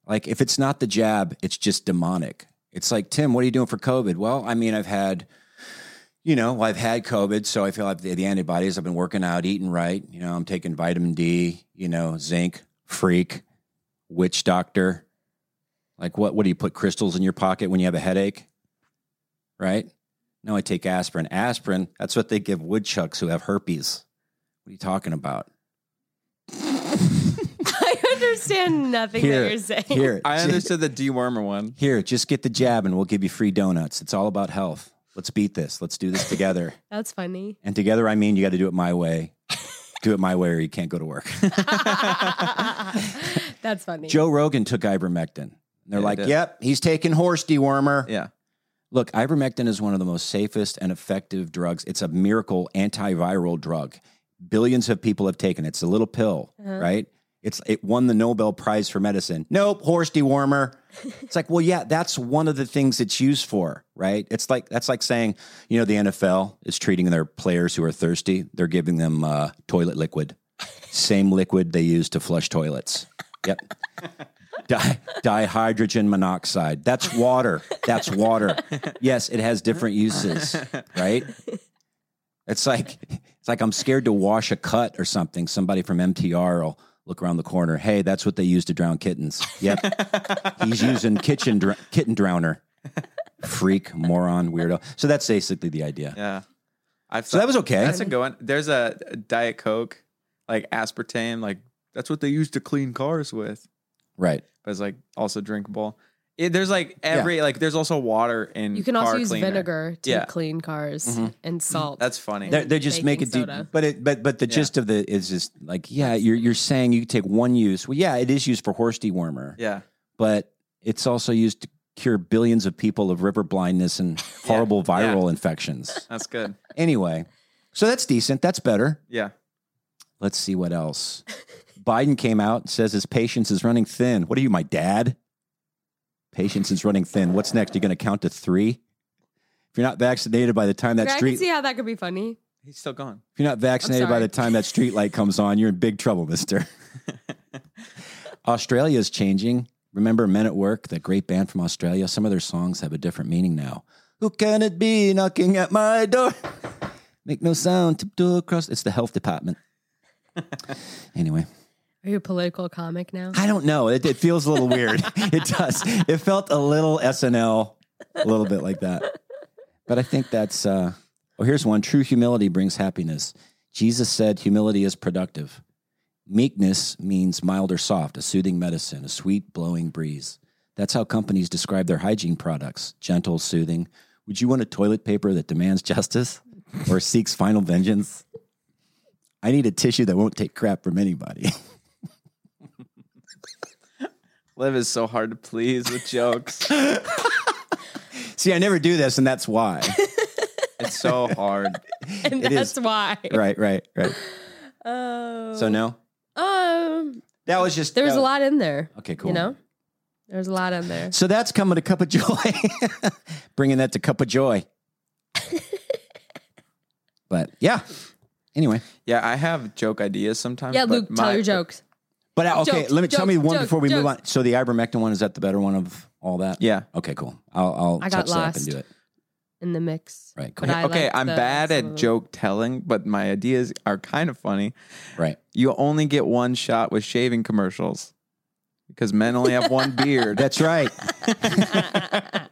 Speaker 1: Like if it's not the jab, it's just demonic. It's like Tim, what are you doing for COVID? Well, I mean, I've had you know, I've had COVID, so I feel like the, the antibodies. I've been working out, eating right. You know, I'm taking vitamin D. You know, zinc, freak, witch doctor. Like, what? What do you put crystals in your pocket when you have a headache? Right? No, I take aspirin. Aspirin. That's what they give woodchucks who have herpes. What are you talking about?
Speaker 2: I understand nothing that you're saying.
Speaker 1: here,
Speaker 3: I
Speaker 1: ju-
Speaker 3: understood the dewormer one.
Speaker 1: Here, just get the jab, and we'll give you free donuts. It's all about health. Let's beat this. Let's do this together.
Speaker 2: That's funny.
Speaker 1: and together, I mean, you got to do it my way. do it my way or you can't go to work.
Speaker 2: That's funny.
Speaker 1: Joe Rogan took ivermectin. They're
Speaker 3: Yeah, he
Speaker 1: like,
Speaker 3: did.
Speaker 1: yep, he's taking horse dewormer.
Speaker 3: Yeah.
Speaker 1: Look, ivermectin is one of the most safest and effective drugs. It's a miracle antiviral drug. Billions of people have taken it. It's a little pill, right? It's it won the Nobel Prize for medicine. Nope, horse dewormer. it's like, well, yeah, that's one of the things it's used for, right? It's like that's like saying, you know, the NFL is treating their players who are thirsty. They're giving them uh, toilet liquid, same liquid they use to flush toilets. Yep. Di- dihydrogen monoxide. That's water. That's water. Yes, it has different uses, right? It's like it's like I'm scared to wash a cut or something. Somebody from MTR will look around the corner. Hey, that's what they use to drown kittens. Yep, he's using kitchen dr- kitten drowner. Freak, moron, weirdo. So that's basically the idea.
Speaker 3: Yeah. I
Speaker 1: So that was okay.
Speaker 3: That's a good one. There's a Diet Coke, like aspartame, like that's what they use to clean cars with,
Speaker 1: Right.
Speaker 3: but it's like also drinkable. It, there's like every like there's also water in
Speaker 2: You can also
Speaker 3: car
Speaker 2: use
Speaker 3: cleaner.
Speaker 2: vinegar to
Speaker 3: Yeah.
Speaker 2: clean cars and salt.
Speaker 3: That's funny.
Speaker 1: They they just make it
Speaker 2: Baking
Speaker 1: deep,
Speaker 2: soda.
Speaker 1: but it but but the
Speaker 3: Yeah.
Speaker 1: gist of the is just like yeah, you're you're saying you take one use. Well, yeah, it is used for horse dewormer.
Speaker 3: yeah.
Speaker 1: but it's also used to cure billions of people of river blindness and horrible viral infections.
Speaker 3: That's good.
Speaker 1: Anyway, so that's decent. That's better.
Speaker 3: Yeah.
Speaker 1: Let's see what else. Biden came out and says his patience is running thin. What are you, my dad? Patience is running thin. What's next? You're going to count to three? If you're not vaccinated by the time that
Speaker 2: Yeah, I
Speaker 1: street,
Speaker 2: can see how that could be funny.
Speaker 3: He's still gone.
Speaker 1: if you're not vaccinated by
Speaker 2: sorry.
Speaker 1: the time that street light comes on, you're in big trouble, mister. Australia is changing. Remember Men at Work, that great band from Australia? Some of their songs have a different meaning now. Who can it be knocking at my door? Make no sound, tiptoe across. It's the health department. anyway,
Speaker 2: Are you a political comic now?
Speaker 1: I don't know. It, it feels a little weird. it does. It felt a little SNL, a little bit like that. But I think that's. Uh, oh, here's one. True humility brings happiness. Jesus said, "Humility is productive." Meekness means mild or soft, a soothing medicine, a sweet blowing breeze. That's how companies describe their hygiene products: gentle, soothing. Would you want a toilet paper that demands justice or seeks final vengeance? I need a tissue that won't take crap from anybody.
Speaker 3: Liv is so hard to please with jokes.
Speaker 1: See, I never do this, and that's why.
Speaker 3: it's so hard.
Speaker 2: And
Speaker 1: It is.
Speaker 2: that's why.
Speaker 1: right, right, right.
Speaker 2: Oh.
Speaker 1: So no,
Speaker 2: Um,
Speaker 1: that was just
Speaker 2: there was
Speaker 1: that
Speaker 2: a lot in there.
Speaker 1: Okay, cool.
Speaker 2: You know, there was a lot in there.
Speaker 1: So that's coming to Cup of Joy, bringing that to Cup of Joy. but yeah, anyway.
Speaker 3: Yeah, I have joke ideas sometimes.
Speaker 2: Yeah,
Speaker 3: but
Speaker 2: Luke,
Speaker 3: my-
Speaker 2: tell your jokes.
Speaker 1: But uh, okay,
Speaker 2: Joke,
Speaker 1: let me tell me
Speaker 2: joke,
Speaker 1: one
Speaker 2: joke,
Speaker 1: before we move
Speaker 2: joke.
Speaker 1: on. So the ivermectin one is that the better one of all that?
Speaker 3: Yeah.
Speaker 1: Okay, cool. I'll, I'll
Speaker 2: I
Speaker 1: touch
Speaker 2: got
Speaker 1: that up and
Speaker 2: lost.
Speaker 1: do it.
Speaker 2: in the mix.
Speaker 1: Right,
Speaker 2: But
Speaker 1: cool.
Speaker 2: I
Speaker 3: okay,
Speaker 2: like
Speaker 3: I'm
Speaker 2: the-
Speaker 3: bad
Speaker 2: some
Speaker 3: at
Speaker 2: of them.
Speaker 3: joke telling, but my ideas are kind of funny.
Speaker 1: Right.
Speaker 3: You only get one shot with shaving commercials because men only have one beard.
Speaker 1: That's right.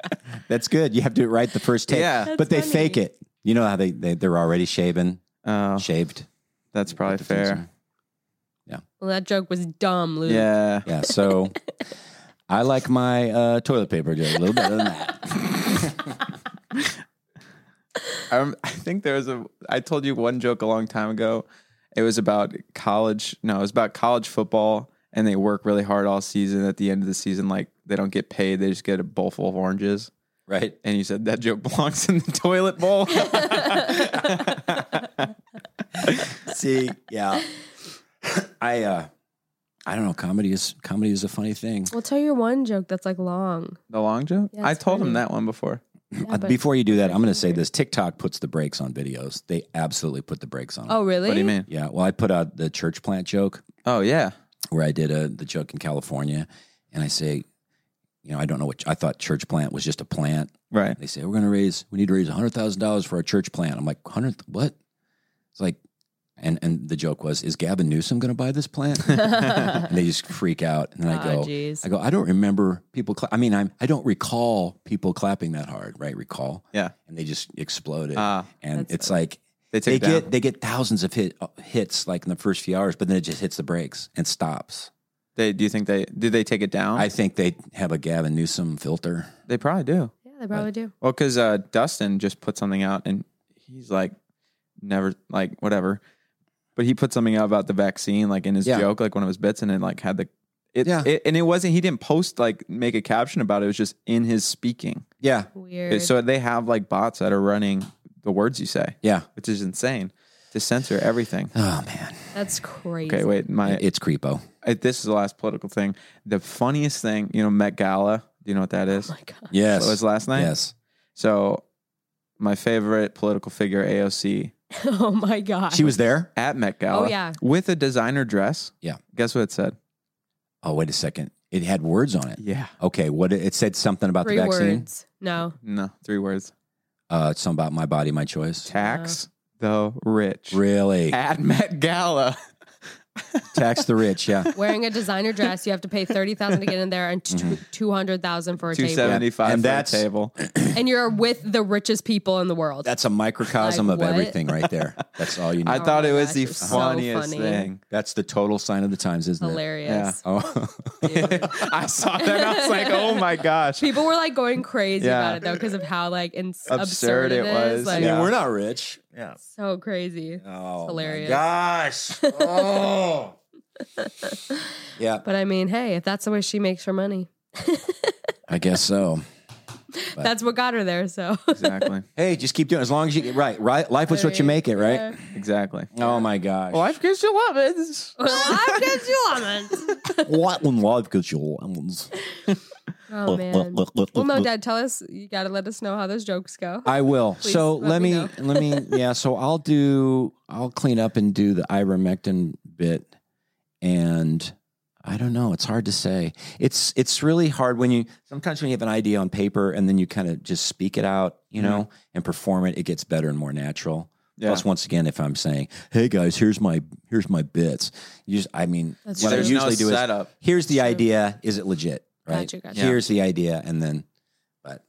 Speaker 1: that's good. You have to do it right the first take.
Speaker 3: Yeah.
Speaker 1: but they
Speaker 2: funny.
Speaker 1: fake it. You know how they, they they're already shaven,
Speaker 3: Oh,
Speaker 1: shaved.
Speaker 3: that's probably
Speaker 1: Put the things
Speaker 3: fair.
Speaker 1: in.
Speaker 2: Well, that joke was dumb, Luke.
Speaker 3: Yeah.
Speaker 1: Yeah, so I like my uh, toilet paper joke a little better than that.
Speaker 3: I, rem- I think there was a. I told you one joke a long time ago. It was about college. No, it was about college football, and they work really hard all season. At the end of the season, like they don't get paid; they just get a bowl full of oranges.
Speaker 1: Right.
Speaker 3: And you said that joke belongs in the toilet bowl.
Speaker 1: See, yeah. I uh I don't know, comedy is comedy is a funny thing.
Speaker 2: Well, tell your one joke that's like long.
Speaker 3: the long joke.
Speaker 2: Yeah,
Speaker 3: I
Speaker 2: it's
Speaker 3: told him
Speaker 2: funny.
Speaker 3: that one before.
Speaker 1: Uh, Before you do that, I'm going to say this TikTok puts the brakes on videos. They absolutely put the brakes on. 'em.
Speaker 2: Oh, really?
Speaker 3: What do you mean?
Speaker 1: Yeah, well I put out the church plant joke
Speaker 3: Oh yeah,
Speaker 1: where I did a the joke in California and I say you know, I don't know what I thought church plant was just a plant
Speaker 3: right.
Speaker 1: They say we're going to raise, we need to raise hundred thousand dollars for our church plant. I'm like, hundred what? It's like, and and the joke was, is Gavin Newsom going to buy this plant? and they just freak out. And then I
Speaker 2: Oh,
Speaker 1: go,
Speaker 2: geez.
Speaker 1: I go, I don't remember people. Cla- I mean, I'm I don't recall people clapping that hard, right? Recall,
Speaker 3: Yeah.
Speaker 1: and they just exploded.
Speaker 3: Ah.
Speaker 1: and
Speaker 2: That's
Speaker 1: it's like
Speaker 3: They
Speaker 1: they
Speaker 3: take it down.
Speaker 1: get they get thousands of hit uh, hits like in the first few hours, but then it just hits the brakes and stops.
Speaker 3: They do you think they did they take it down?
Speaker 1: I think they have a Gavin Newsom filter.
Speaker 3: they probably do.
Speaker 2: Yeah, they probably do.
Speaker 3: Well, because uh, Dustin just put something out and he's like, never like whatever. but he put something out about the vaccine, like in his
Speaker 1: Yeah.
Speaker 3: joke, like one of his bits, and it like had the it,
Speaker 1: Yeah.
Speaker 3: it and it wasn't he didn't post like make a caption about it. It was just in his speaking.
Speaker 1: Yeah.
Speaker 2: Weird.
Speaker 3: So they have like bots that are running the words you say,
Speaker 1: Yeah.
Speaker 3: which is insane to censor everything.
Speaker 1: Oh man,
Speaker 2: That's crazy.
Speaker 3: Okay, wait, my
Speaker 1: it's creepo.
Speaker 3: I, this is the last political thing. The funniest thing, you know, Met Gala. Do you know what that is?
Speaker 2: Oh my God.
Speaker 1: Yes.
Speaker 3: That was last night.
Speaker 1: Yes.
Speaker 3: So, my favorite political figure, AOC,
Speaker 2: Oh my God.
Speaker 1: She was there.
Speaker 3: at Met Gala.
Speaker 2: Oh, yeah.
Speaker 3: With a designer dress.
Speaker 1: Yeah.
Speaker 3: Guess what it said?
Speaker 1: Oh wait a second. It had words on it.
Speaker 3: Yeah.
Speaker 1: Okay. What it said something about
Speaker 2: Three
Speaker 1: the vaccine.
Speaker 2: words. No.
Speaker 3: No, three words.
Speaker 2: Uh-huh.
Speaker 1: Uh, it's something about my body, my choice.
Speaker 3: Tax the rich.
Speaker 1: Really?
Speaker 3: At Met Gala.
Speaker 1: Tax the rich. Yeah.
Speaker 2: Wearing a designer dress, you have to pay thirty thousand to get in there and
Speaker 1: Mm-hmm.
Speaker 2: t- two hundred thousand for a
Speaker 3: Two
Speaker 2: table,
Speaker 3: seventy five
Speaker 1: And
Speaker 3: for
Speaker 1: that's-
Speaker 3: a table.
Speaker 2: and you're with the richest people in the world.
Speaker 1: That's a microcosm
Speaker 2: Like
Speaker 1: of
Speaker 2: what?
Speaker 1: everything right there. That's all you need.
Speaker 3: I thought
Speaker 2: Oh my
Speaker 3: it was
Speaker 2: gosh,
Speaker 3: the
Speaker 2: it's so
Speaker 3: funniest
Speaker 2: funny.
Speaker 3: thing.
Speaker 1: That's the total sign of the times, isn't
Speaker 2: hilarious.
Speaker 1: it? Oh.
Speaker 3: I saw that. And I was like, oh my gosh.
Speaker 2: People were like going crazy
Speaker 3: Yeah.
Speaker 2: about it though because of how like ins- absurd,
Speaker 3: Absurd it
Speaker 2: it
Speaker 3: was.
Speaker 2: was. Like,
Speaker 3: Yeah.
Speaker 1: We're not rich. Yeah.
Speaker 2: So crazy.
Speaker 1: Oh, my
Speaker 2: hilarious.
Speaker 1: gosh. Oh. yeah.
Speaker 2: But I mean, hey, if that's the way she makes her money,
Speaker 1: I guess so.
Speaker 2: that's what got her there. So
Speaker 3: Exactly.
Speaker 1: Hey, just keep doing it as long as you get right. Right. Life is what you make it, right?
Speaker 3: Exactly.
Speaker 1: Oh my gosh.
Speaker 3: Life gives you lemons.
Speaker 2: I'm just lemons.
Speaker 1: What when life goes your lemons.
Speaker 2: Oh man. Well, no, Dad, tell us. You got to let us know how those jokes go.
Speaker 1: I will.
Speaker 2: Please
Speaker 1: so
Speaker 2: let
Speaker 1: let
Speaker 2: me
Speaker 1: me,
Speaker 2: know.
Speaker 1: let me yeah, so I'll do I'll clean up and do the ivermectin bit and I don't know, it's hard to say. It's it's really hard when you sometimes when you have an idea on paper and then you kind of just speak it out, you know, and perform it, it gets better and more natural.
Speaker 3: Mm-hmm. Yeah.
Speaker 1: Plus once again if I'm saying, "Hey guys, here's my here's my bits." You just I mean,
Speaker 2: That's
Speaker 1: what I
Speaker 2: true.
Speaker 3: There's no
Speaker 1: usually do is
Speaker 3: setup.
Speaker 1: here's the idea, is it legit, right?
Speaker 2: Gotcha, gotcha.
Speaker 1: Here's the idea and then but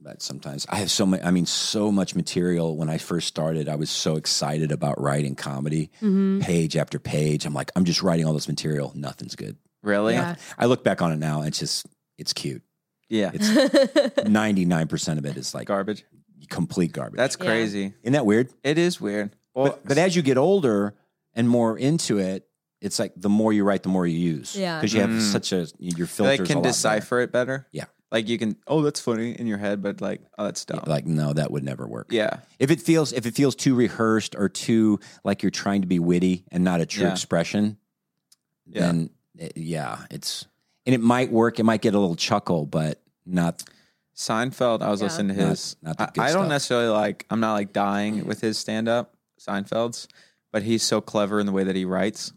Speaker 1: but sometimes I have so much. I mean, so much material. When I first started, I was so excited about writing comedy,
Speaker 2: Mhm.
Speaker 1: page after page. I'm like, I'm just writing all this material. Nothing's good.
Speaker 3: Really?
Speaker 2: Yeah.
Speaker 1: I look back on it now. It's just, it's cute.
Speaker 3: Yeah.
Speaker 1: It's 99 percent of it is like
Speaker 3: Garbage.
Speaker 1: complete garbage.
Speaker 3: That's
Speaker 2: Yeah.
Speaker 3: crazy.
Speaker 1: isn't that weird?
Speaker 3: It is weird.
Speaker 2: Oh,
Speaker 3: Well,
Speaker 1: but, but as you get older and more into it, it's like the more you write, the more you use.
Speaker 2: Yeah.
Speaker 1: because you have
Speaker 3: Mm.
Speaker 1: such a your
Speaker 3: they
Speaker 1: filters. a
Speaker 3: can
Speaker 1: lot better.
Speaker 3: decipher it better.
Speaker 1: Yeah.
Speaker 3: Like you can, oh, that's funny in your head, but like, oh, that's dumb.
Speaker 1: Like, no, that would never work.
Speaker 3: yeah.
Speaker 1: If it feels if it feels too rehearsed or too like you're trying to be witty and not a true
Speaker 3: Yeah.
Speaker 1: expression,
Speaker 3: Yeah.
Speaker 1: then it, yeah, it's and it might work. It might get a little chuckle, but not.
Speaker 3: Seinfeld, I was
Speaker 2: Yeah.
Speaker 3: listening to
Speaker 1: Not-
Speaker 3: his.
Speaker 1: not the
Speaker 3: I-
Speaker 1: good
Speaker 3: I, don't
Speaker 1: stuff.
Speaker 3: necessarily like, I'm not like dying with his stand up, Seinfeld's, but he's so clever in the way that he writes.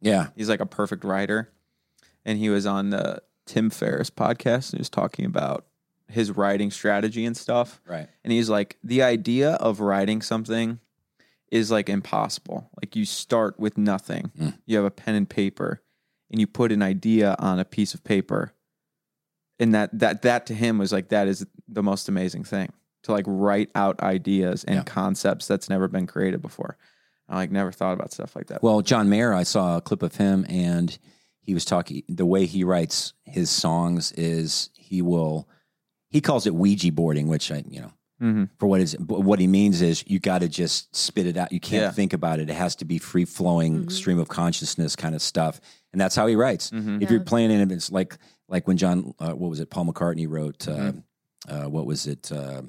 Speaker 1: Yeah,
Speaker 3: He's like a perfect writer. And he was on the Tim Ferriss podcast and he was talking about his writing strategy and stuff.
Speaker 1: right.
Speaker 3: And he's like, the idea of writing something is like impossible. Like you start with nothing.
Speaker 1: Mm.
Speaker 3: You have a pen and paper and you put an idea on a piece of paper. And that that that to him was like that is the most amazing thing. To like write out ideas and
Speaker 1: Yeah.
Speaker 3: concepts that's never been created before. I like never thought about stuff like that.
Speaker 1: Well, John Mayer, I saw a clip of him, and he was talking. The way he writes his songs is he will. He calls it Ouija boarding, which I you know
Speaker 3: mm-hmm.
Speaker 1: for what is but what he means is you got to just spit it out. You can't
Speaker 3: Yeah.
Speaker 1: think about it. It has to be free flowing
Speaker 2: Mhm.
Speaker 1: stream of consciousness kind of stuff, and that's how he writes.
Speaker 3: Mm-hmm.
Speaker 1: If
Speaker 2: Yeah.
Speaker 1: you're playing in, it's like like when John, uh, what was it? Paul McCartney wrote, uh,
Speaker 3: Mhm.
Speaker 1: uh, what was it? Uh,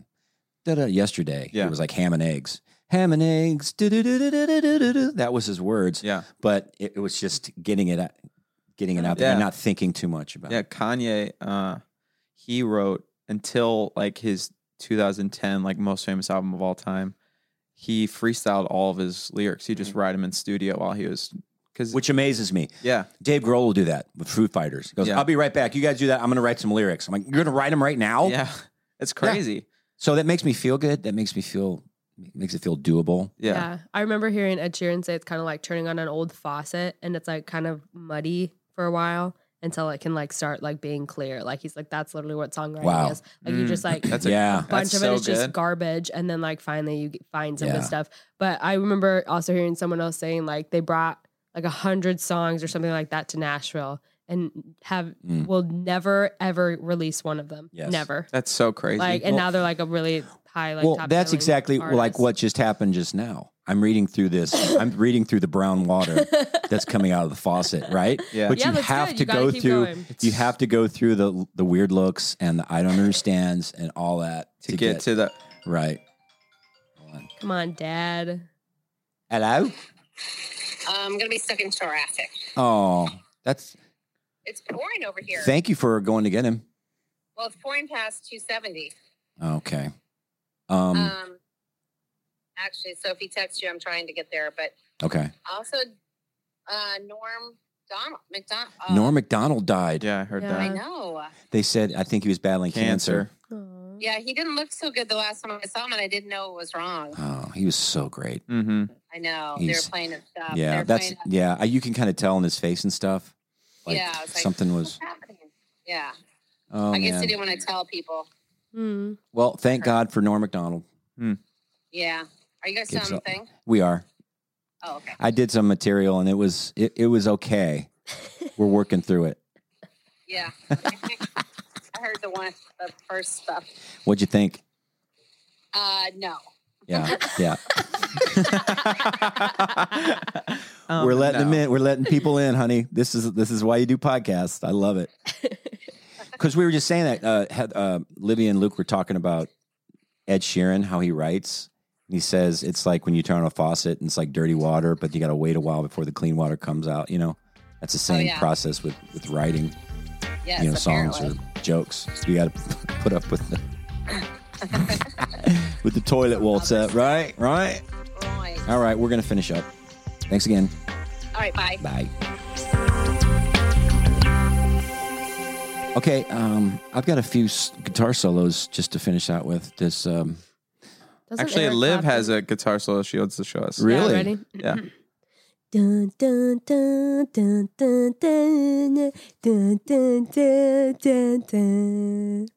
Speaker 1: da-da, yesterday,
Speaker 3: Yeah.
Speaker 1: it was like ham and eggs, ham and eggs. da-da-da-da-da-da-da-da. That was his words,
Speaker 3: Yeah.
Speaker 1: but it, it was just getting it, out, getting it out there,
Speaker 3: Yeah.
Speaker 1: and not thinking too much about
Speaker 3: Yeah,
Speaker 1: it.
Speaker 3: Kanye, uh, he wrote until like his 2010, like most famous album of all time. He freestyled all of his lyrics. He just write them in studio while he was because
Speaker 1: Which amazes me.
Speaker 3: yeah,
Speaker 1: Dave Grohl will do that with Foo Fighters. He goes,
Speaker 3: Yeah.
Speaker 1: I'll be right back. You guys do that. I'm going to write some lyrics. I'm like, you're going to write them right now.
Speaker 3: yeah, it's crazy.
Speaker 1: So that makes me feel good. That makes me feel makes it feel doable.
Speaker 3: Yeah,
Speaker 2: I remember hearing Ed Sheeran say it's kind of like turning on an old faucet and it's like kind of muddy for a while until it can like start like being clear. Like he's like, that's literally what songwriting
Speaker 1: Wow.
Speaker 2: is. Like you
Speaker 3: Mm.
Speaker 2: just like
Speaker 3: that's
Speaker 1: Yeah.
Speaker 3: a
Speaker 2: bunch
Speaker 3: that's
Speaker 2: of
Speaker 3: so
Speaker 2: it is just
Speaker 3: good.
Speaker 2: garbage and then like finally you get- find some of
Speaker 1: Yeah.
Speaker 2: the stuff but i remember also hearing someone else saying like they brought like a hundred songs or something like that to nashville and have will never ever release one of them.
Speaker 1: Hmm. Yes.
Speaker 2: Never.
Speaker 3: That's so crazy.
Speaker 2: Like and now they're like a really high like
Speaker 1: well,
Speaker 2: top
Speaker 1: that's
Speaker 2: selling
Speaker 1: exactly like
Speaker 2: artist.
Speaker 1: what just happened just now. I'm reading through this. I'm reading through the brown water that's coming out of the faucet, right?
Speaker 3: Yeah.
Speaker 1: But
Speaker 2: Yeah,
Speaker 1: you
Speaker 2: that's
Speaker 1: have
Speaker 2: good.
Speaker 1: to
Speaker 2: You gotta
Speaker 1: go
Speaker 2: keep
Speaker 1: through.
Speaker 2: going.
Speaker 1: You have to go through the the weird looks and the I don't understands and all that
Speaker 3: to get to the
Speaker 1: right.
Speaker 2: Come on, dad.
Speaker 1: Hello.
Speaker 10: I'm going to be stuck in traffic.
Speaker 1: Oh, that's.
Speaker 10: It's pouring over here.
Speaker 1: Thank you for going to get him.
Speaker 10: well, it's pouring past 270.
Speaker 1: Okay. Um.
Speaker 10: Um, actually, Sophie texted you. I'm trying to get there, but
Speaker 1: okay.
Speaker 10: also uh, Norm Donald McDonald.
Speaker 1: Norm Macdonald died.
Speaker 3: yeah, I heard
Speaker 2: Yeah.
Speaker 10: I
Speaker 3: that.
Speaker 10: know.
Speaker 1: They said I think he was battling cancer.
Speaker 3: Cancer.
Speaker 10: Yeah, he didn't look so good the last time I saw him, and I didn't know it was wrong.
Speaker 1: Oh, he was so great.
Speaker 3: Mm-hmm.
Speaker 10: I know they
Speaker 1: He's-
Speaker 10: were playing it stuff. They
Speaker 1: yeah,
Speaker 10: were
Speaker 1: that's
Speaker 10: Uh, playing
Speaker 1: yeah.
Speaker 10: it-
Speaker 1: I- You can kind of tell in his face and stuff. Like
Speaker 10: Yeah, I was like,
Speaker 1: something was.
Speaker 10: what's happening? Yeah,
Speaker 1: Oh
Speaker 10: I guess
Speaker 1: man.
Speaker 10: they didn't want to tell people.
Speaker 2: Hmm.
Speaker 1: Well, thank God for Norm Macdonald.
Speaker 10: Yeah, are you guys doing
Speaker 1: Gives up.
Speaker 10: anything?
Speaker 1: We are.
Speaker 10: Oh, okay.
Speaker 1: I did some material and it was it, it was okay. We're working through it.
Speaker 10: Yeah, I heard the one, the first stuff.
Speaker 1: What'd you think?
Speaker 10: Uh, no.
Speaker 1: Yeah, yeah.
Speaker 3: Mm-hmm. Oh,
Speaker 1: We're
Speaker 10: Um,
Speaker 1: letting them in. We're letting people in, honey. This is this is why you do podcasts. I love it. Because we were just saying that uh, had, uh, Livy and Luke were talking about Ed Sheeran, how he writes. And he says it's like when you turn on a faucet and it's like dirty water, but you got to wait a while before the clean water comes out. You know, that's the same
Speaker 10: Oh, yeah.
Speaker 1: process with with writing.
Speaker 10: Yes,
Speaker 1: you know, songs
Speaker 10: apparently.
Speaker 1: or jokes. You got to put up with the with the toilet waltz up, right? Right.
Speaker 10: Right.
Speaker 1: All right, we're gonna finish up. Thanks again.
Speaker 10: All right. Bye.
Speaker 1: Bye. Okay, um, I've got a few s- guitar solos just to finish out with. This um,
Speaker 2: Doesn't
Speaker 3: Actually,
Speaker 2: Eric
Speaker 3: Liv
Speaker 2: Clapton-
Speaker 3: has a guitar solo she wants to show us.
Speaker 2: Yeah,
Speaker 1: really?
Speaker 2: ready? Mm-hmm.
Speaker 3: Yeah.
Speaker 2: Dun, dun, dun, dun, dun, dun, dun, dun, dun, dun, dun.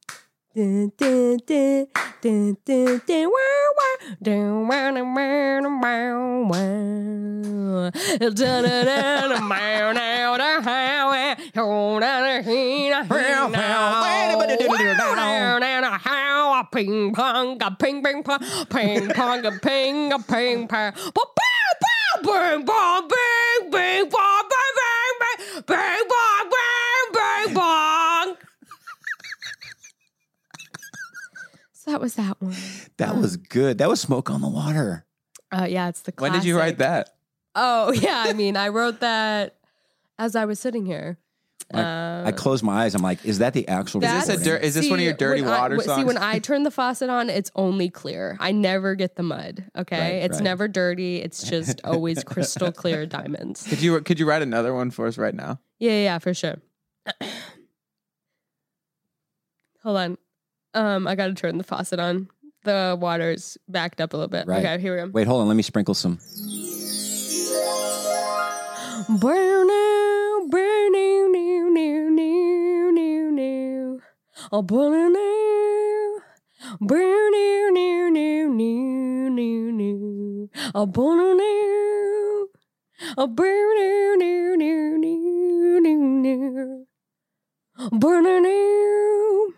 Speaker 2: Dun, dun, dun, dun, dun, dun, wow, wow. Dun, wow, dun, wow, dun, wow, wow. Dun, dun, dun, dun, wow, now, dun, how, eh, oh, dun, dun, he, dun, he, now. Wow, now, dun, dun, how, ah, ping pong, ah, ping, ping pong, ping pong, ah, ping, ah, ping pong. Ba, ba, ba, bing bong, bing, bing bong, bing, bing, bing, bing bong, bing, bing bong. So that was that one.
Speaker 1: That was good. That was smoke on the water.
Speaker 2: Uh, yeah, it's the
Speaker 3: When
Speaker 2: classic.
Speaker 3: did you write that?
Speaker 2: Oh, yeah. I mean, I wrote that as I was sitting here. Uh,
Speaker 1: I closed my eyes. I'm like, is that the actual?
Speaker 3: Is this a
Speaker 1: recording?
Speaker 3: dir- is this one of your
Speaker 2: See,
Speaker 3: dirty
Speaker 2: when I-
Speaker 3: water
Speaker 2: w-
Speaker 3: songs?
Speaker 2: See, when I turn the faucet on, it's only clear. I never get the mud. Okay,
Speaker 1: Right,
Speaker 2: it's
Speaker 1: right.
Speaker 2: never dirty. It's just always crystal clear diamonds.
Speaker 3: could you could you write another one for us right now?
Speaker 2: Yeah, yeah, yeah, for sure. Hold on. Um, I gotta turn the faucet on. The water's backed up a little bit.
Speaker 1: Right.
Speaker 2: Okay, here we go.
Speaker 1: Wait, hold on. Let me sprinkle some.
Speaker 2: Brown brown new new new new new. Oh, brown new. Brown new new new new new new. Oh, brown new. Oh, brown new new new new new new. Brown new.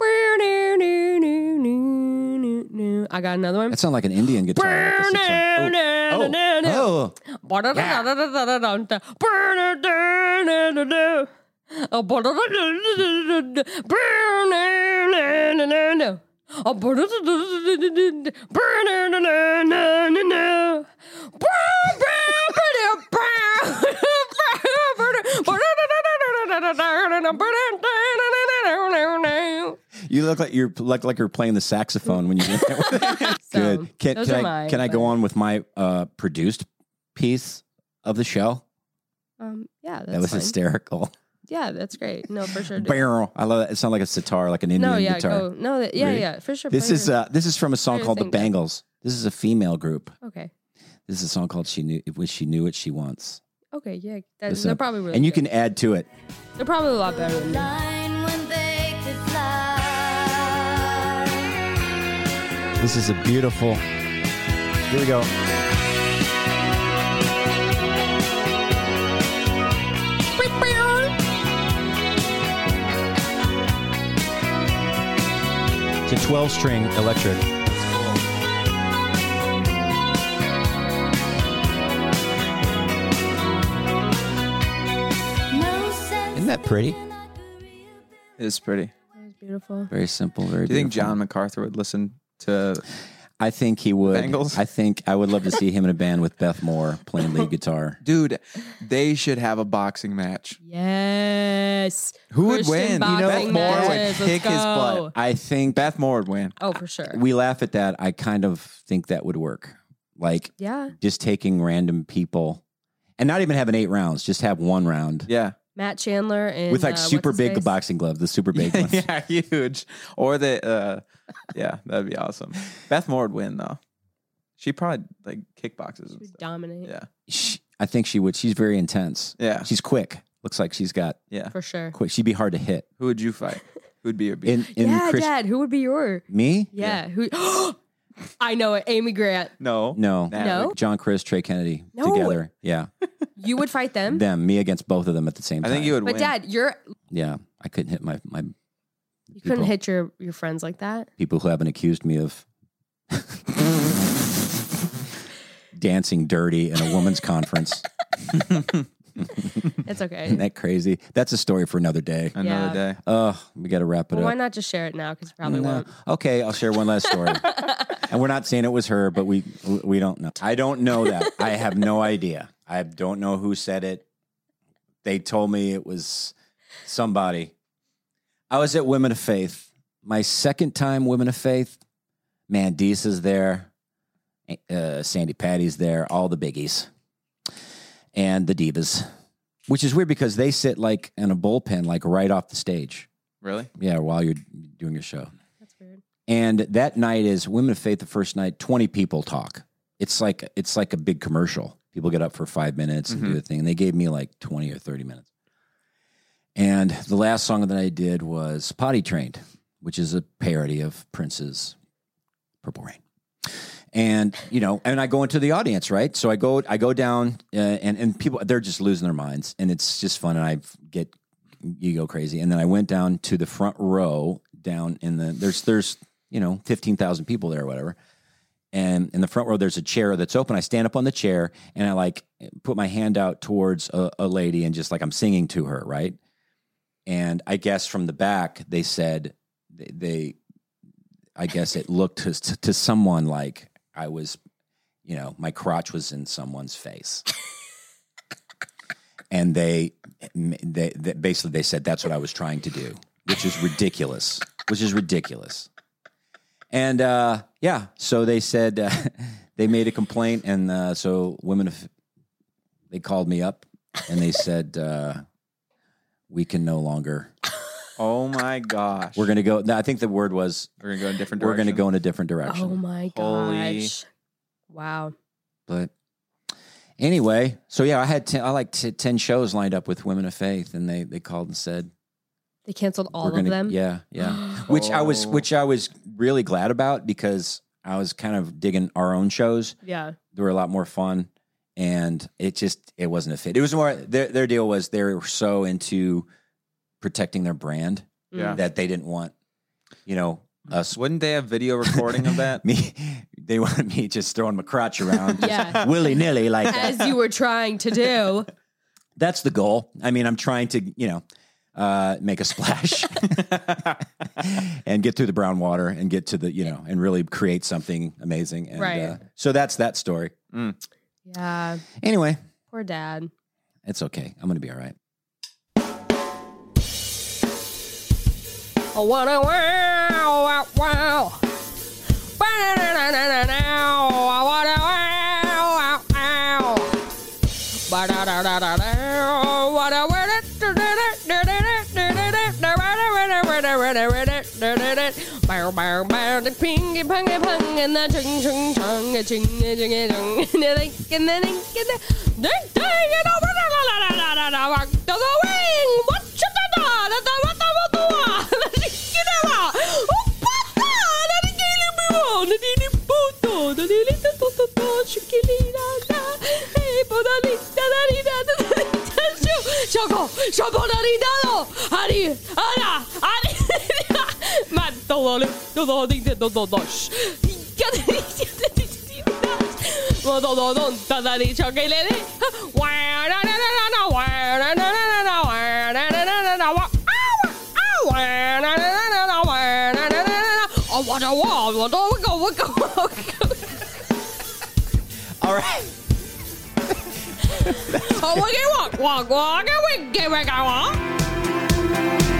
Speaker 2: Brown new new new new new new. I got another one.
Speaker 1: That sounded like an Indian guitar. like a six-song. Oh,
Speaker 2: Brown new.
Speaker 1: oh, you look like you're like like you're playing the saxophone when you did that. Good. Can,
Speaker 2: those
Speaker 1: can
Speaker 2: are
Speaker 1: I
Speaker 2: mine,
Speaker 1: can I go
Speaker 2: but-
Speaker 1: on with my uh, produced piece of the show?
Speaker 2: Um, yeah, that's
Speaker 1: that was
Speaker 2: fine.
Speaker 1: hysterical.
Speaker 2: Yeah, that's great. No, for sure. do it.
Speaker 1: Barrel. I love that. It sounded like a sitar, like an Indian
Speaker 2: No, yeah,
Speaker 1: guitar.
Speaker 2: go. No, that, yeah,
Speaker 1: Ready?
Speaker 2: yeah, for sure.
Speaker 1: This
Speaker 2: play
Speaker 1: is
Speaker 2: your-
Speaker 1: uh this is from a song
Speaker 2: Play your
Speaker 1: called The
Speaker 2: thing, Dad.
Speaker 1: Bangles. This is a female group.
Speaker 2: okay.
Speaker 1: This is a song called She Knew It Was She Knew What She Wants.
Speaker 2: Okay, yeah, that's
Speaker 1: Listen
Speaker 2: they're
Speaker 1: up.
Speaker 2: probably really
Speaker 1: uh, and you can
Speaker 2: good.
Speaker 1: add to it.
Speaker 2: They're probably a lot better than me.
Speaker 7: Line when they could fly.
Speaker 1: This is a beautiful Here we go.
Speaker 7: Pew, pew,
Speaker 9: to 12 string electric. Isn't that pretty?
Speaker 3: It is pretty.
Speaker 2: Beautiful.
Speaker 1: Very simple. Very.
Speaker 3: Do you think
Speaker 1: beautiful.
Speaker 3: John MacArthur would listen to?
Speaker 1: I think he would.
Speaker 3: Bengals?
Speaker 1: I think I would love to see him in a band with Beth Moore playing lead guitar.
Speaker 3: Dude, they should have a boxing match.
Speaker 2: Yes.
Speaker 3: Who would
Speaker 2: Christian
Speaker 3: win? You know,
Speaker 2: boxing
Speaker 3: Beth Moore would
Speaker 2: matches. Let's
Speaker 3: kick his butt.
Speaker 2: go.
Speaker 1: I think
Speaker 3: Beth Moore would win.
Speaker 2: Oh, for sure.
Speaker 1: we laugh at that. I kind of think that would work. Like
Speaker 2: yeah.
Speaker 1: just taking random people and not even having eight rounds, just have one round
Speaker 3: Yeah.
Speaker 2: Matt Chandler and
Speaker 1: with like
Speaker 2: uh,
Speaker 1: super
Speaker 2: what's his
Speaker 1: big
Speaker 2: face?
Speaker 1: boxing gloves, the super big ones.
Speaker 3: yeah, huge. Or the uh yeah, that'd be awesome. Beth Moore would win though. She probably like kickboxes and
Speaker 2: Would
Speaker 3: stuff.
Speaker 2: dominate
Speaker 3: Yeah.
Speaker 1: She, I think she would. She's very intense.
Speaker 3: Yeah.
Speaker 1: She's quick. Looks like she's got
Speaker 3: Yeah.
Speaker 2: for sure.
Speaker 1: quick. She'd be hard to hit.
Speaker 3: Who would you fight? Who'd be your beat?
Speaker 1: In in
Speaker 2: yeah,
Speaker 1: Chris,
Speaker 2: Dad. Who would be your?
Speaker 1: me?
Speaker 2: Yeah. Who? I know it. Amy Grant.
Speaker 3: no.
Speaker 1: No.
Speaker 3: Nah,
Speaker 2: No?
Speaker 1: John Chris, Trey Kennedy
Speaker 2: No.
Speaker 1: together. Yeah.
Speaker 2: You would fight them.
Speaker 1: Them, me against both of them at the same
Speaker 3: I
Speaker 1: time.
Speaker 3: think you would
Speaker 2: but
Speaker 3: win.
Speaker 2: Dad, you're
Speaker 1: Yeah. I couldn't hit my, my
Speaker 2: you couldn't
Speaker 1: People.
Speaker 2: hit your your friends like that.
Speaker 1: people who haven't accused me of dancing dirty in a woman's conference.
Speaker 2: It's okay.
Speaker 1: Isn't that crazy? That's a story for another day.
Speaker 3: Another day.
Speaker 1: Oh, we got to wrap it
Speaker 2: well, why
Speaker 1: up.
Speaker 2: not just share it now? Because probably
Speaker 1: No.
Speaker 2: won't.
Speaker 1: Okay, I'll share one last story. and we're not saying it was her, but we we don't know. I don't know that. I have no idea. I don't know who said it. They told me it was somebody. I was at Women of Faith. My second time Women of Faith. Mandisa's there. Uh, Sandy Patty's there. All the biggies. And the divas. Which is weird because they sit like in a bullpen, like right off the stage.
Speaker 3: Really?
Speaker 1: Yeah, while you're doing your show.
Speaker 2: That's weird.
Speaker 1: And that night is Women of Faith. The first night, twenty people talk. It's like it's like a big commercial. People get up for five minutes and do the thing. And they gave me like twenty or thirty minutes. And the last song that I did was Potty Trained, which is a parody of Prince's Purple Rain. And you know, and I go into the audience, right? So I go, I go down, uh, and and people they're just losing their minds, and it's just fun, and I get you go crazy. And then I went down to the front row down in the there's there's you know 15,000 people there or whatever. And in the front row there's a chair that's open. I stand up on the chair and I like put my hand out towards a, a lady and just like I'm singing to her, right? And I guess from the back they said they, they I guess it looked to to someone like I was you know, my crotch was in someone's face. and they, they, they basically they said that's what I was trying to do, which is ridiculous, which is ridiculous. And uh, yeah, so they said uh, they made a complaint, and uh, so women of they called me up and they said uh, we can no longer.
Speaker 3: Oh my gosh.
Speaker 1: We're gonna go. No, I think the word was
Speaker 3: We're gonna go in a different
Speaker 1: we're
Speaker 3: direction.
Speaker 1: gonna go in a different
Speaker 2: Oh
Speaker 1: direction.
Speaker 2: my
Speaker 3: Holy-
Speaker 2: gosh! Wow.
Speaker 1: But anyway, so yeah, I had ten, I like t- ten shows lined up with Women of Faith, and they they called and said
Speaker 2: They canceled all
Speaker 1: we're
Speaker 2: of
Speaker 1: gonna,
Speaker 2: them.
Speaker 1: Yeah, yeah. which I was
Speaker 3: Oh.
Speaker 1: which I was really glad about because I was kind of digging our own shows.
Speaker 2: Yeah.
Speaker 1: They were a lot more fun, and it just it wasn't a fit. It was more their their deal was they were so into protecting their brand
Speaker 3: Yeah.
Speaker 2: Mm.
Speaker 1: that they didn't want you know us.
Speaker 3: Wouldn't they have video recording of that?
Speaker 1: Me, they wanted me just throwing my crotch around,
Speaker 2: Yeah.
Speaker 1: willy nilly like that.
Speaker 2: As you were trying to do.
Speaker 1: that's the goal. I mean, I'm trying to, you know, uh, make a splash and get through the brown water and get to the, you know, and really create something amazing. And,
Speaker 2: Right.
Speaker 1: Uh, so that's that story.
Speaker 2: Yeah.
Speaker 1: Anyway,
Speaker 2: Poor dad.
Speaker 1: it's okay. I'm going to be all right.
Speaker 2: Oh, what a wow, wow, wow. Ba-da-da-da-da-da-now. Oh, what a wow, wow, wow. Ba-da-da-da-da-da. What a wow, da-da-da-da-da-da-da-da-da-da-da-da-da-da-da-da-da-da-da-da-da-da. Bow, bow, bow, the pingy, pungy, pung, and the chung, chung, chung, a ching, a ching, a chung, and the link, and the link, and the- Ding, ding, and over, da-da-da-da-da-da. Walk to the wing. Watch it, da-da, da-da, da-da, da-da. All right.
Speaker 11: Oh, wiggy walk, walk, walk, and wiggy wiggy walk.